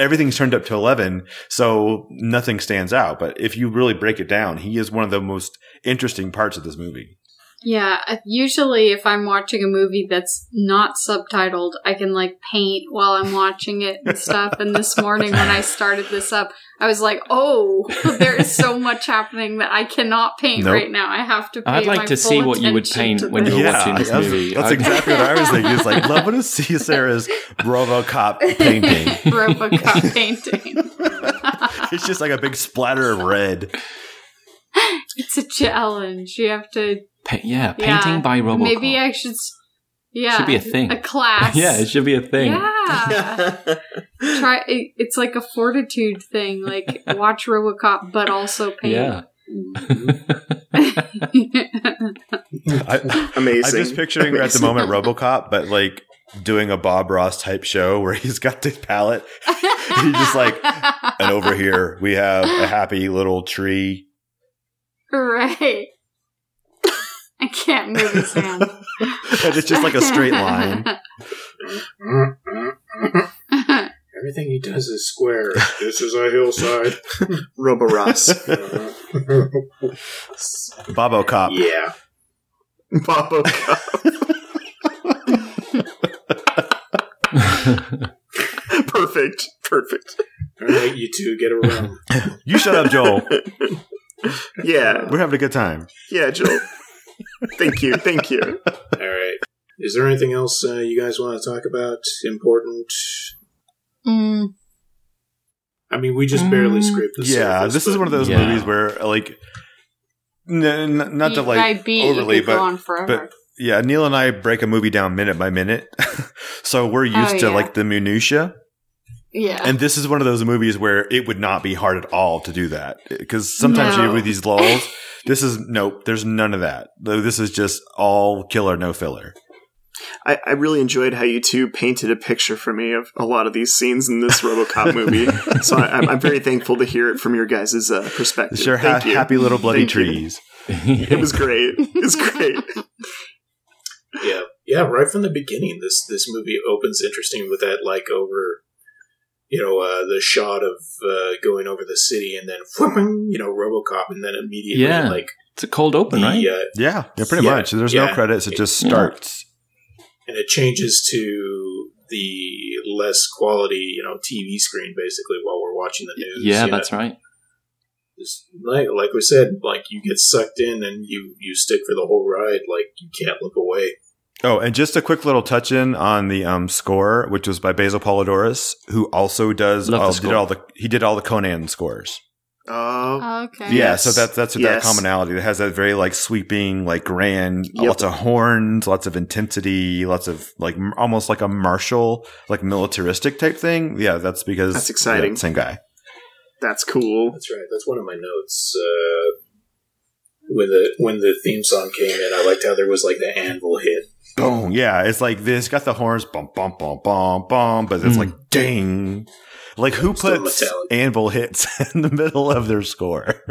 [SPEAKER 4] everything's turned up to eleven, so nothing stands out. But if you really break it down, he is one of the most interesting parts of this movie.
[SPEAKER 2] Yeah. I- Usually, if I'm watching a movie that's not subtitled, I can like paint while I'm watching it and stuff. and this morning, when I started this up, I was like, "Oh, [laughs] there is so much happening that I cannot paint
[SPEAKER 4] Nope.
[SPEAKER 2] right now. I have to." Pay
[SPEAKER 5] I'd like
[SPEAKER 2] my
[SPEAKER 5] to
[SPEAKER 2] full
[SPEAKER 5] see what you would
[SPEAKER 2] attention
[SPEAKER 5] paint
[SPEAKER 2] to
[SPEAKER 5] when
[SPEAKER 2] this.
[SPEAKER 5] you're watching this
[SPEAKER 4] that's,
[SPEAKER 5] movie.
[SPEAKER 4] that's
[SPEAKER 5] I-
[SPEAKER 4] exactly what I was thinking. It's like, love to see
[SPEAKER 5] [laughs]
[SPEAKER 4] Sarah's RoboCop [laughs] painting.
[SPEAKER 2] [laughs] Robocop painting.
[SPEAKER 4] it's just like a big splatter of red.
[SPEAKER 2] It's a challenge. You have to.
[SPEAKER 5] Pa- yeah,
[SPEAKER 2] Yeah.
[SPEAKER 5] painting by Robocop.
[SPEAKER 2] Maybe I should. s- Yeah.
[SPEAKER 5] should be a thing.
[SPEAKER 2] a class.
[SPEAKER 5] [laughs] yeah, it should be a thing.
[SPEAKER 4] [laughs]
[SPEAKER 2] Yeah.
[SPEAKER 4] [laughs]
[SPEAKER 2] Try. It, it's like a fortitude thing. Like watch RoboCop, but also paint. [laughs]
[SPEAKER 5] Yeah.
[SPEAKER 4] I,
[SPEAKER 3] Amazing.
[SPEAKER 4] I'm just picturing at the
[SPEAKER 3] Amazing.
[SPEAKER 4] moment RoboCop, but like doing a Bob Ross type show where he's got this palette, He's just like- and over here we have a happy little tree.
[SPEAKER 2] right. I can't move
[SPEAKER 4] [laughs]
[SPEAKER 2] his hand.
[SPEAKER 4] And it's just like a straight line.
[SPEAKER 1] Mm-hmm. Everything he does is
[SPEAKER 4] [laughs]
[SPEAKER 1] square. this is a hillside. Uh-huh.
[SPEAKER 3] Robo Ross.
[SPEAKER 4] Bobo Cop.
[SPEAKER 1] yeah.
[SPEAKER 4] [laughs]
[SPEAKER 3] Bobo Cop. [laughs] Perfect. Perfect.
[SPEAKER 1] All right, you two, get a
[SPEAKER 4] [laughs]
[SPEAKER 1] room.
[SPEAKER 4] You shut up, Joel.
[SPEAKER 3] Yeah.
[SPEAKER 4] We're having a good time.
[SPEAKER 3] Yeah, Joel. Thank you. Thank you.
[SPEAKER 1] All right. Is there anything else uh, you guys want to talk about? Important?
[SPEAKER 2] [laughs] Mm,
[SPEAKER 1] I mean, we just barely
[SPEAKER 5] Mm,
[SPEAKER 1] scraped the
[SPEAKER 4] yeah,
[SPEAKER 1] surface,
[SPEAKER 4] this is
[SPEAKER 1] but-
[SPEAKER 4] one of those
[SPEAKER 5] Yeah.
[SPEAKER 4] movies where like, n- n- not to
[SPEAKER 2] beat by
[SPEAKER 4] like
[SPEAKER 2] beat,
[SPEAKER 4] overly,
[SPEAKER 2] you could
[SPEAKER 4] but-
[SPEAKER 2] go on forever.
[SPEAKER 4] yeah, Neil and I break a movie down minute by minute, [laughs] so we're used to
[SPEAKER 2] yeah.
[SPEAKER 4] like the minutia.
[SPEAKER 2] yeah.
[SPEAKER 4] And this is one of those movies where it would not be hard at all to do that because sometimes you
[SPEAKER 2] No.
[SPEAKER 4] with these lulls. This is nope. There's none of that. Though This is just all killer, no filler.
[SPEAKER 3] I, I really enjoyed how you two painted a picture for me of a lot of these scenes in this RoboCop movie. So I, I'm, I'm very thankful to hear it from your guys' uh, perspective.
[SPEAKER 4] Sure, ha-
[SPEAKER 3] Thank you.
[SPEAKER 4] happy little bloody
[SPEAKER 3] Thank you.
[SPEAKER 4] trees.
[SPEAKER 3] [laughs] It was great. It's great.
[SPEAKER 1] Yeah, yeah. Right from the beginning, this this movie opens interesting with that like over, you know, uh, the shot of uh, going over the city, and then you know, RoboCop, and then immediately
[SPEAKER 5] Yeah,
[SPEAKER 1] like
[SPEAKER 5] [laughs] it's a cold open,
[SPEAKER 1] the,
[SPEAKER 5] right?
[SPEAKER 1] uh,
[SPEAKER 4] Yeah, yeah, pretty
[SPEAKER 1] Yeah,
[SPEAKER 4] much. There's
[SPEAKER 1] yeah.
[SPEAKER 4] no credits. It just
[SPEAKER 5] Yeah.
[SPEAKER 4] starts.
[SPEAKER 1] and it changes to the less quality, you know, TV screen basically while we're watching the news.
[SPEAKER 5] Yeah,
[SPEAKER 1] you know.
[SPEAKER 5] that's right.
[SPEAKER 1] Just like like we said, like you get sucked in and you you stick for the whole ride. Like you can't look away.
[SPEAKER 4] Oh, and just a quick little touch in on the um, score, which was by Basil Polidorus, who also does
[SPEAKER 5] Love the
[SPEAKER 4] all,
[SPEAKER 5] score.
[SPEAKER 4] did all the he did all the Conan scores.
[SPEAKER 3] Oh,
[SPEAKER 2] okay.
[SPEAKER 4] Yeah,
[SPEAKER 3] Yes.
[SPEAKER 4] so that's that's that
[SPEAKER 3] Yes.
[SPEAKER 4] commonality that has that very like sweeping, like grand,
[SPEAKER 3] Yep.
[SPEAKER 4] lots of horns, lots of intensity, lots of like m- almost like a martial, like militaristic type thing. Yeah, that's because
[SPEAKER 3] That's exciting.
[SPEAKER 4] yeah, same guy.
[SPEAKER 3] that's cool.
[SPEAKER 1] That's right. That's one of my notes. Uh, when the when the theme song came in, I liked how there was like the anvil hit.
[SPEAKER 4] Boom. Yeah, it's like this got the horns, bum bum bum bum bum, but it's
[SPEAKER 5] Mm.
[SPEAKER 4] like ding. Like who
[SPEAKER 1] Still
[SPEAKER 4] puts
[SPEAKER 1] metallic.
[SPEAKER 4] anvil hits [laughs] in the middle of their score? [laughs]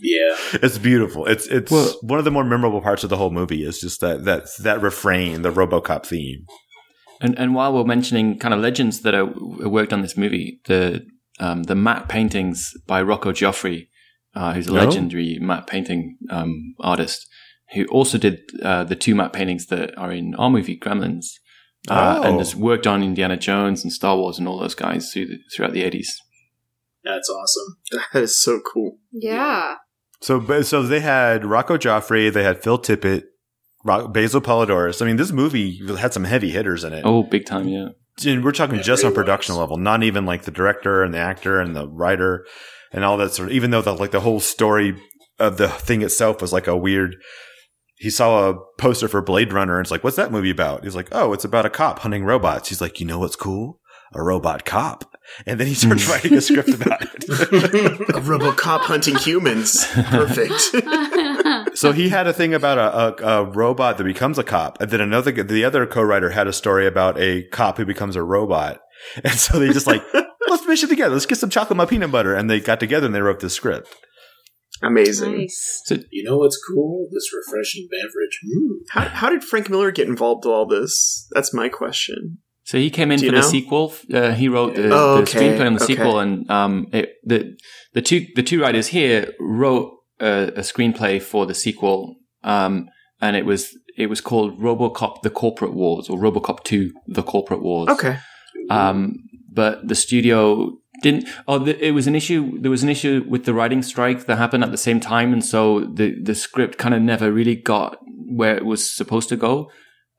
[SPEAKER 1] Yeah,
[SPEAKER 4] It's beautiful. It's it's
[SPEAKER 5] Well-
[SPEAKER 4] one of the more memorable parts of the whole movie is just that that that refrain, the RoboCop theme.
[SPEAKER 5] And and while we're mentioning kind of legends that are worked on this movie, the um, the matte paintings by Rocco Joffrey, uh, who's a
[SPEAKER 4] Oh.
[SPEAKER 5] legendary matte painting um, artist, who also did uh, the two matte paintings that are in our movie Gremlins, uh,
[SPEAKER 4] Oh.
[SPEAKER 5] and has worked on Indiana Jones and Star Wars and all those guys through the, throughout the eighties.
[SPEAKER 1] that's awesome.
[SPEAKER 3] That is so cool.
[SPEAKER 2] Yeah.
[SPEAKER 4] So but so they had Rocco Joffrey, they had Phil Tippett, Ro- Basil Polidorus. I mean, this movie had some heavy hitters in it.
[SPEAKER 5] Oh, big time, yeah.
[SPEAKER 4] And we're talking
[SPEAKER 1] Yeah,
[SPEAKER 4] just on
[SPEAKER 1] really
[SPEAKER 4] production
[SPEAKER 1] was.
[SPEAKER 4] level, not even like the director and the actor and the writer and all that sort of even though the like the whole story of the thing itself was like a weird he saw a poster for Blade Runner and it's like, what's that movie about? He's like, oh, it's about a cop hunting robots. He's like, you know what's cool? A robot cop. And then he starts writing a script about it. [laughs]
[SPEAKER 3] A RoboCop hunting humans.
[SPEAKER 2] [laughs]
[SPEAKER 3] Perfect.
[SPEAKER 4] so he had a thing about a, a, a robot that becomes a cop, and then another the other co-writer had a story about a cop who becomes a robot, [laughs] and so they just like let's mash it together, let's get some chocolate my peanut butter, and they got together and they wrote this script.
[SPEAKER 3] Amazing.
[SPEAKER 2] nice.
[SPEAKER 1] You know what's cool? This refreshing beverage. Mm.
[SPEAKER 3] How, how did Frank Miller get involved with all this? That's my question.
[SPEAKER 5] So he came in
[SPEAKER 3] Do
[SPEAKER 5] for
[SPEAKER 3] you
[SPEAKER 5] the
[SPEAKER 3] know?
[SPEAKER 5] sequel. Uh, he wrote the,
[SPEAKER 3] Oh,
[SPEAKER 5] the
[SPEAKER 3] okay,
[SPEAKER 5] screenplay on the
[SPEAKER 3] okay.
[SPEAKER 5] sequel, and um, it, the the two the two writers here wrote a, a screenplay for the sequel, um, and it was it was called RoboCop: The Corporate Wars or RoboCop Two: The Corporate Wars.
[SPEAKER 4] [laughs]
[SPEAKER 3] Okay.
[SPEAKER 5] Um, but the studio didn't. Oh, the, it was an issue. There was an issue with the writing strike that happened at the same time, and so the the script kind of never really got where it was supposed to go.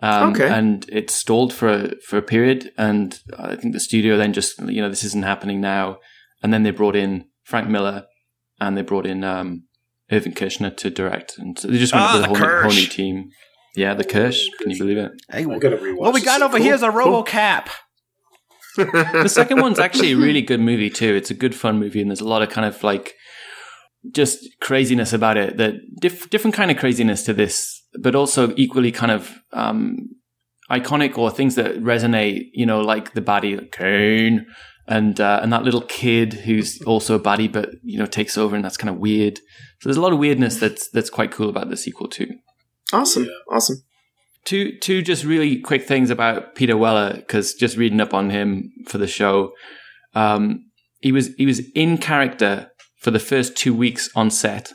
[SPEAKER 5] Um,
[SPEAKER 3] Okay.
[SPEAKER 5] And it stalled for a, for a period, and I think the studio then just you know this isn't happening now, and then they brought in Frank Miller, and they brought in um, Irving Kirshner to direct, and so they just went
[SPEAKER 4] Ah,
[SPEAKER 5] with
[SPEAKER 4] the
[SPEAKER 5] a whole, new- whole new
[SPEAKER 4] Kirsch.
[SPEAKER 5] team. Yeah, the Kirsch. Can you believe it?
[SPEAKER 4] Hey,
[SPEAKER 1] I gotta rewatch.
[SPEAKER 4] what we
[SPEAKER 1] this.
[SPEAKER 4] got over here is a
[SPEAKER 3] cool.
[SPEAKER 4] RoboCap.
[SPEAKER 5] the second one's actually a really good movie too. It's a good fun movie, and there's a lot of kind of like just craziness about it that diff- different kind of craziness to this but also equally kind of um iconic or things that resonate you know like the baddie like kane and uh, and that little kid who's also a baddie but you know takes over and that's kind of weird so there's a lot of weirdness that's that's quite cool about the sequel too
[SPEAKER 3] Awesome. Awesome.
[SPEAKER 5] two two just really quick things about Peter Weller because just reading up on him for the show, um, he was he was in character for the first two weeks on set,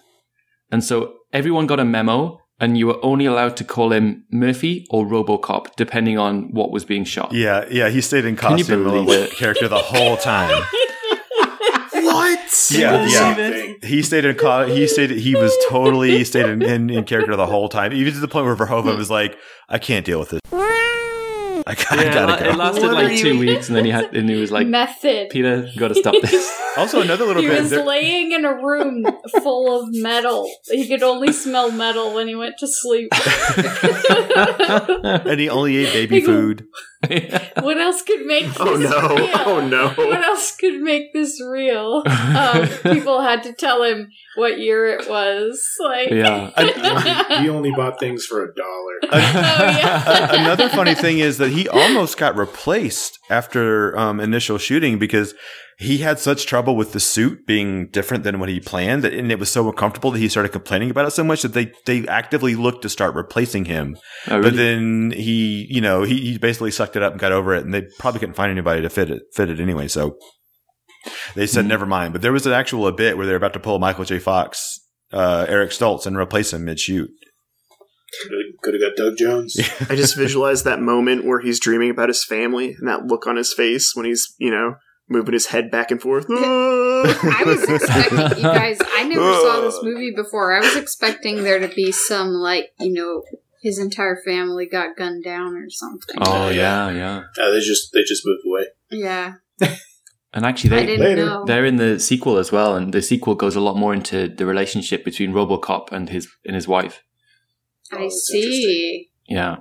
[SPEAKER 5] and so everyone got a memo, and you were only allowed to call him Murphy or RoboCop depending on what was being shot.
[SPEAKER 4] Yeah, yeah, he stayed in
[SPEAKER 5] Can you
[SPEAKER 4] costume a
[SPEAKER 5] believe
[SPEAKER 4] little
[SPEAKER 5] it?
[SPEAKER 4] character the whole time.
[SPEAKER 3] What?
[SPEAKER 4] Yeah, yeah.
[SPEAKER 1] Thing.
[SPEAKER 4] He stayed in co- he stayed he was totally he stayed in, in, in character the whole time, even to the point where Verhoeven was like, I can't deal with this. I, got, I
[SPEAKER 5] Yeah,
[SPEAKER 4] gotta
[SPEAKER 5] it
[SPEAKER 4] go.
[SPEAKER 5] lasted like two weeks, and then he had, and he [laughs] was like,
[SPEAKER 2] Method.
[SPEAKER 5] "Peter, you got to [laughs] stop this."
[SPEAKER 4] Also, another little
[SPEAKER 2] He
[SPEAKER 4] bit.
[SPEAKER 2] was
[SPEAKER 4] there-
[SPEAKER 2] laying in a room full of metal. He could only smell metal when he went to sleep.
[SPEAKER 4] and he only ate baby
[SPEAKER 2] He go-
[SPEAKER 4] food.
[SPEAKER 2] what else could make this
[SPEAKER 3] Oh no.
[SPEAKER 2] real?
[SPEAKER 3] Oh
[SPEAKER 2] What
[SPEAKER 3] no.
[SPEAKER 2] else could make this real?
[SPEAKER 5] Oh, [laughs]
[SPEAKER 2] Um, people had to tell him what year it was. Like, [laughs]
[SPEAKER 5] [laughs] yeah,
[SPEAKER 1] he only bought things for a
[SPEAKER 5] Oh,
[SPEAKER 1] dollar.
[SPEAKER 2] yeah.
[SPEAKER 4] [laughs] Another funny thing is that he almost got replaced after um, initial shooting because he had such trouble with the suit being different than what he planned, that, and it was so uncomfortable that he started complaining about it so much that they they actively looked to start replacing him.
[SPEAKER 5] Oh,
[SPEAKER 4] But
[SPEAKER 5] really?
[SPEAKER 4] then he, you know, he, he basically sucked it up and got over it, and they probably couldn't find anybody to fit it fit it anyway. So they said
[SPEAKER 5] Mhm.
[SPEAKER 4] never mind. But there was an actual a bit where they're about to pull Michael J. Fox, uh, Eric Stoltz, and replace him mid shoot.
[SPEAKER 1] Could have got Doug Jones.
[SPEAKER 3] I
[SPEAKER 5] [laughs]
[SPEAKER 3] just visualized that moment where he's dreaming about his family and that look on his face when he's, you know, moving his head back and forth. Ah!
[SPEAKER 2] I
[SPEAKER 3] [laughs]
[SPEAKER 2] was expecting you guys. I never saw
[SPEAKER 5] [laughs]
[SPEAKER 2] this movie before. I was expecting there to be some like you know his entire family got gunned down or something.
[SPEAKER 5] oh yeah, yeah.
[SPEAKER 1] Uh, they just they just moved away.
[SPEAKER 2] Yeah,
[SPEAKER 5] And actually,
[SPEAKER 2] I
[SPEAKER 5] they,
[SPEAKER 2] didn't
[SPEAKER 1] later.
[SPEAKER 2] know.
[SPEAKER 5] They're in the sequel as well, and the sequel goes a lot more into the relationship between RoboCop and his and his wife.
[SPEAKER 1] Oh,
[SPEAKER 2] I
[SPEAKER 1] that's
[SPEAKER 2] see.
[SPEAKER 5] Yeah,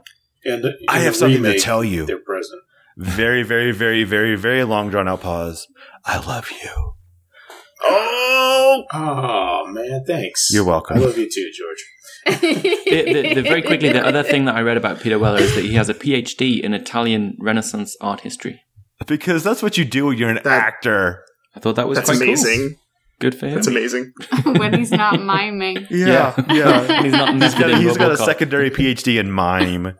[SPEAKER 1] And the-
[SPEAKER 4] I
[SPEAKER 1] in
[SPEAKER 4] have
[SPEAKER 1] the
[SPEAKER 4] something
[SPEAKER 1] remake,
[SPEAKER 4] to tell you.
[SPEAKER 1] They're present.
[SPEAKER 4] Very, very, very, very, very long drawn out pause. I love you.
[SPEAKER 1] Oh, oh man, thanks.
[SPEAKER 4] You're
[SPEAKER 1] I
[SPEAKER 4] welcome.
[SPEAKER 1] love you too, George.
[SPEAKER 5] It- the, the, very quickly,
[SPEAKER 2] [laughs]
[SPEAKER 5] the other thing that I read about Peter Weller is that he has a PhD in Italian Renaissance art history.
[SPEAKER 4] Because that's what you do when you're an
[SPEAKER 3] That-
[SPEAKER 4] actor.
[SPEAKER 5] I thought that was
[SPEAKER 3] That's
[SPEAKER 5] quite cool.
[SPEAKER 3] amazing.
[SPEAKER 5] Good for him. [laughs]
[SPEAKER 3] That's amazing.
[SPEAKER 2] when he's not miming.
[SPEAKER 4] Yeah, yeah.
[SPEAKER 5] [laughs] he's not.
[SPEAKER 4] He's
[SPEAKER 5] method
[SPEAKER 4] got,
[SPEAKER 5] in
[SPEAKER 4] he's got a
[SPEAKER 5] RoboCop.
[SPEAKER 4] secondary PhD in mime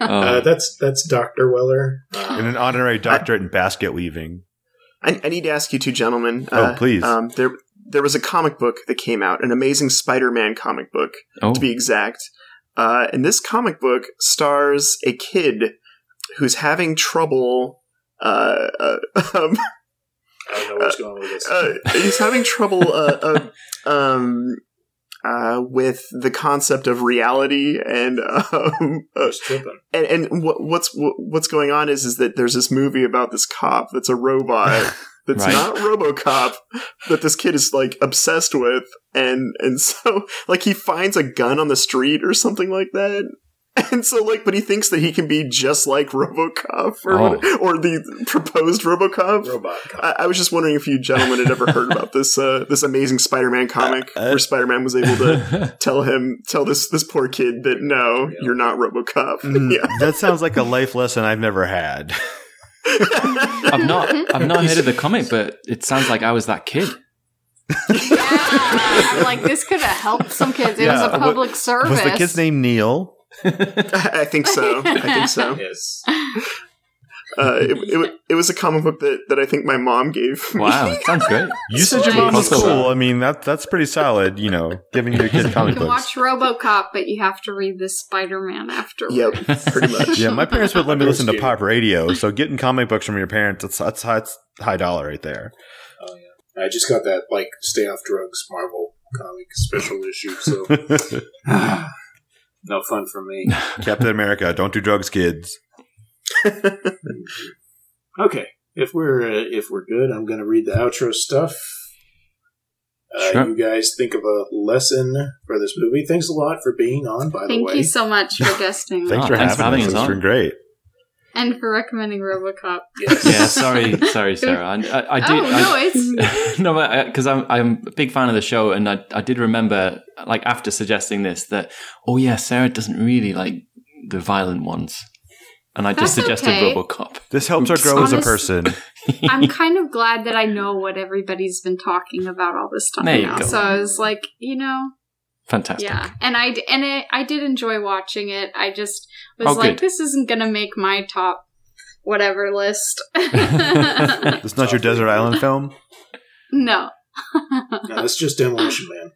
[SPEAKER 5] Oh.
[SPEAKER 1] Uh, that's that's Doctor Weller. Uh,
[SPEAKER 4] and an honorary doctorate in basket weaving.
[SPEAKER 3] I, I need to ask you two gentlemen.
[SPEAKER 4] Oh, please.
[SPEAKER 3] Um, there, there was a comic book that came out, an amazing Spider-Man comic book,
[SPEAKER 5] oh.
[SPEAKER 3] to be exact. Uh, and this comic book stars a kid who's having trouble. Uh, uh, um,
[SPEAKER 1] I don't know where it's going with this.
[SPEAKER 3] uh, he's having trouble uh, uh, um, uh, with the concept of reality and um,
[SPEAKER 1] I
[SPEAKER 3] uh,
[SPEAKER 1] was tripping.
[SPEAKER 3] and, and what, what's what, what's going on is is that there's this movie about this cop that's a
[SPEAKER 5] [laughs]
[SPEAKER 3] robot that's
[SPEAKER 5] Right.
[SPEAKER 3] not RoboCop that this kid is like obsessed with, and and so like he finds a gun on the street or something like that. And so, like, but he thinks that he can be just like RoboCop or
[SPEAKER 5] Oh.
[SPEAKER 3] what- or the proposed RoboCop.
[SPEAKER 1] Robot. cop.
[SPEAKER 3] I, I was just wondering if you gentlemen had ever heard about this uh, this amazing Spider-Man comic
[SPEAKER 4] Uh, uh,
[SPEAKER 3] where Spider-Man was able
[SPEAKER 4] [laughs]
[SPEAKER 3] to tell him tell this this poor kid that no,
[SPEAKER 1] Yeah.
[SPEAKER 3] you're not RoboCop.
[SPEAKER 4] [laughs] Mm,
[SPEAKER 3] yeah.
[SPEAKER 4] That sounds like a life lesson I've never had.
[SPEAKER 5] [laughs] I've not. I've not heard of the comic, but it sounds like I was that kid.
[SPEAKER 2] Yeah, like this could have helped some kids. It
[SPEAKER 4] Yeah,
[SPEAKER 2] was a
[SPEAKER 4] wa-
[SPEAKER 2] public service.
[SPEAKER 4] Was the kid's name Neil?
[SPEAKER 3] I think so. I
[SPEAKER 1] [laughs]
[SPEAKER 3] think so.
[SPEAKER 1] Yes.
[SPEAKER 3] Uh, it, it, wa- it was a comic book that, that I think my mom gave. me.
[SPEAKER 5] Wow, it sounds
[SPEAKER 4] [laughs]
[SPEAKER 5] great.
[SPEAKER 4] You said your
[SPEAKER 2] Nice.
[SPEAKER 4] mom was
[SPEAKER 5] Crossover.
[SPEAKER 4] cool. I mean, that that's pretty solid. You know, giving your kid
[SPEAKER 2] You
[SPEAKER 4] comic
[SPEAKER 2] can
[SPEAKER 4] books.
[SPEAKER 2] watch RoBoCop, but you have to read this Spider-Man afterwards.
[SPEAKER 3] [laughs] Yep, pretty much.
[SPEAKER 4] Yeah, my parents would let me listen to
[SPEAKER 1] Cute.
[SPEAKER 4] pop radio. So getting comic books from your parents, that's that's, that's high dollar right there. [laughs]
[SPEAKER 1] I just got that like stay off drugs Marvel comic special issue,
[SPEAKER 4] [laughs]
[SPEAKER 1] so no fun for me.
[SPEAKER 4] Captain America, don't do drugs, kids.
[SPEAKER 1] Okay, if we're uh, if we're good, I'm gonna read the outro stuff. Uh,
[SPEAKER 5] Sure.
[SPEAKER 1] You guys think of a lesson for this movie. Thanks a lot for being on. By the
[SPEAKER 2] Thank
[SPEAKER 1] way,
[SPEAKER 5] [laughs]
[SPEAKER 2] you so much for guesting.
[SPEAKER 4] Thanks
[SPEAKER 5] Oh,
[SPEAKER 4] for
[SPEAKER 5] thanks for
[SPEAKER 4] having us.
[SPEAKER 5] having us
[SPEAKER 4] It's
[SPEAKER 5] on.
[SPEAKER 4] been great.
[SPEAKER 2] and for recommending RoboCop.
[SPEAKER 5] yeah, sorry, sorry, Sarah. I, I, I
[SPEAKER 2] oh
[SPEAKER 5] did.
[SPEAKER 2] no, it's
[SPEAKER 5] I, [laughs] no, because I'm I'm a big fan of the show, and I I did remember like after suggesting this that oh yeah, Sarah doesn't really like the violent ones, and I
[SPEAKER 2] That's
[SPEAKER 5] just suggested
[SPEAKER 2] okay.
[SPEAKER 5] RoboCop.
[SPEAKER 4] This helps her grow as a
[SPEAKER 2] Honest-
[SPEAKER 4] person.
[SPEAKER 5] [laughs]
[SPEAKER 2] I'm kind of glad that I know what everybody's been talking about all this time
[SPEAKER 5] There you
[SPEAKER 2] now.
[SPEAKER 5] go.
[SPEAKER 2] So I was like, you know,
[SPEAKER 5] Fantastic.
[SPEAKER 2] yeah. And I d- and it, I did enjoy watching it. I just was
[SPEAKER 5] Oh,
[SPEAKER 2] like,
[SPEAKER 5] good.
[SPEAKER 2] this isn't gonna make my top whatever list.
[SPEAKER 5] [laughs]
[SPEAKER 2] [laughs] no,
[SPEAKER 4] It's not your desert island film.
[SPEAKER 1] No, that's just Demolition Man.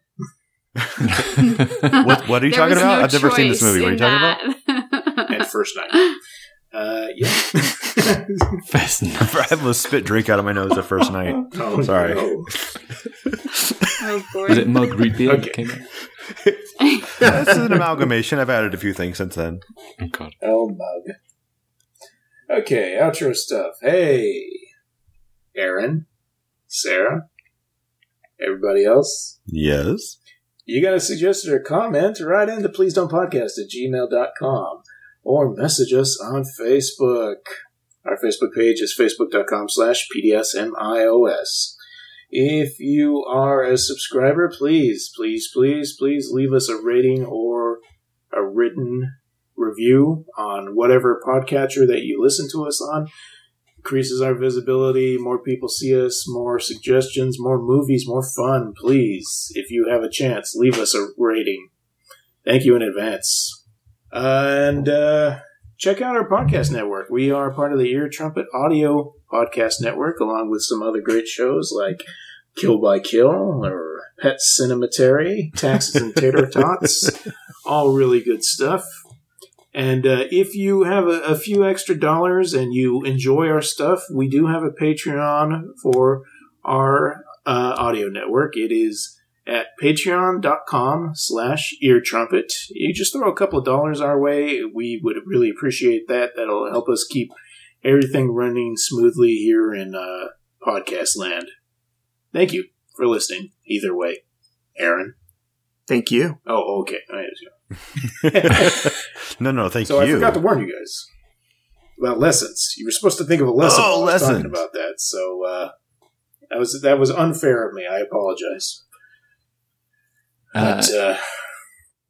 [SPEAKER 4] What What are you
[SPEAKER 2] There
[SPEAKER 4] talking
[SPEAKER 2] was
[SPEAKER 4] about?
[SPEAKER 2] no
[SPEAKER 4] I've never seen this
[SPEAKER 2] choice
[SPEAKER 4] movie. What are you
[SPEAKER 2] in
[SPEAKER 4] talking about?
[SPEAKER 2] that.
[SPEAKER 1] At first night.
[SPEAKER 2] [laughs]
[SPEAKER 1] Uh, yeah. [laughs]
[SPEAKER 5] First night.
[SPEAKER 4] [laughs] I have a spit drink out of my nose the
[SPEAKER 2] [laughs]
[SPEAKER 4] first night.
[SPEAKER 1] Oh,
[SPEAKER 4] Sorry.
[SPEAKER 1] no.
[SPEAKER 2] oh [laughs]
[SPEAKER 5] Was
[SPEAKER 2] boy.
[SPEAKER 5] it mug root beer?
[SPEAKER 1] Okay.
[SPEAKER 5] that came out?
[SPEAKER 4] this is an amalgamation. I've added a few things since then.
[SPEAKER 5] Oh god.
[SPEAKER 1] Oh, mug. Okay, outro stuff. Hey, Aaron, Sarah, everybody else.
[SPEAKER 4] Yes. [laughs]
[SPEAKER 1] You got a suggestion or comment? Write in to please don't podcast at gmail.com or message us on Facebook. Our Facebook page is facebook.com slash PDSMIOS. If you are a subscriber, please, please, please, please leave us a rating or a written review on whatever podcatcher that you listen to us on. Increases our visibility, more people see us, more suggestions, more movies, more fun. Please, if you have a chance, leave us a rating. Thank you in advance. And uh, check out our podcast network. We are part of the Ear Trumpet Audio Podcast Network, along with some other great shows like Kill by Kill or Pet Cinematary, Taxes and Tater Tots. All really good stuff. And uh, if you have a, a few extra dollars and you enjoy our stuff, we do have a Patreon for our uh, audio network. It is at patreon.com slash ear trumpet. You just throw a couple of dollars our way. We would really appreciate that. That'll help us keep everything running smoothly here in uh, podcast land. Thank you for listening. Either way, Aaron.
[SPEAKER 3] Thank
[SPEAKER 4] Mm-hmm.
[SPEAKER 3] you.
[SPEAKER 1] Oh, okay. I
[SPEAKER 4] no, no, thank
[SPEAKER 1] so
[SPEAKER 4] you.
[SPEAKER 1] I forgot to warn you guys about lessons. You were supposed to think of a lesson.
[SPEAKER 4] Oh,
[SPEAKER 1] while I was
[SPEAKER 4] lessons.
[SPEAKER 1] Talking about that, so uh, that was that was unfair of me. I apologize.
[SPEAKER 5] Uh,
[SPEAKER 1] but uh,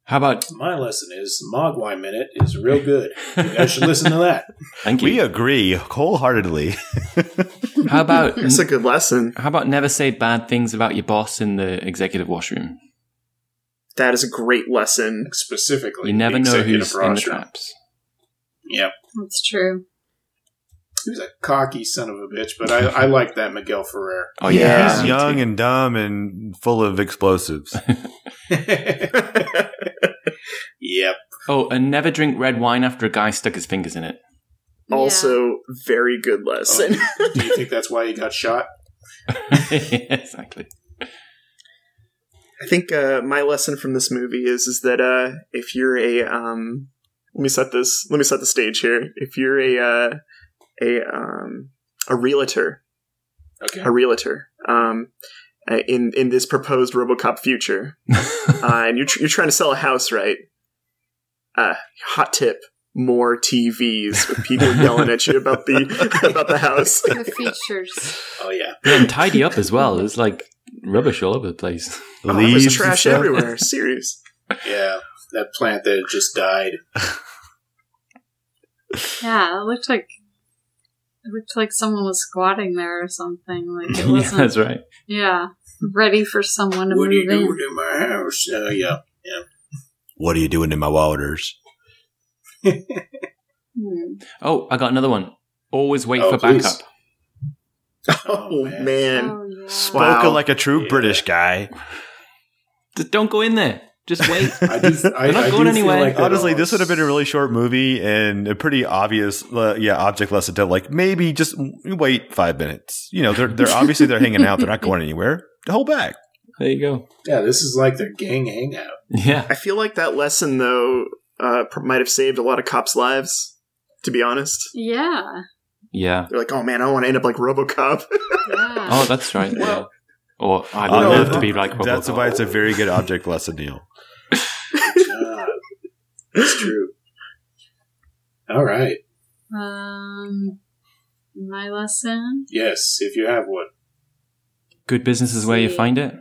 [SPEAKER 5] how about? [laughs]
[SPEAKER 1] my lesson is Mogwai Minute is real good. You guys should listen to that. [laughs]
[SPEAKER 5] Thank
[SPEAKER 4] we
[SPEAKER 5] you.
[SPEAKER 4] agree wholeheartedly.
[SPEAKER 5] How [laughs] about?
[SPEAKER 3] That's a good lesson.
[SPEAKER 5] How about never say bad things about your boss in the executive washroom?
[SPEAKER 3] That is a great lesson.
[SPEAKER 1] Specifically,
[SPEAKER 5] You never
[SPEAKER 1] the
[SPEAKER 5] know
[SPEAKER 1] executive
[SPEAKER 5] who's in the
[SPEAKER 1] roster.
[SPEAKER 5] traps.
[SPEAKER 1] Yep,
[SPEAKER 2] That's true.
[SPEAKER 1] he was a cocky son of a bitch, but I, I like that Miguel Ferrer. [laughs]
[SPEAKER 5] Oh yeah,
[SPEAKER 4] He's young and dumb and full
[SPEAKER 2] [laughs]
[SPEAKER 4] of explosives.
[SPEAKER 1] yep.
[SPEAKER 5] Oh, and never drink red wine after a guy stuck his fingers in it.
[SPEAKER 3] Also, very good lesson.
[SPEAKER 1] Do you think that's why he got shot?
[SPEAKER 5] [laughs] exactly.
[SPEAKER 3] I think uh, my lesson from this movie is is that uh, if you're a um, let me set this let me set the stage here. If you're a uh, a um, a realtor,
[SPEAKER 1] Okay.
[SPEAKER 3] a realtor um, uh, in in this proposed RoboCop future,
[SPEAKER 4] [laughs]
[SPEAKER 3] uh, and you're tr- you're trying to sell a house, right? Uh, hot tip: more TVs with people yelling at you about the about the [laughs] house.
[SPEAKER 2] The features.
[SPEAKER 1] Oh yeah.
[SPEAKER 5] And tidy up as well. There's like rubbish all over the place. [laughs]
[SPEAKER 3] Oh,
[SPEAKER 4] Leaves and
[SPEAKER 3] there's trash
[SPEAKER 4] stuff.
[SPEAKER 3] everywhere. Serious.
[SPEAKER 1] Yeah. That plant that had just died.
[SPEAKER 2] Yeah, it looked like it looked like someone was squatting there or something. Like [laughs] it
[SPEAKER 5] yeah,
[SPEAKER 2] wasn't.
[SPEAKER 5] that's right.
[SPEAKER 2] yeah, ready for someone to
[SPEAKER 1] What are you
[SPEAKER 2] move in.
[SPEAKER 1] doing in my house? Oh yeah.
[SPEAKER 4] What are you doing in my waters?
[SPEAKER 2] Hmm.
[SPEAKER 5] Oh, I got another one. Always wait
[SPEAKER 1] Oh,
[SPEAKER 5] for
[SPEAKER 1] please.
[SPEAKER 5] backup.
[SPEAKER 1] Oh,
[SPEAKER 3] Oh,
[SPEAKER 1] man.
[SPEAKER 3] man.
[SPEAKER 2] Oh yeah.
[SPEAKER 4] Spoken
[SPEAKER 3] Wow.
[SPEAKER 4] like a true
[SPEAKER 1] Yeah.
[SPEAKER 4] British guy.
[SPEAKER 5] Just don't go in there. Just
[SPEAKER 1] [laughs]
[SPEAKER 5] wait.
[SPEAKER 1] I do. I,
[SPEAKER 5] They're not
[SPEAKER 1] I do
[SPEAKER 5] going
[SPEAKER 1] feel
[SPEAKER 5] anywhere.
[SPEAKER 1] like that
[SPEAKER 4] Honestly,
[SPEAKER 1] almost-
[SPEAKER 4] this would have been a really short movie and a pretty obvious, uh, yeah, object lesson to like maybe just wait five minutes. You know, they're they're obviously they're hanging out. They're not going anywhere. Hold back.
[SPEAKER 5] there you go.
[SPEAKER 1] [laughs] yeah, this is like their gang hangout.
[SPEAKER 5] Yeah.
[SPEAKER 3] I feel like that lesson, though, uh, pr- might have saved a lot of cops' lives. To be honest,
[SPEAKER 2] Yeah.
[SPEAKER 5] Yeah.
[SPEAKER 3] they're like, "Oh man, I don't want to end up like RoboCop." [laughs]
[SPEAKER 2] Yeah.
[SPEAKER 5] Oh, that's right. yeah.
[SPEAKER 1] Well-
[SPEAKER 5] Or I
[SPEAKER 1] Oh,
[SPEAKER 4] Uh,
[SPEAKER 5] would love
[SPEAKER 4] that-
[SPEAKER 5] to be like Robocop.
[SPEAKER 4] That's why it's a very good object lesson, Neil.
[SPEAKER 1] uh, God, that's true. All right.
[SPEAKER 2] Oh. Um, my
[SPEAKER 1] [laughs]
[SPEAKER 2] lesson.
[SPEAKER 1] Yes, if you have one.
[SPEAKER 5] Good business is where you
[SPEAKER 2] See.
[SPEAKER 5] find it.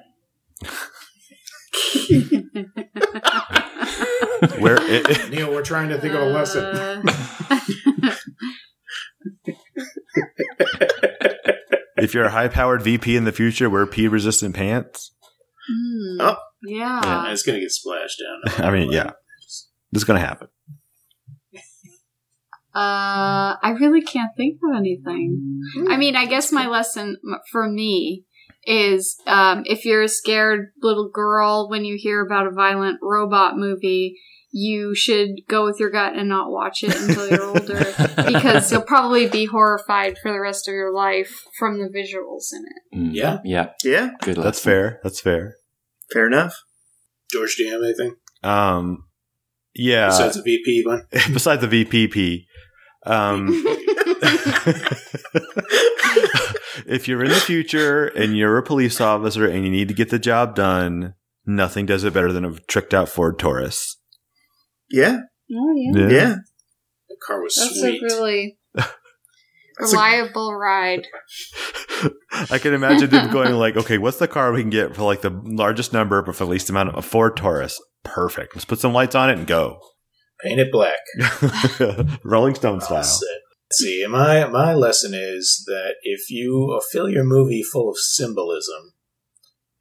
[SPEAKER 4] Where it,
[SPEAKER 1] Neil, we're trying to think of a lesson.
[SPEAKER 2] Uh,
[SPEAKER 4] if you're a high powered VP in the future, wear pee resistant pants.
[SPEAKER 2] hmm,
[SPEAKER 1] Oh.
[SPEAKER 2] yeah.
[SPEAKER 1] it's gonna get splashed down.
[SPEAKER 4] I mean, yeah, this is gonna happen.
[SPEAKER 2] Uh, I really can't think of anything. I mean, I guess my lesson m- for me is um, if you're a scared little girl when you hear about a violent robot movie, you should go with your gut and not watch it until you're older because you'll probably be horrified for the rest of your life from the visuals in it.
[SPEAKER 5] [laughs] Mm.
[SPEAKER 1] Yeah.
[SPEAKER 5] Yeah.
[SPEAKER 3] Yeah,
[SPEAKER 5] Good.
[SPEAKER 4] That's
[SPEAKER 5] lesson.
[SPEAKER 4] fair. That's fair.
[SPEAKER 3] fair enough.
[SPEAKER 1] George, do you have anything
[SPEAKER 4] Um, yeah.
[SPEAKER 1] besides the VP one?
[SPEAKER 4] [laughs] besides the VPP, um,
[SPEAKER 1] Mm.
[SPEAKER 4] [laughs] if you're in the future and you're a police officer and you need to get the job done, nothing does it better than a tricked out Ford Taurus.
[SPEAKER 3] Yeah,
[SPEAKER 2] Oh
[SPEAKER 3] yeah.
[SPEAKER 1] The car was
[SPEAKER 2] That's
[SPEAKER 1] sweet.
[SPEAKER 2] a really
[SPEAKER 3] That's a-
[SPEAKER 2] reliable ride.
[SPEAKER 4] I can imagine them going like, okay, what's the car we can get for like the largest number but for the least amount of a Ford Taurus? Perfect. Let's put some lights on it and go. [laughs]
[SPEAKER 1] Paint it black.
[SPEAKER 4] Rolling Stone
[SPEAKER 1] I'll
[SPEAKER 4] style.
[SPEAKER 1] sit. See, my my lesson is that if you fill your movie full of symbolism,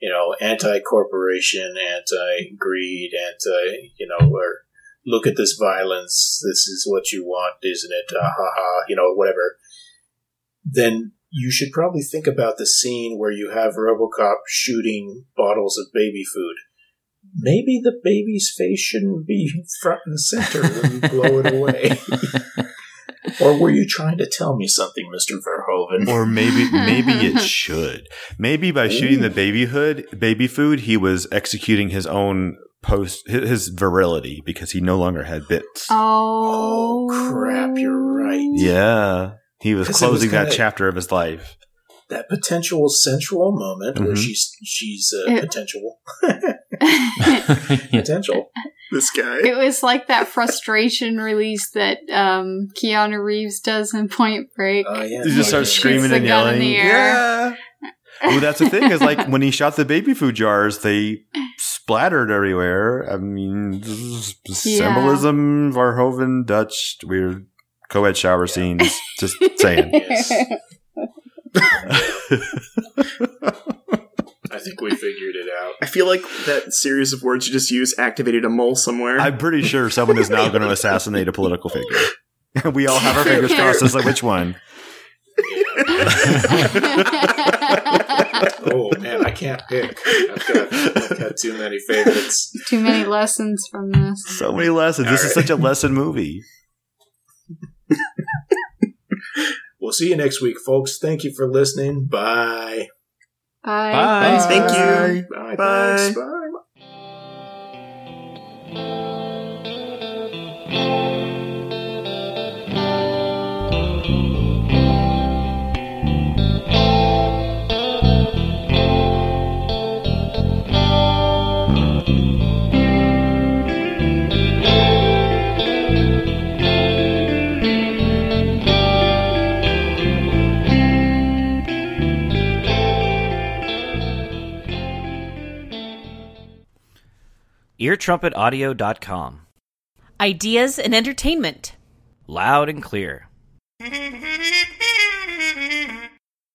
[SPEAKER 1] you know, anti-corporation, anti-greed, anti, you know, or look at this violence, this is what you want, isn't it? Ah, ha ha, you know, whatever. Then you should probably think about the scene where you have RoboCop shooting bottles of baby food. Maybe the baby's face shouldn't be front and center when
[SPEAKER 5] [laughs]
[SPEAKER 1] you blow it away. Or were you trying to tell me something, Mr. Verhoeven?
[SPEAKER 4] [laughs] Or maybe
[SPEAKER 2] [laughs]
[SPEAKER 4] maybe it should. Maybe by shooting the baby hood, baby food, he was executing his own post his, his virility because he no longer had bits.
[SPEAKER 2] Oh,
[SPEAKER 1] crap, you're right.
[SPEAKER 4] Yeah. He was
[SPEAKER 1] 'Cause it was
[SPEAKER 4] closing that
[SPEAKER 1] kinda-
[SPEAKER 4] chapter of his life.
[SPEAKER 1] That potential sensual moment where
[SPEAKER 4] Mhm.
[SPEAKER 1] she's she's uh,
[SPEAKER 2] It-
[SPEAKER 4] [laughs]
[SPEAKER 1] potential
[SPEAKER 2] Oh. [laughs]
[SPEAKER 5] Yeah.
[SPEAKER 3] [laughs]
[SPEAKER 1] potential.
[SPEAKER 3] This guy.
[SPEAKER 2] It was like that frustration release that um, Keanu Reeves does in Point Break.
[SPEAKER 1] Oh yeah,
[SPEAKER 4] He just starts
[SPEAKER 2] shoots
[SPEAKER 4] screaming
[SPEAKER 2] the
[SPEAKER 4] and
[SPEAKER 2] gun in
[SPEAKER 4] yelling.
[SPEAKER 2] the
[SPEAKER 4] Yeah.
[SPEAKER 2] air.
[SPEAKER 4] Well, that's the thing
[SPEAKER 2] [laughs]
[SPEAKER 4] is like when he shot the baby food jars, they splattered everywhere. I mean, this is symbolism, Verhoeven, Dutch, weird co-ed shower scenes. Just
[SPEAKER 2] [laughs]
[SPEAKER 4] saying. [laughs]
[SPEAKER 1] Yes. I think we figured it out.
[SPEAKER 3] I feel like that series of words you just used activated a mole somewhere.
[SPEAKER 4] I'm pretty sure someone is now going to assassinate a political figure. we all have our fingers crossed as to which one.
[SPEAKER 1] Oh man, I can't pick. I've got, I've got too many favorites.
[SPEAKER 2] Too many lessons from this.
[SPEAKER 4] So many lessons. This is such a lesson movie.
[SPEAKER 1] We'll see you next week, folks. Thank you for listening. Bye.
[SPEAKER 2] Bye.
[SPEAKER 5] Bye.
[SPEAKER 3] Thank you.
[SPEAKER 1] Bye.
[SPEAKER 3] Bye.
[SPEAKER 1] Thanks. Bye.
[SPEAKER 7] eartrumpetaudio.com.
[SPEAKER 8] Ideas and entertainment.
[SPEAKER 7] Loud and clear.